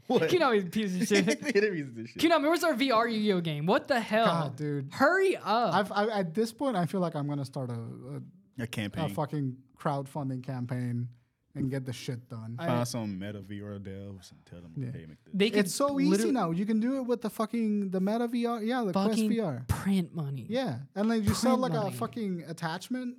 S2: what? <laughs>
S1: You know, he's a piece of
S3: <laughs>
S1: shit.
S2: It means this shit.
S1: Konami, where's our VR Yu-Gi-Oh game? What the hell,
S3: God, dude.
S1: Hurry up!
S3: I've, I, at this point, I feel like I'm gonna start a,
S2: A
S3: a, a
S1: Oh,
S2: campaign.
S3: fucking crowdfunding campaign and get the shit done.
S2: Find some meta VR devs and tell them, hey, make this.
S1: they could
S3: it's so easy
S1: literally
S3: now. You can do it with the fucking the Meta VR. Yeah, the Quest
S1: Fucking
S3: VR.
S1: print money.
S3: Yeah, and then you sell
S1: print
S3: like a
S1: money.
S3: fucking attachment.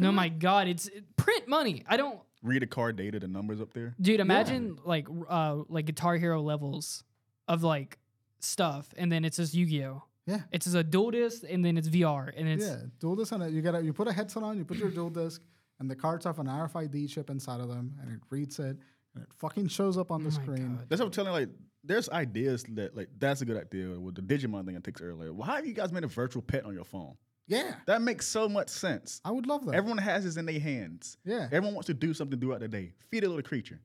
S1: No, my God, it's it- print money. I don't,
S2: Read the card data, the numbers up there.
S1: dude. Imagine like r- uh like Guitar Hero levels of like stuff, and then it's just Yu Gi Oh.
S3: Yeah.
S1: It's just a dual disc, and then it's VR, and it's
S3: yeah, dual disc on it. You get a, you put a headset on. You put your dual disc, and the cards have an RFID chip inside of them, and it reads it, and it fucking shows up
S1: Oh
S3: on the screen.
S2: That's what I'm telling. Like, there's ideas that like that's a good idea with the Digimon thing I took earlier. Why have you guys made a virtual pet on your phone?
S3: Yeah,
S2: That makes so much sense.
S3: I would love that.
S2: Everyone has this in their hands.
S3: Yeah.
S2: Everyone wants to do something throughout the day. Feed a little creature.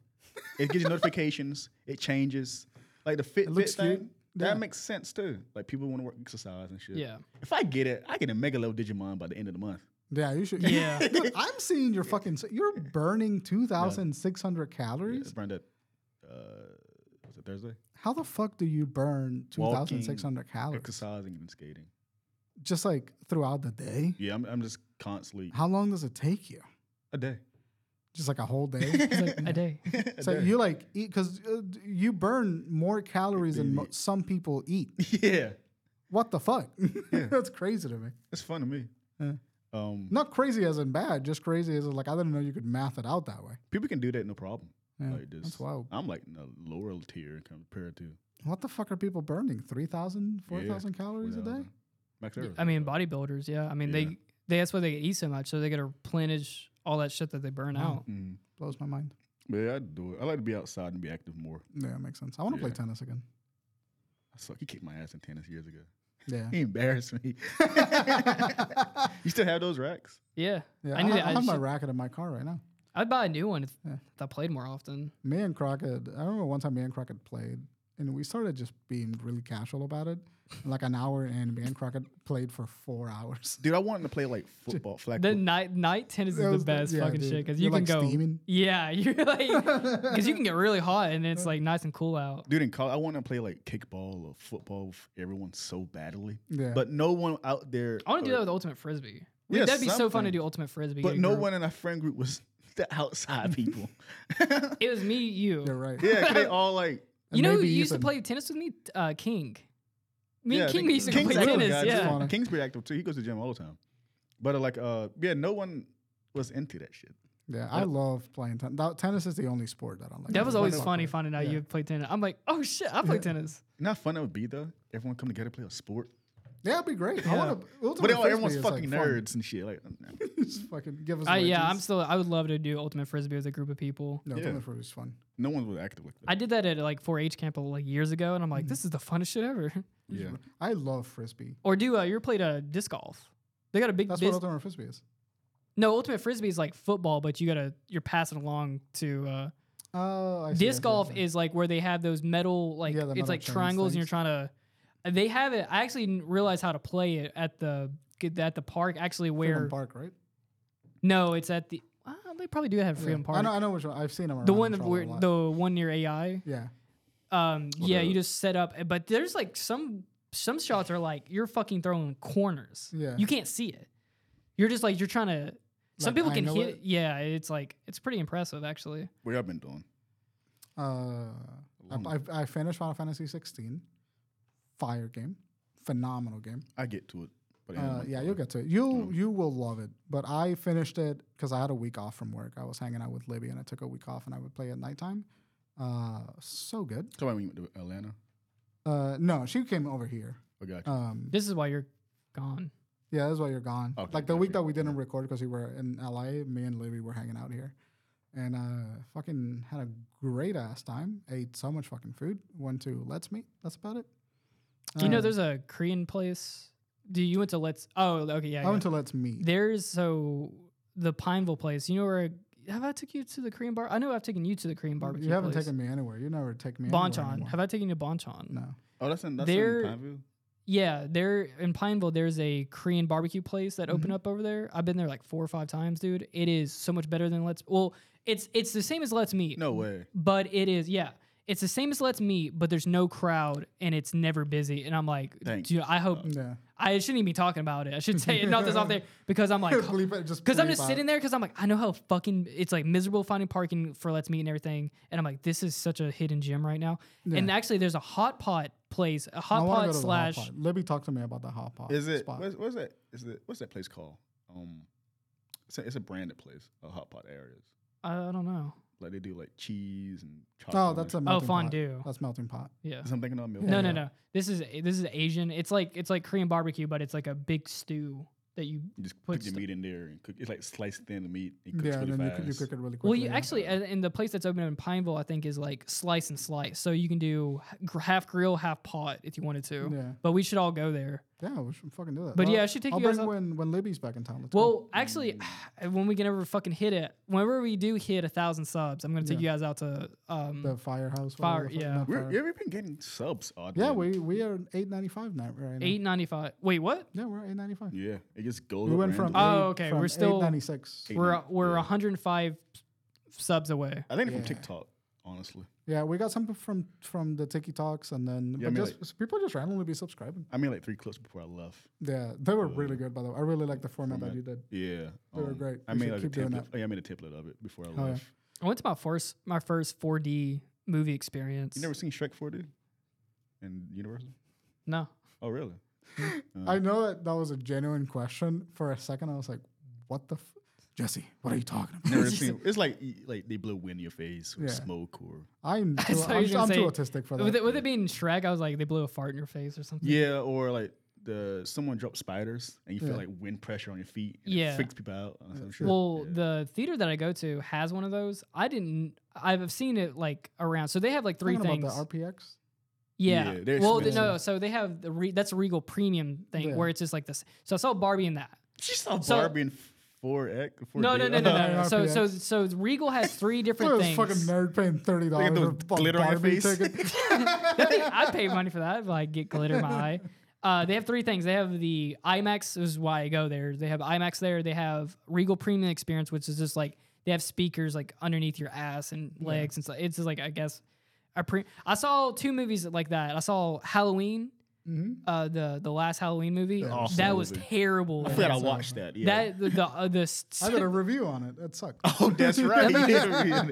S2: It
S3: <laughs>
S2: gives you notifications. It changes. Like the fit,
S3: looks
S2: thing.
S3: cute.
S2: That
S3: Yeah.
S2: makes sense too. Like people want to work exercise and shit.
S1: Yeah.
S2: If I get it, I get a mega level Digimon by the end of the month.
S3: yeah, you should.
S1: Yeah.
S3: <laughs> Dude, I'm seeing your fucking. You're burning two thousand six hundred calories.
S2: Burned up. Uh, was it Thursday?
S3: How the fuck do you burn two thousand six hundred
S2: Walking,
S3: calories?
S2: Exercising and skating.
S3: just like throughout the day.
S2: Yeah, I'm, I'm just constantly
S3: How long does it take you?
S2: a <laughs> day.
S3: Just like a whole day.
S1: it's like a day.
S2: <laughs> A
S3: so
S2: day.
S3: you like eat because uh, d- you burn more calories than mo- some people eat.
S2: yeah,
S3: What the fuck? <laughs> That's crazy to me.
S2: it's fun to me. Um,
S3: Not crazy as in bad, just crazy as in like I didn't know you could math it out that way.
S2: people can do that no problem.
S3: Yeah,
S2: like Oh, just,
S3: that's wild.
S2: I'm like in the lower tier compared to
S3: What the fuck are people burning? 3,000, 4,000 calories a day?
S2: 4,000. Max Error.
S1: I mean, bodybuilders. Yeah, I mean
S2: Yeah.
S1: they they that's why they eat so much, so they got to replenish all that shit that they
S3: Mm.
S1: burn out.
S3: Blows my
S2: Mm-hmm.
S3: mind.
S2: But yeah, I do it. I like to be outside and be active more.
S3: Yeah, it makes sense. I want to play tennis again.
S2: I suck. He kicked my ass in tennis years ago. <laughs>
S3: Yeah.
S2: He embarrassed
S3: <laughs>
S2: me. you still have those racks?
S1: Yeah,
S3: Yeah, I,
S1: I need
S3: ha-
S1: to,
S3: I
S1: I
S3: have my
S1: should-
S3: racket in my car right now.
S1: I'd buy a new one if, if I played more
S3: <laughs>
S1: often.
S3: me and Crockett, I remember one time me and Crockett played, and we started just being really casual about it. Like an hour in, me and Crockett played for four hours. <laughs>
S2: Dude, I wanted to play like football. Flag
S1: The night night tennis
S3: That
S1: is
S3: was
S1: the
S3: the-
S1: best
S3: yeah,
S1: fucking
S3: dude.
S1: shit because you
S3: You're,
S1: can
S3: like,
S1: go.
S3: steaming.
S1: Yeah, <laughs> you're like because you can get really hot and
S3: <laughs>
S1: it's like nice and cool out.
S2: Dude, in college, I want to play like kickball or football with everyone so badly.
S3: Yeah.
S2: But no one out there.
S1: I want to do
S2: or-
S1: that with ultimate frisbee.
S2: Yeah,
S1: That'd be so fun to
S2: something.
S1: do ultimate frisbee.
S2: But
S1: get a
S2: no
S1: group.
S2: one in our friend <laughs> group was the outside people.
S1: It was me, you.
S3: You're
S2: <laughs>
S3: right.
S2: yeah, 'cause they all like
S1: you know who
S3: maybe
S1: used to
S3: even-
S1: play tennis with me? Uh, King. Me
S2: Yeah,
S1: and
S2: I
S1: King
S2: think-
S1: used to
S2: King's
S1: play
S2: active,
S1: tennis.
S2: guys.
S1: Yeah.
S3: Funny.
S2: King's pretty active too. He goes to the gym all the time. But uh, like, uh, yeah, no one was into that shit.
S3: Yeah, I love playing tennis. That, tennis is the only sport that I like.
S1: That was
S3: I
S1: always
S3: love
S1: funny
S3: it.
S1: finding out
S3: Yeah.
S1: you played tennis. I'm like, oh shit, I play tennis.
S2: Not fun it would be though. Everyone come together play a sport.
S3: Yeah, it'd be great. I
S1: Yeah.
S3: want to.
S2: But they all, everyone's fucking nerds and shit. Like, <laughs>
S3: Just fucking give us.
S1: I, yeah, I'm
S3: wages.
S1: still. I would love to do ultimate frisbee with a group of people.
S3: No,
S2: Yeah.
S3: Ultimate Frisbee's fun.
S2: no one was active like that.
S1: I did that at like 4-H camp uh, like years ago, and I'm like, this is the funnest shit ever. <laughs>
S2: yeah.
S3: I love frisbee.
S1: or do uh, you ever played a disc golf? They got a big
S3: That's
S1: disc.
S3: what Ultimate Frisbee is.
S1: no, ultimate frisbee is like football, but you gotta you're passing along to. Uh,
S3: Oh, I see, I see, I
S1: disc golf
S3: see.
S1: is like where they have those metal like
S3: Yeah, the
S1: it's
S3: metal
S1: like
S3: chains
S1: triangles and you're
S3: things.
S1: trying to. They have it. I actually didn't realize how to play it at the at the park. Actually, where
S3: Freedom Park, right?
S1: no, it's at the. Uh, they probably do have
S3: Yeah.
S1: Freedom Park.
S3: I know, I know which one. I've seen them.
S1: the
S3: around
S1: one
S3: in Charlotte
S1: where
S3: a lot.
S1: the one near AI.
S3: yeah,
S1: Um,
S2: Well,
S1: yeah,
S2: the-
S1: you just set up, but there's like some some shots are like you're fucking throwing corners.
S3: Yeah.
S1: you can't see it. You're just like you're trying to. Some
S3: Like,
S1: people can
S3: angle
S1: hit.
S3: it?
S1: Yeah, it's like it's pretty impressive actually.
S2: What y'all been doing?
S3: uh, I, I, I finished Final Fantasy 16. Fire game, phenomenal game.
S2: I get to it. But it
S3: Uh,
S2: ain't
S3: yeah,
S2: my-
S3: you'll get to it. You you will love it. But I finished it because I had a week off from work. I was hanging out with Libby, and I took a week off, and I would play at nighttime. Uh, so good.
S2: So why when you went to Atlanta?
S3: Uh, no, she came over here.
S2: I got you.
S3: Um,
S1: This is why you're gone.
S3: yeah, that's why you're gone.
S2: Okay,
S3: like the
S2: got
S3: week
S2: you.
S3: that we didn't record because we were in LA, me and Libby were hanging out here, and uh, fucking had a great ass time. Ate so much fucking food. Went to Let's Meet. That's about it.
S1: Do you know
S3: Uh,
S1: there's a Korean place? Do you went to Let's? Oh, okay, yeah.
S3: I
S1: yeah.
S3: went to Let's Meet.
S1: There's so the Pineville place. You know where? Have I took you to the Korean bar? I know I've taken you to the Korean barbecue.
S3: you haven't
S1: place.
S3: taken me anywhere. You never take me. anywhere
S1: Bonchon.
S3: anymore.
S1: Have I taken you to Bonchon?
S3: No.
S2: Oh, that's in that's
S1: there-
S2: in Pineville.
S1: Yeah, there in Pineville, there's a Korean barbecue place that
S3: Mm-hmm.
S1: opened up over there. I've been there like four or five times, dude. It is so much better than Let's. Well, it's it's the same as Let's Meet.
S2: No way.
S1: but it is yeah. It's the same as Let's Meet, but there's no crowd and it's never busy. And I'm like,
S2: Thank
S1: dude, I hope
S3: Yeah.
S1: I shouldn't even be talking about it. I should say not this off
S3: <laughs>
S1: there because I'm like, <laughs>
S3: Bleep it, just
S1: because I'm
S3: bleep
S1: just
S3: out.
S1: sitting there because I'm like, I know how fucking it's like miserable finding parking for Let's Meet and everything. And I'm like, this is such a hidden gem right now. And actually, there's a hot pot place, a
S3: I
S1: hot
S3: want to go
S1: pot
S3: to the
S1: slash.
S3: Hot pot. Libby talked to me about the hot pot.
S2: Is it
S3: Spot.
S2: what's, what's that? Is it what's that place called? Um, it's a, it's a branded place. A hot pot areas.
S1: I don't know.
S2: Like they do like cheese and chocolate.
S3: Oh, that's a melting
S1: fondue.
S3: Pot. That's melting pot.
S1: Yeah.
S2: I'm thinking of milk.
S1: No, no, no. This is this is Asian. It's like it's like Korean barbecue, but it's like a big stew that you.
S2: You just
S1: Put
S2: put your
S1: stu-
S2: meat in there and cook. It's like sliced thin meat. It cooks
S3: yeah,
S2: really
S3: and then you,
S2: fast.
S3: cook- you cook it really quickly.
S1: Well, you
S3: yeah.
S1: actually, and and the place that's open in Pineville, I think, is like slice and slice. So you can do h- gr- half grill, half pot if you wanted to.
S3: Yeah.
S1: But we should all go there.
S3: Yeah, we should fucking do that.
S1: But
S3: Well,
S1: yeah, I should take
S3: I'll
S1: you guys
S3: bring
S1: up-
S3: when when Libby's back in town. Let's go.
S1: Well, actually, <sighs> when we can ever fucking hit it, whenever we do hit a thousand subs, I'm gonna take you guys out to. Um,
S3: the firehouse.
S1: Fire-
S3: whatever the fuck-
S1: yeah.
S3: not
S2: We're,
S3: fire-
S2: have you been getting subs? Oddly.
S3: Yeah, we we are eight ninety five now. Right now.
S1: Eight ninety five. Wait, what?
S3: Yeah, we're eight ninety five.
S2: Yeah, it just goes.
S3: We
S2: up
S3: went from
S2: randomly.
S1: Oh, okay, we're still-
S3: eight ninety six.
S2: Eight
S1: We're
S2: ninety-
S1: we're
S2: yeah.
S1: 105 subs away.
S2: I think from
S3: Yeah.
S2: TikTok, honestly.
S3: Yeah, we got some from from the Tiki Talks, and then
S2: Yeah, I
S3: but
S2: mean,
S3: just, people just randomly be subscribing.
S2: I mean, like three clips before I left.
S3: Yeah, they were really good by the way. I really like the format that
S2: Format.
S3: you did.
S2: Yeah, um,
S3: They were great.
S2: I
S3: We
S2: made
S3: should
S2: like a
S3: keep doing
S2: template. oh,
S3: that. Oh,
S2: Yeah, I made a template of it before I
S3: yeah.
S2: left.
S1: I went to my first my first 4D movie experience.
S2: You never seen Shrek 4D in Universal?
S1: no.
S2: Oh, really?
S3: I know that that was a genuine question. For a second, I was like, "What the, f- Jesse? What are you talking
S1: <laughs>
S2: <laughs>
S3: about?"
S2: Never seen. It's like y- like they blow wind in your face or
S3: Yeah.
S2: smoke or
S3: I'm too,
S1: thought you
S3: I'm,
S1: were gonna
S3: I'm too
S1: say-
S3: autistic for that.
S1: With it, with it being Shrek, I was like, they blew a fart in your face or something.
S2: yeah, or like the someone dropped spiders and you
S3: Yeah.
S2: feel like wind pressure on your feet. And
S1: Yeah.
S2: it freaks people out. Or some shit.
S1: Well,
S2: Yeah.
S1: the theater that I go to has one of those. I didn't. I've seen it like around. So they have like three
S3: Talking
S1: things.
S3: about the RPX.
S1: yeah.
S2: Yeah, they're
S1: well, th-
S2: expensive.
S1: no. So they have the re- that's a Regal Premium thing
S3: Yeah.
S1: where it's just like this. So I saw Barbie in that.
S2: she saw
S1: so-
S2: Barbie in four X.
S1: No, no, no, no, no. no. So, so,
S3: RPX.
S1: so Regal has three different
S3: Look
S1: things.
S3: at this fucking nerd paying thirty dollars
S2: those
S3: for a fucking
S2: glitter on your
S3: Barbie
S2: face.
S3: ticket.
S1: I pay money for that. Like get glitter in my eye. Uh, they have three things. They have the IMAX, this is why I go there. They have IMAX there. They have Regal Premium Experience, which is just like they have speakers like underneath your ass and legs and stuff. It's just like I guess a pre- I saw two movies like that. I saw Halloween uh, the the last Halloween movie.
S2: Awful
S1: that was
S2: movie.
S1: terrible.
S2: <laughs> I forgot I watched that. Yeah.
S1: That the the, uh, the s-
S3: I did a review on it. That sucked.
S2: <laughs> oh, that's right.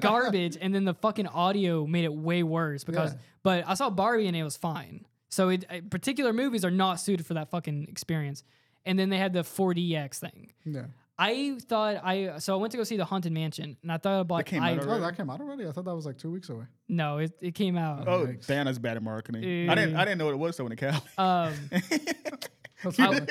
S1: <laughs>
S3: <laughs>
S1: garbage, and then the fucking audio made it way worse because.
S3: Yeah.
S1: But I saw Barbie and it was fine. So it, uh, particular movies are not suited for that fucking experience. And then they had the 4DX thing.
S3: Yeah.
S1: I thought I so I went to go see the Haunted Mansion, and I thought about
S2: came
S1: I,
S2: out
S3: Oh, that came out already. I thought that was like two weeks away.
S1: no, it, it came out.
S2: Oh, Dana's bad at marketing. I didn't. I didn't know what it was. So when it came, out. <laughs>
S1: Um,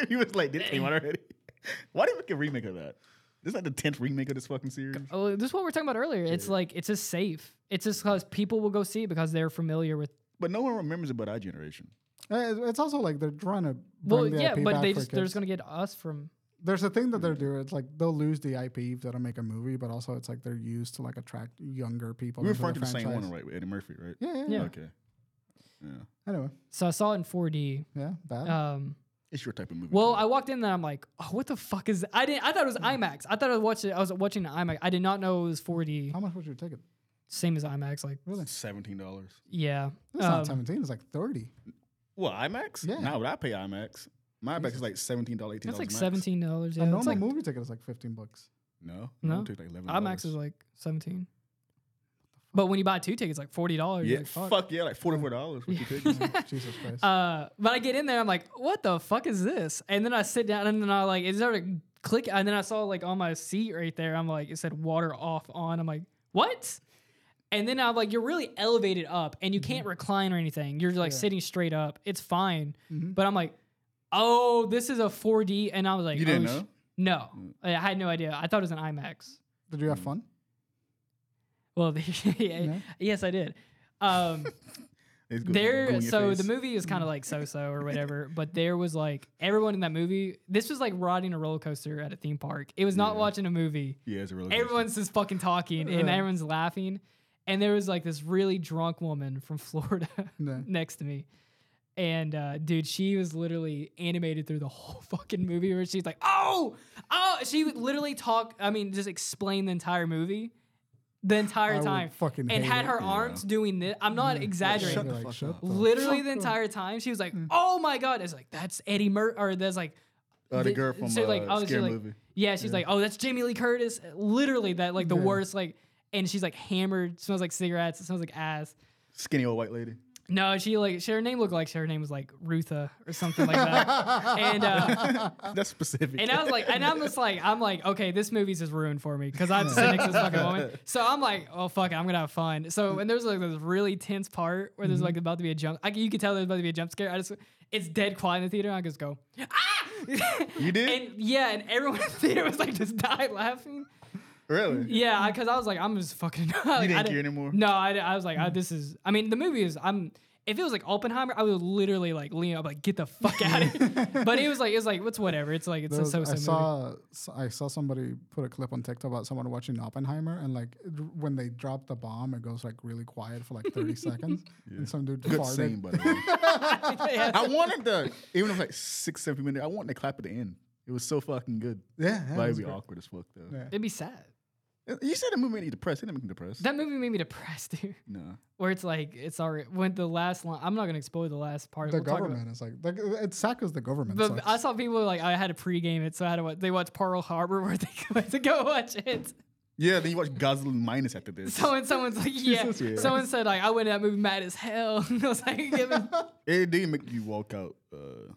S2: he was like, "Did it came out already?" <laughs> Why did we get a remake of that? This is like the tenth remake of this fucking series.
S1: oh, this is what we are talking about earlier. It's like it's just safe. It's just because people will go see it because they're familiar with.
S2: But no one remembers it but our generation.
S3: Eh, it- It's also like they're trying to bring
S1: Well,
S3: the
S1: yeah,
S3: IP
S1: but
S3: back
S1: they
S3: for
S1: just, they're
S3: kids.
S1: just gonna get us from.
S3: There's a thing that they're doing. It's like they'll lose the IP if they don't make a movie, but also it's like they're used to like attract younger people.
S2: We were
S3: into
S2: referring to the same
S3: franchise.
S2: one, right? With Eddie Murphy, right?
S3: Yeah, yeah,
S1: Yeah.
S3: yeah.
S2: Okay. Yeah.
S3: Anyway,
S1: So I saw it in 4D.
S3: yeah, bad.
S1: Um,
S2: It's your type of movie.
S1: well,
S2: too.
S1: I walked in there. I'm like, oh, what the fuck is? I didn't. I thought it was IMAX. I thought I watched it. I was watching the IMAX. I did not know it was 4D.
S3: How much would you take it?
S1: Same as IMAX. Like,
S2: seventeen dollars.
S1: yeah.
S3: It's
S1: Um,
S3: not 17. It's like 30.
S2: Well, IMAX?
S3: Yeah.
S2: Not what I pay IMAX. My IMAX is like seventeen dollars, eighteen
S1: That's
S2: dollars.
S1: like seventeen dollars. Yeah,
S3: a
S1: it's
S3: normal
S1: like-
S3: movie ticket is like
S1: <laughs>
S3: 15 bucks.
S2: No,
S1: No.
S2: no, take like eleven.
S1: IMAX is like seventeen. But when you buy two tickets, like forty dollars.
S2: yeah,
S1: Like,
S2: fuck.
S1: fuck.
S2: yeah, like forty four dollars. What you taking?
S3: Jesus Christ.
S1: Uh, but I get in there, I'm like, what the fuck is this? And then I sit down, and then I like, it started click, and then I saw like on my seat right there, I'm like, it said water off on. I'm like, what? And then I'm like, you're really elevated up, and you
S2: Mm-hmm.
S1: can't recline or anything. You're like sitting straight up. It's fine.
S2: Mm-hmm.
S1: But I'm like, oh, this is a 4D, and I was like,
S2: You didn't
S1: oh, sh-
S2: know?
S1: No,
S2: Mm.
S1: I I had no idea. I thought it was an IMAX.
S3: Did you have
S1: <laughs>
S3: fun?
S1: Well, <laughs> yeah, yes, I did. Um,
S2: It's good. Go
S1: there
S2: in your
S1: so the
S2: face.
S1: movie is kind of like so-so or
S3: <laughs>
S1: whatever but there was like everyone in that movie this was like riding a roller coaster at a theme park it was not watching a movie
S2: Yeah, it's a really.
S1: everyone's just fucking talking and everyone's laughing and there was like this really drunk woman from <laughs> florida
S3: Yeah.
S1: next to me and uh, dude, she was literally animated through the whole <laughs> fucking movie where she's like, oh, oh, she would literally talk, I mean, just explain the entire movie the entire
S3: would
S1: time.
S3: fucking
S1: and
S3: hate
S1: had
S3: it.
S1: her arms doing this. I'm not exaggerating.
S3: Shut the fuck up.
S1: Literally the entire time, she was like, "Oh my god!" It's like that's Eddie Mur or that's like
S2: Uh, the
S1: th-
S2: girl from
S1: so, like,
S2: uh,
S1: I was just
S2: Scary
S1: like-
S2: Movie.
S1: Yeah, she's like, "Oh, that's Jamie Lee Curtis." Literally, that like the
S3: Yeah.
S1: worst like, and she's like hammered. Smells like cigarettes. It smells like ass.
S2: Skinny old white lady. <laughs>
S1: No, she like she, her name looked like her name was like Rutha or something like that. and uh,
S2: That's specific.
S1: and I was like, and I'm just like, I'm like, okay, this movie's just ruined for me because I'm sitting next to this fucking woman. So I'm like, oh fuck, it, I'm gonna have fun. So and there's like this really tense part where there's like about to be a jump. Like you could tell there's about to be a jump scare. I just it's dead quiet in the theater. And I just go, ah!
S2: you did
S1: and yeah, and everyone <laughs> in the theater was like just died laughing. <laughs>
S2: really?
S1: Yeah, because I was like, I'm just fucking. <laughs> like, I
S2: didn't care anymore?
S1: No, I, di- I was like, I, this is. I mean, the movie is. I'm. If it was like Oppenheimer, I would literally like lean up, like get the fuck out of here. But it was like, it's like, what's whatever. It's like, it's
S3: There
S1: a so-so
S3: was- I
S1: movie.
S3: saw s- I saw somebody put a clip on TikTok about someone watching Oppenheimer, and like it- when they drop the bomb, it goes like really quiet for like
S1: <laughs>
S3: thirty seconds, and some dude
S2: Good
S3: farted.
S2: scene, by the
S1: <laughs>
S2: way. <laughs>
S1: Yeah.
S2: I wanted the even if like six, seven minutes. I wanted to clap at the end. It was so fucking good.
S3: Yeah, yeah, it
S2: Like,
S3: was
S2: it'd be
S3: great.
S2: awkward as fuck though.
S3: Yeah.
S1: It'd be sad.
S2: You said the movie made you depressed. It didn't make me depressed.
S1: That movie made me depressed, <laughs> dude.
S2: no.
S1: Where it's like, it's already when the last line. I'm not gonna spoil the last part.
S3: The
S1: We'll talk about-
S3: government is like, like it sackles the government.
S1: But
S3: sucks.
S1: I saw people like I had a pregame it, so I had to watch, they watched Pearl Harbor <laughs> where they go to go watch it.
S2: Yeah, then you watch Goslin minus after this.
S1: Someone, someone's
S3: <laughs>
S1: like, yeah.
S2: Jesus Christ.
S1: Someone said like I went to that movie mad as hell. <laughs> I was like, give me-
S3: <laughs>
S2: it did make you walk out. Uh,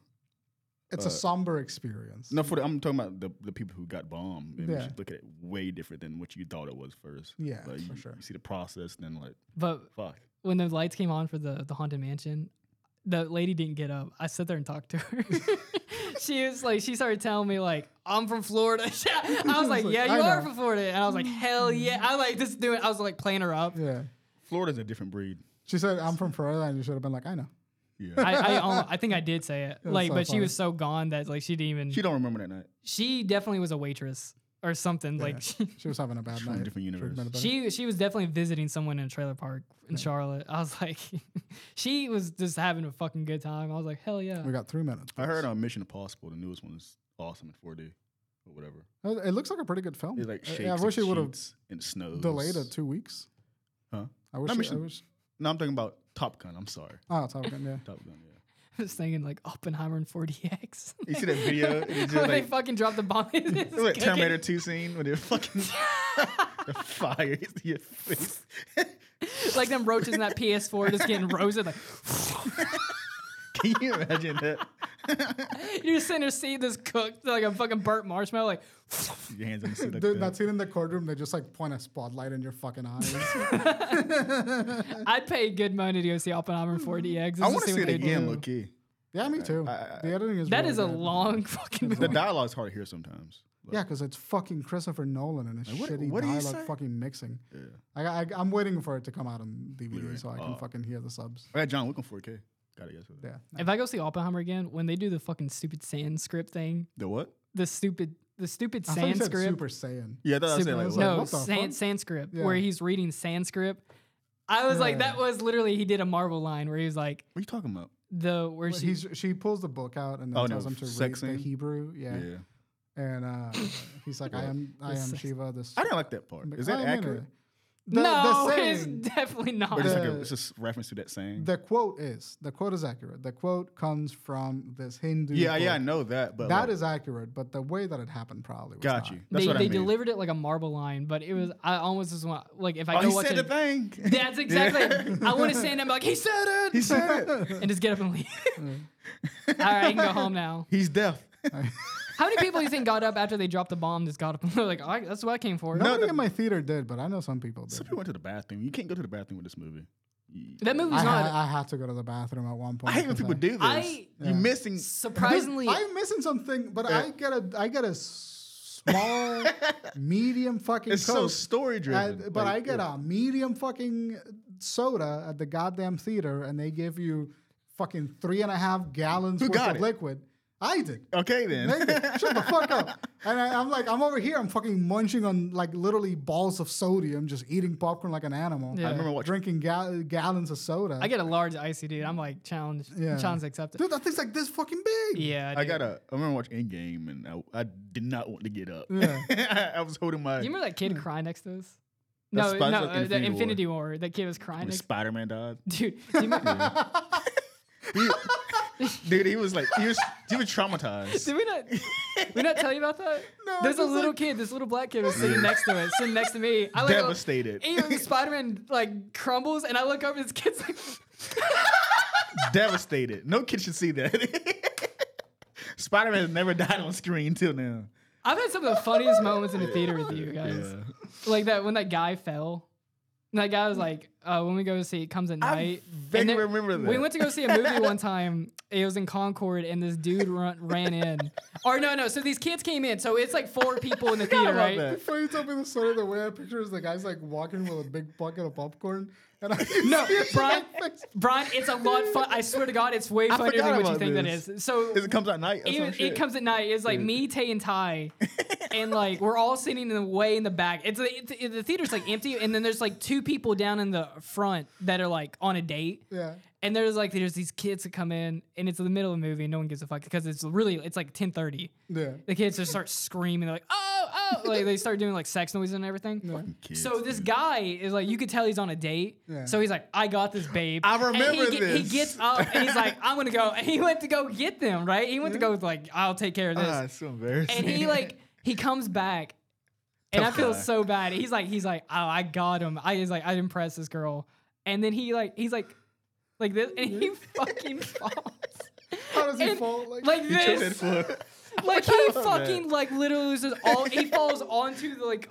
S3: it's a somber experience.
S2: no, for the, I'm talking about the, the people who got bombed. And yeah.
S3: Yeah.
S2: should look at it way different than what you thought it was first.
S3: Yeah,
S2: like,
S3: for
S2: you,
S3: sure.
S2: You see the process, then like
S1: but
S2: fuck.
S1: when the lights came on for the the haunted mansion, the lady didn't get up. I sat there and talked to
S3: <laughs>
S1: her. she was like, she started telling me like, I'm from Florida. <laughs>
S3: <laughs>
S1: I was like, yeah,
S3: I
S1: you are
S3: know.
S1: from Florida, and I was like, hell yeah. I like just doing. I was like playing her up.
S3: Yeah,
S2: Florida's a different breed.
S3: she said, "I'm from Florida," and you should have been like, "I know."
S2: Yeah,
S1: I I,
S2: <laughs>
S1: almo- I think I did say it. like,
S3: so
S1: but she
S3: funny.
S1: was so gone that like she didn't even.
S2: she
S1: She,
S2: don't remember that night.
S1: definitely was a waitress or something. Like she,
S3: She was having a bad
S2: from a
S3: night.
S2: different
S3: She would've been a better-
S1: she she was definitely visiting someone in a trailer park in Charlotte. I was like, <laughs> she was just having a fucking good time. I was like, hell yeah. <laughs>
S3: we got three minutes.
S2: I heard on Mission Impossible, the newest one is awesome in 4D or whatever.
S3: Uh, It looks like a pretty good film.
S2: It like
S3: Uh, I-
S2: shakes.
S3: I, wish it
S2: and
S3: would have
S2: shoots and snows.
S3: delayed it two weeks.
S2: Huh?
S3: I wish.
S2: No,
S3: it-
S2: Mission-
S3: I wish.
S2: No, I'm talking about Top Gun. I'm sorry,
S3: Oh, it's all good. Yeah.
S2: Top Gun. Yeah.
S1: was thinking like Oppenheimer and 40X.
S2: You see that
S3: <laughs>
S2: video? And
S1: <laughs>
S2: it's
S1: Where
S2: just
S1: they
S2: Uh, like,
S1: fucking dropped the bomb. <laughs> in his
S2: it's like
S1: cooking.
S2: Terminator 2 scene when they're fucking the fire hits your face.
S1: <laughs> like them roaches in that PS4 just
S2: <laughs>
S1: getting roasted. Like <laughs>
S2: Can you imagine that?
S1: you're just sitting there seeing this cooked like a fucking burnt marshmallow.
S2: <laughs>
S1: Like
S2: Your hands on the seat like
S3: Dude,
S2: that.
S3: that scene in the courtroom, they just like point a spotlight in your fucking eyes.
S2: <laughs>
S1: I'd pay good money to go see Oppenheimer and 40X. just
S2: I want
S1: to
S2: to see
S1: what
S2: it
S1: they
S2: again,
S1: do.
S2: low key.
S3: yeah, me too.
S2: I-
S3: the editing is
S1: That
S3: really
S1: is a
S3: good.
S1: long <laughs> fucking movie.
S2: The dialogue's hard to hear sometimes. Like,
S3: Yeah, because it's fucking Christopher Nolan and his
S2: Like, what-
S3: shitty
S2: what do you
S3: dialogue
S2: say?
S3: fucking mixing.
S2: yeah.
S3: I, I, I'm waiting for it to come out on DVD
S2: Blu-ray.
S3: so I can
S2: Oh.
S3: fucking hear the subs.
S2: I got John Wick on 4K. Gotta guess what that.
S3: Yeah.
S1: If I go see Oppenheimer again, when they do the fucking stupid Sanskrit thing,
S2: The what?
S1: the stupid the stupid
S3: I thought you said
S1: Sanskrit.
S3: Super Saiyan.
S2: Yeah, I thought I said like,
S3: was
S2: what?
S3: like,
S1: no,
S3: what the
S1: San,
S3: fuck?
S1: Sanskrit, where
S3: Yeah.
S1: he's reading Sanskrit. I was like,
S3: Yeah.
S1: that was literally he did a Marvel line where he was like
S2: What are you talking about?
S1: the where she
S3: He's, she pulls the book out and then
S2: Oh, no,
S3: tells him to read
S2: sex
S3: the
S2: scene?
S3: Hebrew. Yeah.
S2: Yeah.
S3: And uh,
S2: <laughs>
S3: he's like, I am I
S1: The
S3: am
S1: sex-
S3: Shiva. Oh, This
S2: I didn't like that part. Is that
S3: I mean,
S2: accurate?
S3: uh, The,
S1: no, <laughs>
S3: the
S1: it's
S3: saying-
S1: definitely not.
S2: Or just like
S3: the-
S2: a, it's just reference to that saying?
S3: the quote is the quote is accurate. The quote comes from this Hindu.
S2: yeah, yeah, I
S3: book.
S2: know that, but
S3: That
S2: like,
S3: is accurate, but the way that it happened probably was
S2: got
S3: not.
S2: you. That's
S1: they
S2: what I
S1: they
S2: mean.
S1: delivered it like a Marvel line, but it
S3: Mm.
S1: was I almost just want like if I
S2: Oh,
S1: go
S2: he
S1: watch
S2: said the
S1: it.
S2: thing.
S1: <laughs>
S2: <laughs>
S1: That's exactly. I want to stand up and be like he said it.
S2: he said
S3: <laughs>
S2: it.
S1: and just get up and
S2: <laughs>
S1: leave. All right, you can go home now.
S2: He's deaf.
S1: How many people do you think got up after they dropped the bomb? Just got up and were like, I, "That's what I came for."
S3: Nobody in my theater did, but I know some people did.
S2: Some people went to the bathroom. You can't go to the bathroom with this movie. You-
S1: that movie's
S3: I,
S1: not.
S3: ha- I had to go to the bathroom at one point.
S2: I hate when
S3: 'cause
S2: people do this.
S1: I-
S2: You're missing.
S1: surprisingly,
S3: I'm missing something, but I get a I get
S2: <laughs>
S3: a small, medium fucking.
S2: It's so
S3: Coke,
S2: story driven.
S3: and- but I get a medium fucking soda at the goddamn theater, and they give you fucking three and a half gallons
S2: Who
S3: worth
S2: got
S3: of
S2: it?
S3: liquid. I did.
S2: Okay
S3: They
S2: <laughs> then.
S3: did. Shut the fuck up. And I, I'm like, I'm over here. I'm fucking munching on like literally balls of sodium, just eating popcorn like an animal.
S1: Yeah. I
S2: remember watching-
S3: drinking gal- gallons of soda.
S1: I get a large icy dude. I'm like challenge.
S3: Yeah.
S1: Challenge accepted.
S3: Dude, that thing's like this fucking big.
S1: yeah,
S2: I
S1: dude.
S2: got a. I remember watching Endgame, and I, I did not want to get up.
S3: Yeah.
S2: <laughs> I was holding my.
S1: Do you remember that
S3: Hmm.
S1: kid crying next to us? No,
S2: That's
S1: no,
S2: Spy-
S1: uh,
S2: like
S1: the
S2: Infinity
S1: Infinity,
S2: War.
S1: War. That kid was crying
S2: when
S1: next.
S2: Spider Man died.
S1: <laughs> Dude, do you remember,
S2: Dude,
S1: <laughs>
S2: dude, he was like, he was, he was traumatized.
S1: did we not? We not tell you about that?
S3: No,
S1: There's a
S3: just
S1: little kid. This little black kid was sitting next to it, sitting next to me. I like,
S2: Devastated.
S1: Spider Man like crumbles, and I look up, and this kid's like, <laughs>
S2: Devastated. No kid should see that. <laughs> Spider Man has never died on screen till now.
S1: I've had some of the funniest moments in the theater with you guys. Like that when that guy fell. And that guy was like, uh, when we go to see it comes at night.
S2: vaguely
S1: And then-
S2: remember that.
S1: We went to go see a
S2: <laughs>
S1: movie one time. It was in Concord and this dude run, ran in. Or no, no. So these kids came in. So it's like four people
S2: <laughs>
S1: in the theater,
S2: about
S1: right?
S2: that.
S3: Before you told me the story, the way I picture is the guy's like walking with a big bucket of popcorn, and I
S1: <laughs>
S2: <laughs>
S1: No,
S3: <laughs> see his
S1: Brian,
S3: face.
S1: Brian, it's a lot fun. I swear to God, it's way
S2: I
S1: funnier
S2: forgot
S1: than what you
S2: about
S1: think
S2: this.
S1: that is. So
S2: Because it comes out night. or some
S1: it, it
S2: shit.
S1: comes at night. It's like me, Tay, and
S2: <laughs>
S1: Ty, and like we're all sitting in the way in the back. It's, like- it's it- the theater's like empty, and then there's like two people down in the front that are like on a date.
S3: Yeah.
S1: And there's like there's these kids that come in, and it's in the middle of the movie, and no one gives a fuck because it's really it's like 10:30. <laughs>
S3: Yeah.
S1: The kids just start screaming, they're like oh
S2: <laughs>
S1: oh, like they start doing like sex noises and everything.
S2: Kids.
S1: So this guy is like, you could tell he's on a date.
S3: Yeah.
S1: So he's like, I got this, babe.
S2: I
S1: And he
S2: remember
S1: get- He
S2: this.
S1: gets up and he's like, I'm gonna go. And he went to go get them, right? He went to go like, I'll take care of this.
S2: Ah, it's so embarrassing.
S1: and
S2: <laughs>
S1: he like, he comes back, and I
S2: Tough
S1: feel
S2: guy.
S1: so bad. He's like, he's like, oh, I got him. I was like, I impressed this girl. And then he like, he's like, like this, and he fucking falls.
S3: How does he
S1: And,
S3: fall? Like,
S1: like
S2: He took that
S1: this.
S2: for-
S1: Like he
S2: that.
S1: fucking like literally loses all. He falls onto the like,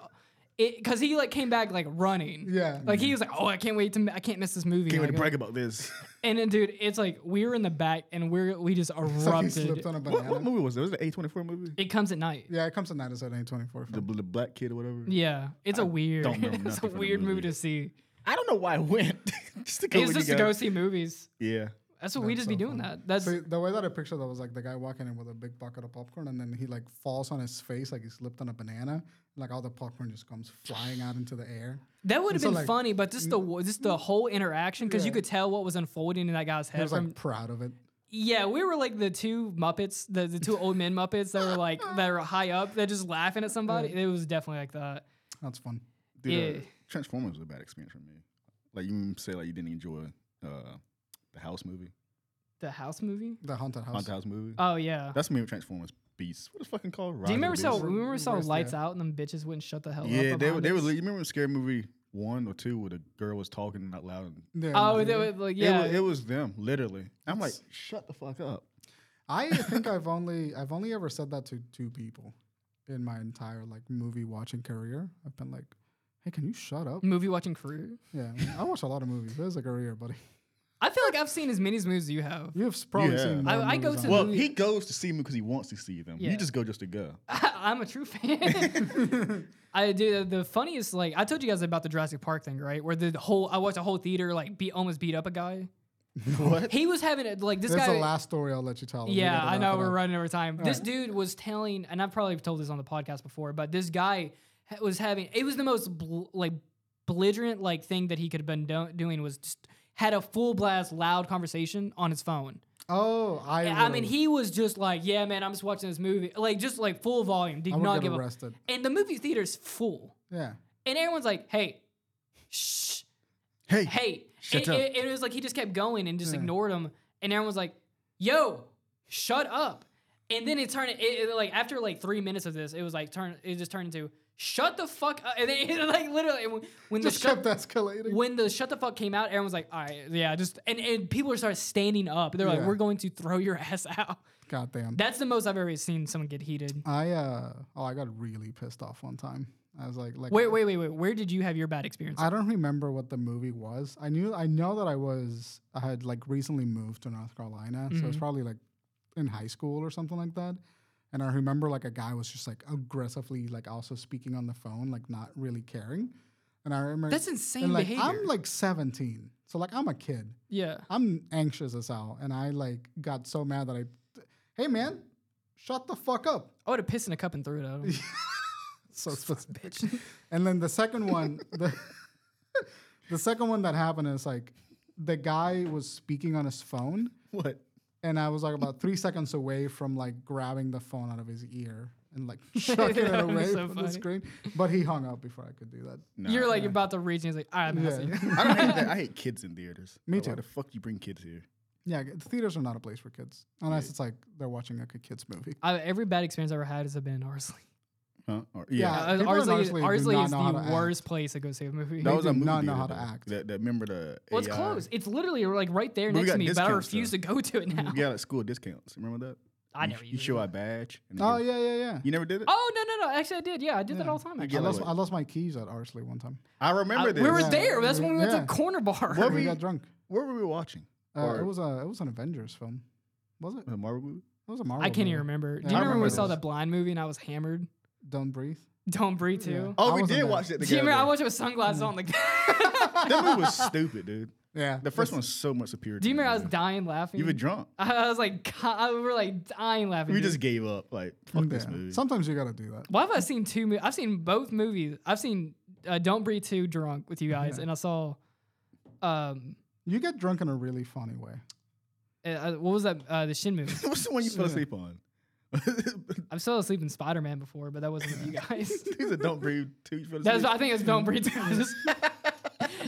S1: it because he like came back like running.
S3: yeah.
S1: Like he was like, "Oh, I can't wait to m- I can't miss this movie."
S2: Can't wait to
S1: Like, uh,
S2: brag about this.
S1: and then, dude, it's like we were in the back and we're we just
S3: It's like he
S1: erupted.
S3: slipped on a
S2: What,
S3: banana.
S2: what movie was it? Was it the A24 movie?
S1: it comes at night.
S3: yeah, it comes tonight. It's at eight twenty four.
S2: The, the black kid or whatever?
S1: Yeah, it's a weird,
S2: don't know
S1: <laughs> it's
S2: nothing
S1: a
S2: from the
S1: weird movie.
S2: movie.
S1: to see.
S2: I don't know why I went. <laughs> just to go
S1: It's
S2: with
S1: just
S2: you
S1: to go
S2: guys.
S1: see movies.
S2: Yeah.
S1: That's what we
S3: That's
S1: just be
S3: so
S1: doing.
S3: funny.
S1: That that's
S3: So the way that I pictured that was like the guy walking in with a big bucket of popcorn, and then he like falls on his face like he slipped on a banana. Like all the popcorn just comes flying out into the air.
S1: that would have
S3: so,
S1: been
S3: like,
S1: funny, but just the w- just the whole interaction because you
S3: Yeah.
S1: could tell what was unfolding in that guy's
S3: He
S1: head.
S3: was
S1: From
S3: like proud of it.
S1: yeah, we were like the two Muppets, the, the two old men Muppets that were like that were high up, that just laughing at somebody. It was definitely like that.
S3: That's fun.
S2: Dude,
S1: Yeah.
S2: uh, Transformers was a bad experience for me. Like you say, like you didn't enjoy uh, the House movie.
S1: the house movie.
S3: The haunted house.
S2: Haunted House movie.
S1: Oh yeah.
S2: That's the movie Transformers Beast. What is fucking called? Rise
S1: Do you
S2: of the
S1: remember so
S2: Beasts?
S1: remember we saw
S3: Where's
S1: lights
S3: that?
S1: out and them bitches wouldn't shut the hell
S2: Yeah,
S1: up?
S2: they were.
S1: behind
S2: They were.
S1: us?
S2: You remember Scary Movie one or two where the girl was talking out loud? And
S3: Yeah,
S1: Oh,
S3: yeah.
S1: they were like
S2: It
S1: yeah.
S2: wa- it was, them literally. I'm like, shut the fuck up.
S3: I think I've only I've only ever said that to two people in my entire like movie watching career. I've been like, "Hey, can you
S1: <laughs>
S3: shut up?"
S1: movie watching crew.
S3: Yeah, I watch a lot of movies. There's a career, buddy. <laughs>
S1: I feel like I've seen as many as movies as you have. <laughs>
S3: You've s- probably
S2: Yeah.
S3: seen.
S1: I-
S3: more
S1: I go
S3: movies
S1: to the-
S2: <laughs>
S3: than
S2: Well,
S1: <laughs>
S3: me.
S2: he goes to see them because he wants to see them.
S1: Yeah.
S2: You just go just
S1: <laughs>
S2: to go.
S1: I, am a true
S2: <laughs>
S1: fan. I do the funniest like I told you guys about the Jurassic Park thing, right? Where the whole I watched a whole theater like beat almost beat up a guy.
S2: what?
S1: He was having it like this
S3: That's
S1: guy.
S3: the last story I'll let you tell. We
S1: Yeah,
S3: gotta
S1: I
S3: wrap
S1: know
S3: it
S1: we're
S3: up.
S1: running over time. this dude was telling, and I've probably told this on the podcast before, but this guy ha- was having it was the most bl- like belligerent like thing that he could have been do- doing was just had a full blast loud conversation on his phone.
S3: Oh, I.
S1: I, I mean,
S3: would've-
S1: he was just like, "Yeah, man, I'm just watching this movie," like just like full volume, did
S3: I would
S1: not
S3: get
S1: give a.
S3: arrested.
S1: And the movie theater's full,
S3: Yeah.
S1: and everyone's like, "Hey, shh."
S2: Hey,
S1: hey,
S2: Shut
S1: and,
S2: up.
S1: and- and it was like he just kept going and just ignored him, and everyone was like, "Yo, shut up!" And then it turned it, it- like after like three minutes of this, it was like turn it just turned into "Shut the fuck up!" And then <laughs> it, like literally when- when the
S3: Just
S1: shut
S3: kept escalating.
S1: when the shut the fuck came out, everyone was like, "All right, yeah, just," and, and people started standing up. They're like,
S3: Yeah.
S1: "We're going to throw your <laughs> ass out."
S3: Goddamn.
S1: That's the most I've ever seen someone get heated.
S3: I uh oh, I got really pissed off one time. I was like, like
S1: Wait, wait, wait, wait. Where did you have your bad experience?
S3: I don't remember what the movie was. I knew I know that I was I had like recently moved to North Carolina, so
S1: Mm-hmm.
S3: it was probably like in high school or something like that. And I remember like a guy was just like aggressively like also speaking on the phone, like not really caring. And I remember
S1: That's
S3: and,
S1: insane
S3: like,
S1: behavior.
S3: I'm like 17, so like I'm a kid.
S1: yeah.
S3: I'm anxious as hell, and I like got so mad that I, hey man, shut the fuck up.
S1: I would have pissed in a cup and threw it at him. <laughs>
S3: So specific. And then the second one, the, <laughs> the second one that happened is like the guy was speaking on his phone,
S2: what?
S3: and I was like about three seconds away from like grabbing the phone out of his ear and like <laughs> chucking
S1: <laughs>
S3: it
S1: That would be
S3: away
S1: so
S3: from
S1: funny.
S3: the screen. But he hung up before I could do that.
S2: Nah.
S1: You're like about to reach, and he's like, "All right, man, I'll see you." <laughs>
S3: Yeah,
S2: I don't hate that. I hate kids in <laughs> theaters.
S3: Me
S2: Like, Why
S3: too.
S2: the fuck you bring kids here?
S3: <laughs> yeah. g- Theaters are not a place for kids unless it's like they're watching like a kids movie.
S1: I, every bad experience I ever had has been in Arsley.
S2: Huh? Or,
S3: Yeah.
S1: Uh,
S3: people in
S1: Arsley,
S3: Arsley do
S1: Arsley
S3: not
S1: is
S3: know how to
S1: the
S3: act.
S1: worst place to go see a movie.
S2: That was
S3: do
S2: a movie
S3: not know
S2: theater,
S3: how to
S2: though.
S3: act.
S2: That, that remember the
S1: well, <laughs> it's
S2: AI
S1: closed. It's literally like right there
S2: But we
S1: next to
S2: got
S1: me, but I
S2: discounts,
S1: refuse to go to it now.
S2: We got like school discounts. Remember that?
S1: I
S2: you,
S1: never
S2: You
S1: used
S2: show
S1: it.
S2: a badge. And
S3: Oh
S2: you-
S3: yeah, yeah, yeah.
S2: You never did it.
S1: Oh no, no, no! Actually, I did. Yeah, I did that
S3: Yeah.
S1: all the time.
S3: I
S2: Yeah,
S1: Actually,
S3: lost,
S2: like-
S3: I lost my keys at Arsley one time.
S2: I remember this.
S1: we were
S3: Yeah.
S1: there. That's when we went
S3: Yeah.
S1: to Corner Bar.
S2: What were
S3: we
S2: you-
S3: got drunk.
S2: What were we watching?
S3: Uh,
S2: Or-
S3: it was a it was an Avengers film, was it?
S2: A Marvel movie?
S3: It was a Marvel.
S1: I can't
S3: movie.
S1: even remember. Do
S3: Yeah,
S1: you
S2: I
S1: remember when we
S2: remember
S1: saw
S2: this.
S1: that blind movie and I was hammered? <laughs>
S3: Don't breathe.
S1: Don't breathe <laughs> too.
S3: I
S2: Oh, we
S3: wasn't
S2: did
S3: there.
S2: watch it
S1: Do you
S2: together.
S1: remember? I watched it with sunglasses
S2: <laughs>
S1: on. Like, <laughs> do
S2: that
S1: <laughs>
S2: movie was stupid, dude.
S3: Yeah.
S2: The first one's so much superior.
S1: you
S2: to
S1: remember I was
S2: the other.
S1: dying laughing?
S2: You were drunk.
S1: I <laughs> I was like, <laughs> God, we were like dying laughing.
S2: We
S1: dude.
S2: just gave up. Like fuck this movie.
S3: Mm, Sometimes you gotta do that.
S1: Why have I seen two? Mo- I've seen both movies. I've seen uh, Don't Breathe Two drunk with you guys, and I saw, um,
S3: You get drunk in a really funny way.
S1: uh, uh, what was that? Uh, the Shin
S3: <laughs>
S1: movie.
S2: <laughs> What's the one you fell asleep on? <laughs>
S1: I've fell asleep in Spider Man before, but that wasn't with you
S3: <laughs>
S1: guys.
S2: These are don't breathe. Two. You fell
S1: That's
S2: asleep.
S1: I think it's Don't Breathe Two. I just-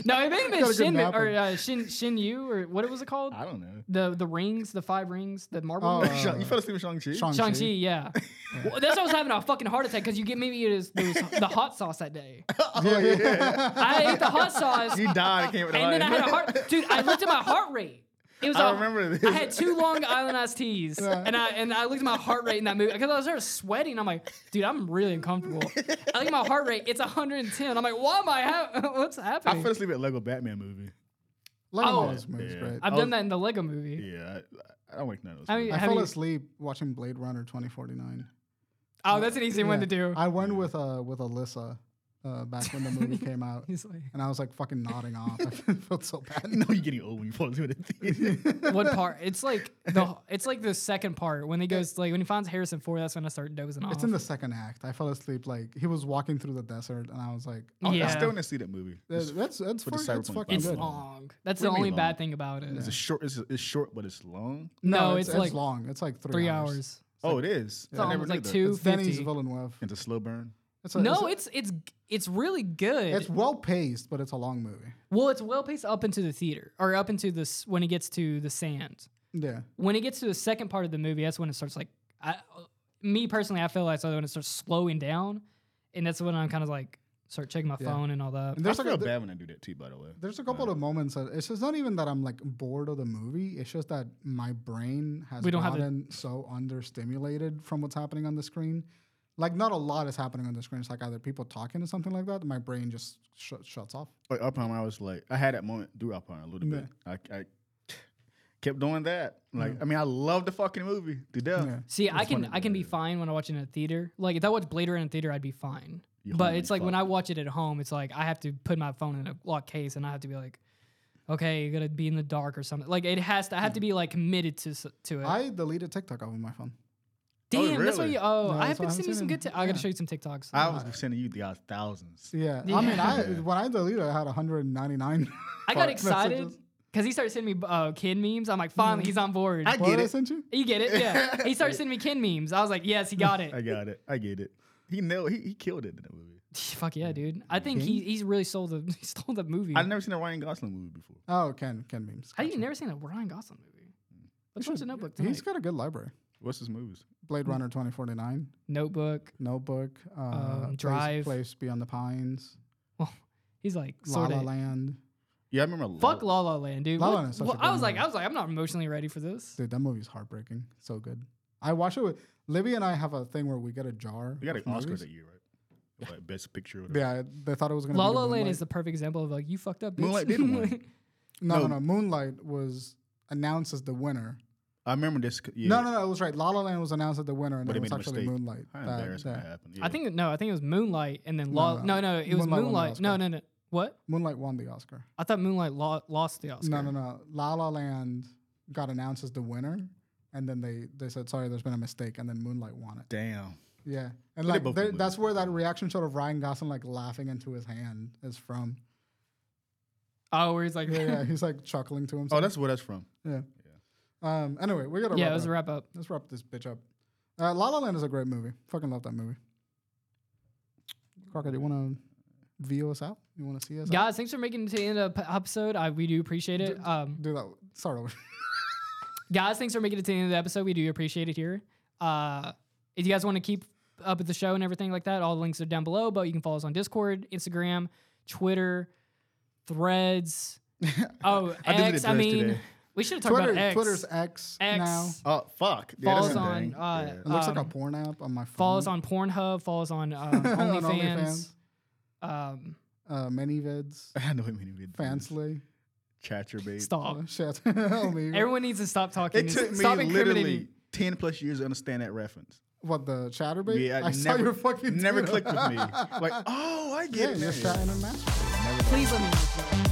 S1: no, it may have been
S3: Gotta get
S1: Shin mo-
S3: napping.
S1: or uh, Shin Shin Yu or what was it called?
S2: I don't know.
S1: The the rings, the five rings, the marble.
S3: Oh,
S1: one?
S3: uh,
S2: Shang- you fell asleep in Shang Chi.
S3: Shang-Chi.
S1: Shang Chi,
S3: <laughs>
S1: yeah. Well, that's why I was having a fucking heart attack because you get maybe it is, it
S3: <laughs>
S1: was the hot sauce that day.
S2: Oh,
S3: yeah, yeah.
S2: <laughs>
S1: I ate the
S3: <laughs>
S1: hot sauce
S2: You died. I came with the
S1: <laughs> And then I
S2: audience.
S1: had a heart, dude. I looked at my heart rate. It was.
S2: <laughs> I
S1: a-
S2: remember this.
S1: I had two long Island iced teas,
S2: <laughs>
S1: and I and I looked at my heart rate in that movie because I started sweating. I'm like, dude, I'm really
S2: <laughs>
S1: uncomfortable. I look at my heart rate; it's 110. I'm like, why am I? Ha- <laughs> what's
S2: I
S1: happening?
S2: fell asleep at Lego Batman movie.
S3: Lego
S1: Oh.
S3: Mars movie's
S2: Yeah.
S3: great.
S1: I've
S2: I
S1: done
S2: was-
S1: that in the Lego movie.
S2: Yeah, I, I don't like none of those.
S1: I
S2: movies. <laughs>
S1: mean, <laughs>
S3: I
S1: have
S3: fell
S1: you-
S3: asleep watching Blade Runner 2049.
S1: oh, that's an easy one to do.
S3: I went with uh with Alyssa uh, back when the movie
S1: <laughs>
S3: came out,
S1: He's like,
S3: and I was like fucking nodding off. I <laughs> felt so bad.
S2: no, you're getting old when you fall asleep at the
S1: <laughs>
S2: theater. <laughs>
S1: what part? It's like the it's like the second part when he goes like when he finds Harrison Ford. That's when I start dozing off.
S3: It's in the second act. I fell asleep like he was walking through the desert, and I was like,
S2: Oh, I-
S1: yeah.
S2: I still want to see that movie.
S3: "That's
S2: It's,
S3: that's, that's,
S2: For the
S3: fucking- that's
S2: Cyberpunk
S3: fucking
S1: it's
S3: good."
S2: vibe.
S1: long. That's the
S2: What do you
S1: only
S2: mean long?
S1: bad thing about it.
S2: it's a short. It's, it's short, but it's long.
S1: No, it's
S3: it's,
S1: like
S3: long. It's like three,
S1: Three hours.
S3: hours.
S2: oh, it is.
S1: It's
S2: I never
S1: almost
S2: knew
S1: like
S2: that.
S1: two
S3: It's Denny's
S1: fifty.
S3: Villeneuve.
S2: It's a slow burn.
S3: It's a,
S1: No,
S3: it's,
S1: it's it's it's really good.
S3: it's well paced, but it's a long movie.
S1: well, it's well paced up into the theater or up into this when it gets to the sand.
S3: Yeah.
S1: When it gets to the second part of the movie, that's when it starts like, I, me personally, I feel like that's when it starts slowing down, and that's when I'm kind of like start checking my
S3: Yeah.
S1: phone and all that.
S3: And
S2: I
S3: there's
S2: feel
S3: like a, there-
S2: bad when I do that too. By the way,
S3: there's a couple of moments that it's just not even that I'm like bored of the movie. It's just that my brain has
S1: We don't have the-
S3: gotten so understimulated from what's happening on the screen. Like not a lot is happening on the screen. It's like either people talking or something like that. My brain just sh- shuts off.
S2: like Oppenheimer, I was like, I had that moment through Oppenheimer a little bit. I, I kept doing that. Like, I mean, I love the fucking movie to death.
S3: Yeah.
S1: See, I can I can be fine when I watch it in a theater. Like if I watch Blade Runner in a theater, I'd be fine.
S2: You
S1: but
S2: hungry
S1: it's like when
S2: fuck.
S1: I watch it at home, it's like I have to put my phone in a locked case and I have to be like, okay, you gotta be in the dark or something. Like it has to. I have to be like committed to s- to it.
S3: I deleted TikTok off of my phone.
S1: Damn, that's why
S2: really?
S1: you. Oh,
S3: No,
S1: I have
S3: that's why
S1: been
S3: I haven't
S1: sending you
S3: seen
S1: some good.
S3: it.
S1: T- I gotta
S3: Yeah.
S1: show you some TikToks.
S2: I was sending you guys thousands.
S3: Yeah. I mean,
S1: <laughs>
S3: I
S1: Yeah.
S3: when I deleted, it, I had 199.
S1: I got
S3: fuck
S1: excited
S3: <laughs> messages.
S1: because he started sending me uh, Ken memes. I'm
S3: Mm-hmm.
S1: like, finally, he's on board.
S2: I get
S3: What did I
S2: it.
S3: send you?
S1: you get it?
S2: <laughs>
S1: Yeah. he started sending me Ken memes. I was like, yes, he got it.
S2: I got it. I get it. He nailed. He, he killed it in the movie.
S1: <laughs> Fuck yeah, dude. I think he, he's really sold the <laughs> he stole the movie.
S2: I've never seen a Ryan Gosling movie before.
S3: Oh, Ken Ken memes.
S1: How you never seen a Ryan Gosling movie? Let's watch the Notebook tonight.
S3: He's got a good library.
S2: What's his movies?
S3: Blade Runner 2049,
S1: Notebook.
S3: Notebook, uh,
S1: Um,
S3: Place-
S1: Drive.
S3: Place Beyond the Pines,
S1: He's like
S3: La
S1: sort
S3: La
S1: of
S3: Land.
S2: Yeah, I remember. La-
S1: fuck La La Land, dude.
S3: La La
S1: What-
S3: Land is such
S1: what-
S3: a good
S1: I was like,
S3: movie.
S1: I was like, I'm not emotionally ready for this.
S3: Dude, that movie's heartbreaking. So good. I watch it with Libby and I have a thing where we get a jar.
S2: We got an
S3: of
S2: Oscar
S3: movies.
S2: that year, right? Like best picture. Or whatever.
S3: Yeah, they thought it was gonna.
S1: La
S3: be
S1: La
S3: the
S1: Land
S3: Moonlight.
S1: is the perfect example of like you fucked up. Bitch.
S2: Moonlight
S1: <laughs>
S2: did win.
S3: no, no,
S2: no.
S3: no. Moonlight was announced as the winner.
S2: I remember this. c- Yeah,
S3: No, no, no. It was right. La La Land was announced as the winner, and
S2: But they
S3: it was
S2: made a
S3: actually
S2: mistake.
S3: Moonlight.
S2: How
S3: that-
S2: embarrassing
S3: that-
S2: that happened.
S1: I think no, I think it was Moonlight and then La. No,
S3: no.
S1: no, it was
S3: Moonlight won the
S1: Moonlight. No,
S3: Oscar.
S1: no, no. What?
S3: Moonlight won the Oscar.
S1: I thought Moonlight lo- lost the Oscar.
S3: No, no, no. La La Land got announced as the winner, and then they they said sorry, there's been a mistake, and then Moonlight won it.
S2: Damn.
S3: Yeah, and
S2: But they
S3: like
S2: both
S3: there-
S2: blew.
S3: that's where that reaction shot of Ryan Gosling like laughing into his hand is from.
S1: Oh, where he's like,
S3: Yeah,
S1: yeah, <laughs>
S2: <laughs>
S3: yeah. he's like chuckling to
S2: Oh,
S3: himself.
S2: that's where that's from.
S3: yeah. Um. Anyway, we gotta.
S1: it
S3: wrap
S1: was
S3: it
S1: a
S3: up.
S1: wrap up.
S3: Let's wrap this bitch up. Uh, La La Land is a great movie. Fucking love that movie. Crocker, do you want to VO us out? You want to see us? out?
S1: Guys, thanks for making it to the end of the p- episode. I, we do appreciate it. Um,
S3: Do that. Start over.
S1: guys thanks for making it to the end of the episode we do appreciate it here uh if you guys want to keep up with the show and everything like that all the links are down below but you can follow us on discord instagram twitter threads
S3: <laughs>
S1: oh
S2: I deleted
S1: x i
S2: Threads
S1: mean
S2: today.
S1: we should have talked
S3: Twitter.
S1: about x
S3: Twitter's X,
S1: X.
S3: now.
S2: Oh fuck. Yeah,
S1: Follow
S2: that's
S1: us
S2: a
S1: on,
S2: thing.
S1: uh,
S2: Yeah. <laughs>
S3: It looks like a
S1: Um,
S3: porn app on my phone.
S1: follow us on
S2: Mm-hmm.
S1: pornhub follow us on
S2: <laughs>
S1: um,
S3: On
S1: onlyfans um
S3: Uh, Manyvids,
S2: I know how many we did.
S3: Fansly,
S2: Chatterbait.
S1: stop
S3: uh, shit. <laughs> Omegle.
S1: everyone needs to stop talking
S2: It took
S1: stop
S2: me
S1: incriminating
S2: literally ten plus years to understand that reference.
S3: What the chatterbait?
S2: Yeah,
S3: I saw your fucking
S2: never
S3: tweet.
S2: clicked with me. Like, oh, I
S3: <laughs> Yeah,
S2: get
S3: you're
S2: it. now.
S3: chatting and matching.
S1: please let me know